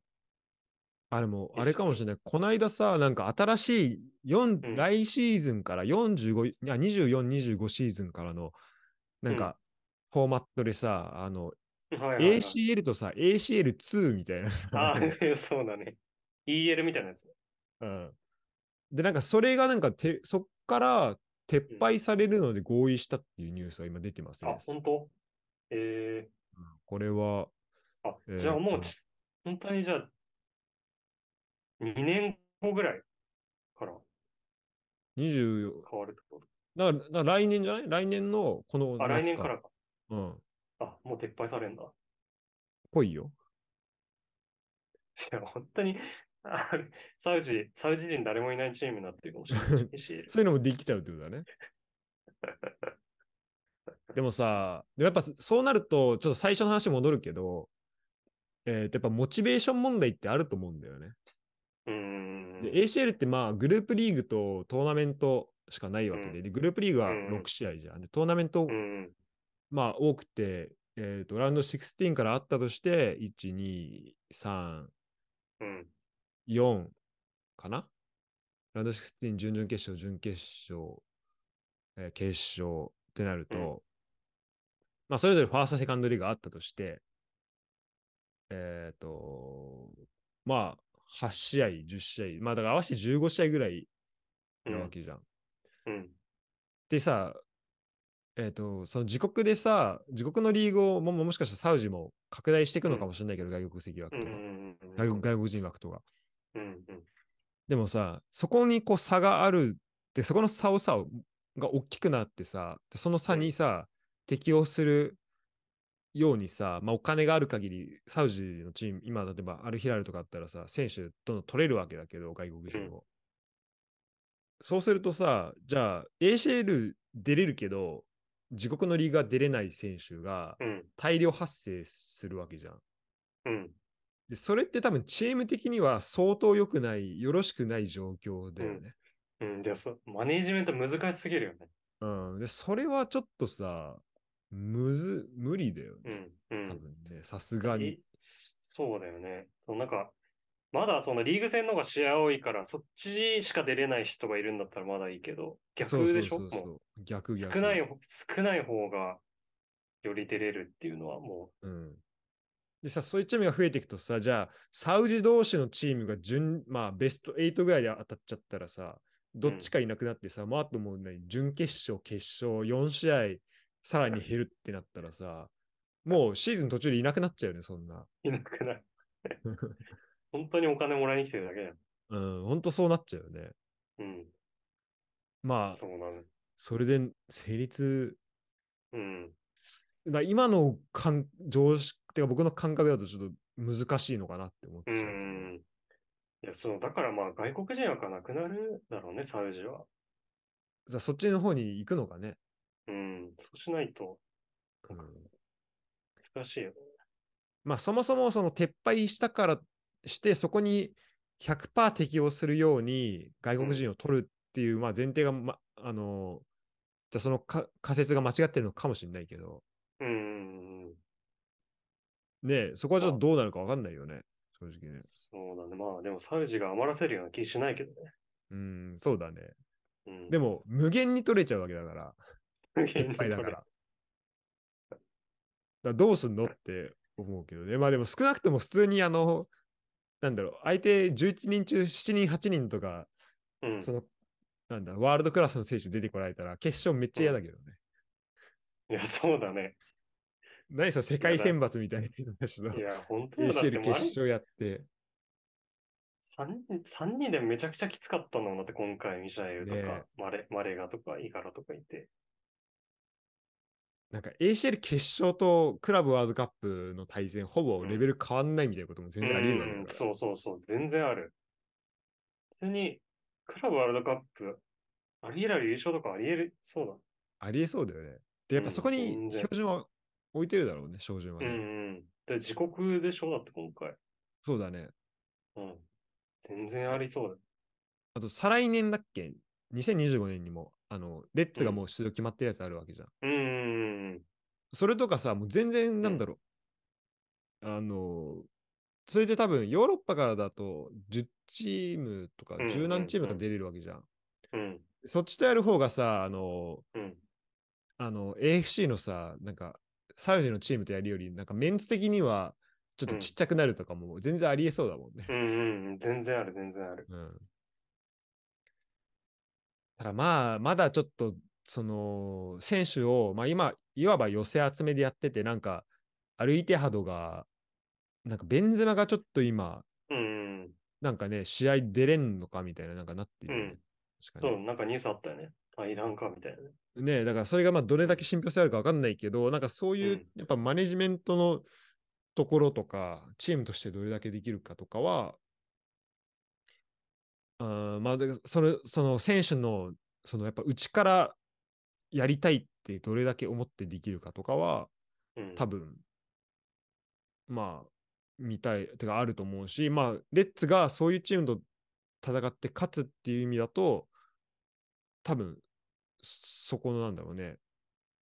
B: あれも、あれかもしれない。こないださ、なんか新しい、四
A: うん
B: 来シーズンから45、いや、24、25シーズンからの、なんか、フォーマットでさ、あの、
A: はいはいはい
B: ACL とさ、ACL2 みたいなさ
A: あ ーそうだね。EL みたいなやつ。
B: うんで、なんかそれがなんかて、そっから撤廃されるので合意したっていうニュースが今出てますね
A: あ、。本当え
B: うんこれは、
A: ー、あ
B: えー、
A: じゃあも
B: っ
A: う
B: と
A: ち、本当にじゃあ、2年後ぐらいから
B: 24、
A: 変わるってこ
B: だからだから来年じゃない来年のこの
A: と。あ、来年からか。
B: うん。
A: あ、もう撤廃されるんだ。い
B: ぽいよ。
A: や、本当に、あサウジ、サウジ人誰もいないチームになってるかもしれない。ACL
B: そういうのもできちゃうってこと だね。でもさ、でもやっぱそうなると、ちょっと最初の話に戻るけど、えーとやっぱモチベーション問題ってあると思うんだよね。
A: うーん。
B: で、ACL ってまあグループリーグとトーナメントしかないわけで、
A: うん
B: でグループリーグは
A: うんうん
B: 6試合じゃん。で、トーナメント、
A: うん。
B: まあ多くて、えーと、ラウンド16からあったとして、1、2、3、
A: うん。
B: 4かなラウンド16、準々決勝、準決勝、えー決勝ってなると、
A: うん
B: まあ、それぞれファースト、セカンドリーグがあったとして、えっ、と、まあ、8試合、10試合、まあ、だから合わせて15試合ぐらい
A: うん
B: なわけじゃん。
A: うん。
B: でさ、えっ、と、その自国でさ、自国のリーグをも、もしかしたらサウジも拡大していくのかもしれないけど、外国籍枠
A: うん
B: と
A: う
B: か、
A: んうん。
B: 外国外国人枠とか。
A: うんうん。
B: でもさ、そこにこう差があるって、そこの差をさ、が大きくなってさ、でその差にさ、適応するようにさ、まあ、お金がある限り、サウジのチーム、今、例えばアルヒラルとかあったらさ、選手どんどん取れるわけだけど、外国人を。そうするとさ、じゃあ、ACL 出れるけど、自国のリーグが出れない選手が
A: うん。
B: 大量発生するわけじゃん。
A: うん。
B: でそれって多分チーム的には相当良くない、よろしくない状況だよね。
A: うん。で、そう、マネージメント難しすぎるよね。
B: うん。で、それはちょっとさ、むず、無理だよ
A: う
B: ね。
A: ん。う
B: 多
A: ん。
B: 分ね、さすがに
A: い。そうだよね。そう、なんか、まだそのリーグ戦の方が試合多いから、そっちしか出れない人がいるんだったらまだいいけど、
B: そう
A: 逆でしょ
B: そう
A: も
B: そう
A: う
B: そう逆逆。
A: 少ない方、少ない方がより出れるっていうのはも
B: うん。でさ、そういうチームが増えていくとさ、じゃあ、サウジ同士のチームが準、まあ、ベスト8ぐらいで当たっちゃったらさ、どっちかいなくなってさ、まあ、あともうね、準決勝、決勝、4試合、さらに減るってなったらさ、もうシーズン途中でいなくなっちゃうよね、そんな。
A: ういなくな る。本当にお金もらいに来てるだけだよ。
B: うん、ほんとそうなっちゃうよね。
A: うん。
B: まあ、
A: そうなの。
B: それで成立
A: うん。
B: す、な今の感常識ってか僕の感覚だとちょっと難しいのかなって思っち
A: う
B: ゃう。
A: ん。いや、そう、だからまあ外国人はなくなるだろうね、サウジは。
B: さそっちの方に行くのかね。
A: うん。そうしないと
B: うん
A: 難しいよね。
B: まあそもそもその撤廃したからしてそこに100%適用するように外国人を取るっていう、まあ前提が、ま、あのじゃあそのか仮説が間違ってるのかもしれないけど
A: うん。
B: ねえそこはちょっとどうなるか分かんないよね正直ね
A: そうだね。まあでもサウジが余らせるような気しないけどね。
B: うんそうだね
A: うん、
B: で、も無限に取れちゃうわけだから撤廃だ から。だからどうすんのって思うけどね。まあでも少なくとも普通にあの、なんだろう、相手11人中7人、8人とか、
A: うん、
B: その、なんだ、ワールドクラスの選手出てこられたら、決勝めっちゃ嫌だけどね。
A: いや、そう だね。
B: 何その世界選抜みたいな話の
A: い、や、本当だ。だって
B: ACL
A: もう
B: 決勝やって、
A: あれ3人、3人でめちゃくちゃきつかったのだって今回、ミシャエルとか、
B: ねえ
A: マレマレガとか、イガラとかいて。
B: なんか ACL 決勝とクラブワールドカップの対戦、ほぼレベル変わんないみたいなことも全然あり得るわけ
A: う
B: だ
A: ん、
B: から。
A: そうそうそう、全然ある。普通に、クラブワールドカップ、ありえない優勝とかありえる、そうだ。
B: ありえそうだよね。で、やっぱそこ
A: う
B: に
A: ん全然
B: 標準は置いてるだろうね、標準は
A: う
B: ね。
A: んうん。で、自国でしょだって今回。
B: そうだね。
A: うん。全然ありそうだ。
B: あと、再来年だっけ ?2025 年にも、あの、レッツがもう出場決まってるやつあるわけじゃん。
A: うんうんうん。
B: それとかさ、もう全然なんだろう。あの、それで多分、ヨーロッパからだと、10チームとか、
A: うんうんうん
B: 十何チームが出れるわけじゃん。
A: うん。
B: そっちとやる方がさ、あの、
A: うん。
B: あの、AFC のさ、なんか、サウジのチームとやるより、なんかメンツ的には、ちょっとちっちゃくなるとかも全然ありえそうだもんね。
A: うんうんうん。全然ある、全然ある。
B: うんただまあ、まだちょっと、その、選手を、まあ今、いわば寄せ集めでやってて、なんか、歩いてハドが、なんかベンゼマがちょっと今、
A: うんうん。
B: なんかね、試合出れんのかみたいな、なんかなってるよね。
A: うん
B: 確か
A: そ
B: に
A: う、なんかニュースあったよね。対談かみたいなね。、
B: ねだからそれがまあどれだけ信憑性あるか分かんないけど、なんかそういううんやっぱマネジメントのところとか、チームとしてどれだけできるかとかは、あーまあ、だからそれ、その選手の、そのやっぱ内からやりたいってどれだけ思ってできるかとかは、
A: うん、
B: 多分、まあ、見たい、てかあると思うし、まあ、レッツがそういうチームと戦って勝つっていう意味だと、多分、そこのなんだろうね、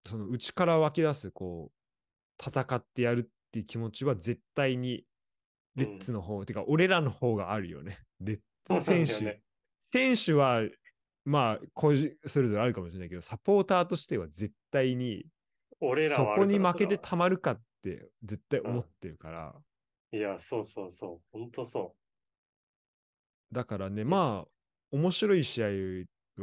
B: その内から湧き出す、こう、戦ってやるっていう気持ちは絶対に、レッツの方、てか俺らの方があるよね。 レッツ
A: そうな
B: 選
A: んだよ
B: 手、
A: ね
B: 選手は、まあ、個人それぞれあるかもしれないけど、サポーターとしては絶対に
A: 俺ら
B: そ
A: はある
B: こに
A: から
B: 負け
A: それ
B: て
A: は
B: たまるかって絶対思ってるから、
A: いや、そうそうそう。本当そ
B: だからねまあ面白い試合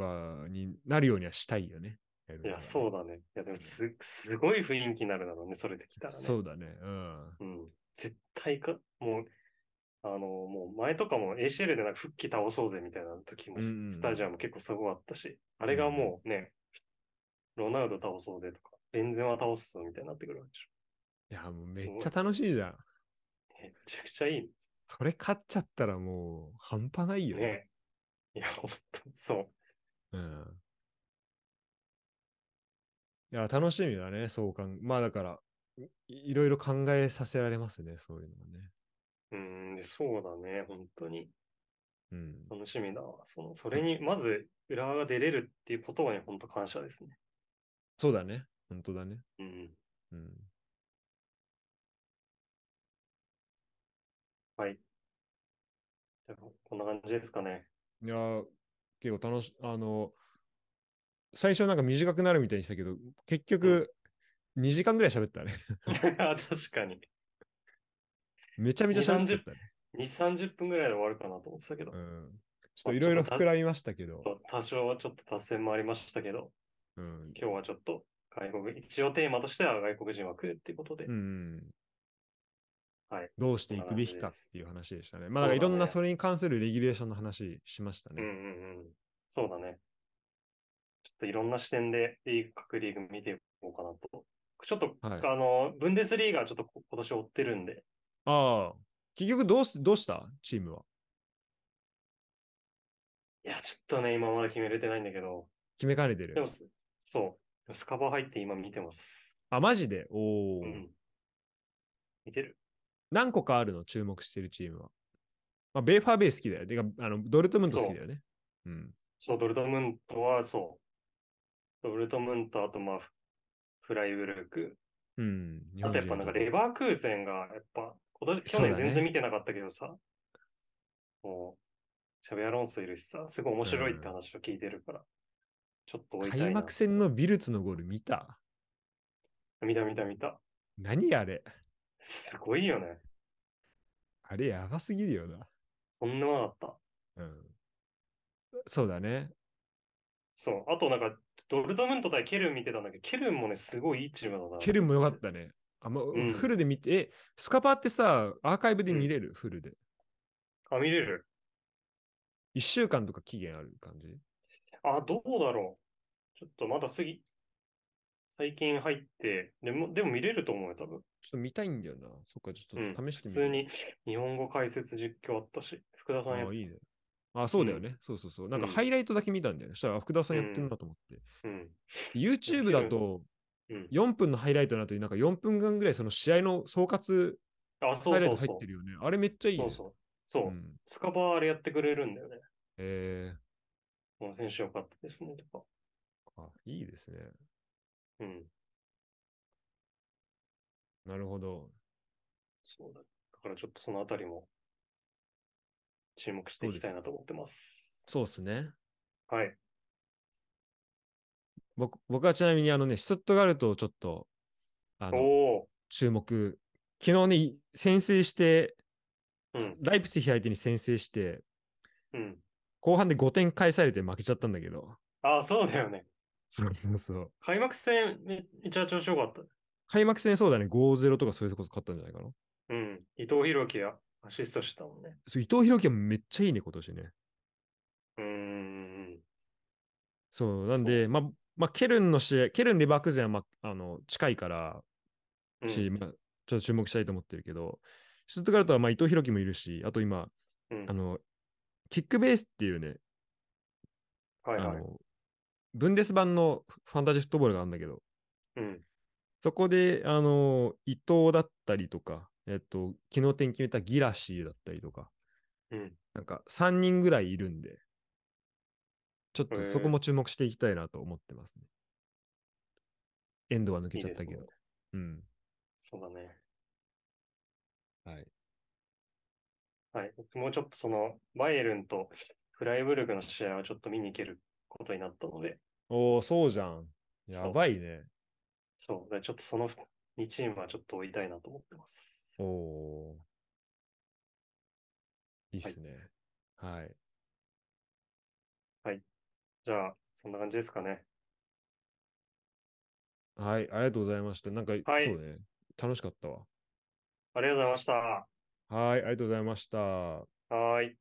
B: はになるようにはしたいよね。
A: う。いや、そうだね。いや、でもす、すごい雰囲気になるだろうね。それできた
B: だ
A: らね。
B: そうだね。うん。
A: うん。絶対か、もう、あの、もう前とかも ACL でなんか復帰倒そうぜみたいな時もス、
B: うんうんうん
A: スタジアム結構すごかったし、あれがもうね、ロナウド倒そうぜとか、ベンゼマ倒すぞみたいになってくるわけでし
B: いやもうめっちゃ楽しいじゃん。
A: ょ。めちゃくちゃいい
B: それ勝っちゃったらもう半端ないよ
A: ね。
B: ね。
A: ねいや、本当にそう。
B: うん。いや楽しみだねそうかんまあだからいいろいろ考えさせられますねそういうのもね。
A: うん、そうだね、本当に。
B: うん。
A: 楽しみだわ。その、それに、まず、浦和が出れるっていうことはね、本当感謝ですね。
B: そうだね。本当だね。
A: うん。
B: うん。
A: はい。でもこんな感じですか ね。
B: いやー、結構楽し、あの、最初なんか短くなるみたいにしたけど、結局、2時間ぐらい喋ったね。
A: 確かに。
B: めちゃめちゃ喋っちゃったね。
A: 2、30分ぐらいで終わるかなと思ってたけど
B: う、ん。ちょっといろいろ膨らみましたけど、
A: 多少はちょっと達成もありましたけど、
B: うん。
A: 今日はちょっと外国、一応テーマとしては外国人は来るっていうことで、
B: うん。
A: はい。
B: どうしていくべきかっていう話でしたね。まあ、
A: そうだね
B: いろんなそれに関するレギュレーションの話しました
A: う
B: ね。
A: んうんうん。そうだね。ちょっといろんな視点でリーグ、各リーグ見ていこうかなと。ちょっと、
B: はい
A: あの、ブンデスリーガーちょっとこ今年追ってるんで、
B: ああ。結局どうす、どうしたチームは。
A: いや、ちょっとね、今まだ決めれてないんだけど、
B: 決めかねて
A: で
B: る
A: も。す、そう、スカバー入って今見てます。
B: あ、マジでおお、
A: うん。見てる
B: 何個かあるの注目してるチームは。まあ、ベイファーベイ好きだよ。てか、あの、ドルトムント好きだよね。うん。
A: そう、ドルトムントは、そう。ドルトムント、あと、まあ、フフライブルク。
B: うん。日
A: あ
B: 本
A: と、
B: 人
A: やっぱなんか、
B: の
A: レバークーゼンが、やっぱ、今年去
B: そうだね
A: 年全然見てなかったけどさ、もう、シャビアロンソいるしさ、すごい面白いって話を聞いてるから、ちょっと追いたいな。
B: 開幕戦のビルツのゴール見た
A: 見た見た見た。
B: 何あれ
A: すごいよね。
B: あれやばすぎるよな。
A: とんでもなかった。
B: うん。そうだね。
A: そう。あとなんか、ドルトムント対ケルン見てたんだけど、ケルンもね、すごいいいチームだな。
B: ケルンもよかったね。あま
A: ん
B: フルで見て、え、スカパーってさ、アーカイブで見れる、フルで。
A: あ、見れる。
B: 1週間とか期限ある感じ
A: あ、どうだろう。ちょっとまだ過ぎ。最近入って、でも、でも見れると思うよ、多分。
B: ちょっと見たいんだよな。そっか、ち
A: う
B: ょっ
A: ん。
B: と試し
A: 普
B: てみ
A: 通
B: る。
A: に日本語解説実況あったし、福田さんやっ
B: あ
A: て
B: いいね。あ、そうだよね、そうそうそう。なんか
A: うん
B: ハイライトだけ見たんだよね。そしたら、あ福田さんやってるなと思って。
A: た。うん。
B: YouTube だと、
A: うん。
B: 4分のハイライトの後になんか4分間ぐらいその試合の総括
A: あ、そ
B: ハ
A: う
B: イライ
A: そ
B: ト
A: う
B: 入
A: そ。
B: ってるよね。あれめっちゃいうい、
A: そ
B: ね。
A: うそう。そうう。
B: ん
A: スカパーあれやってくれるんだよね。
B: え
A: この選手よかったですね、とか。
B: ー、あいいですね。
A: うん。
B: なるほど。
A: そうだ。だからちょっとそのあたりも注目していきたいなと思ってます。
B: そうですね。
A: はい。
B: 僕僕はちなみにあのね、シュツットガルトをちょっと、あ
A: お
B: の、
A: お
B: 注目。昨日ねい、先制して、
A: ー。うん。
B: ライプツィヒ相手に先制して、
A: うん。
B: 後半で5点返されて負けちゃったんだけど。
A: あ、そうだよね。
B: そうそうそう。
A: 開幕戦めめっちゃ調子よかった。
B: 開幕戦そうだね、5-0とかそういうこと勝ったんじゃないかな。
A: うん。伊藤洋輝がアシストしたもんね。
B: そう伊藤洋輝はめっちゃいいね、今年ね。
A: うーん。
B: そう、なんで、まあ、まあ、ケルンの試合、ケルン・レバークーゼンは、まあ、あの近いから
A: うん
B: し、まあ、ちょっと注目したいと思ってるけど、シュツットガルトは、まあ、伊藤洋輝もいるし、あと今、
A: うん
B: あの、キックベースっていうね、
A: はい
B: あ
A: はい。
B: の、ブンデス版のファンタジーフットボールがあるんだけど、
A: うん。
B: そこで、あの、伊藤だったりとか、えっと、昨日点決めたギラシーだったりとか、
A: うん。
B: なんか3人ぐらいいるんで、ちょっ
A: へ
B: と
A: え
B: そこも注目していきたいなと思ってますね。エンドは抜
A: い
B: け
A: い
B: ちゃっ
A: で
B: た
A: す
B: け
A: ね
B: ど。。うん。
A: そうだね。
B: はい。
A: はい。僕もうちょっとその、バイエルンとフライブルクの試合はちょっと見に行けることになったので、
B: おお、そうじゃん。
A: そう
B: やばいね。
A: そう。でちょっとその2チームはちょっと追いたいなと思ってます
B: お。おー。いいっすね。はい。
A: じゃあ、そんな感じですかね。
B: はい。ありがとうございました。なんか、
A: はい
B: そうね。楽しかったわ。
A: ありがとうございました。
B: はい。ありがとうございました。
A: はーい。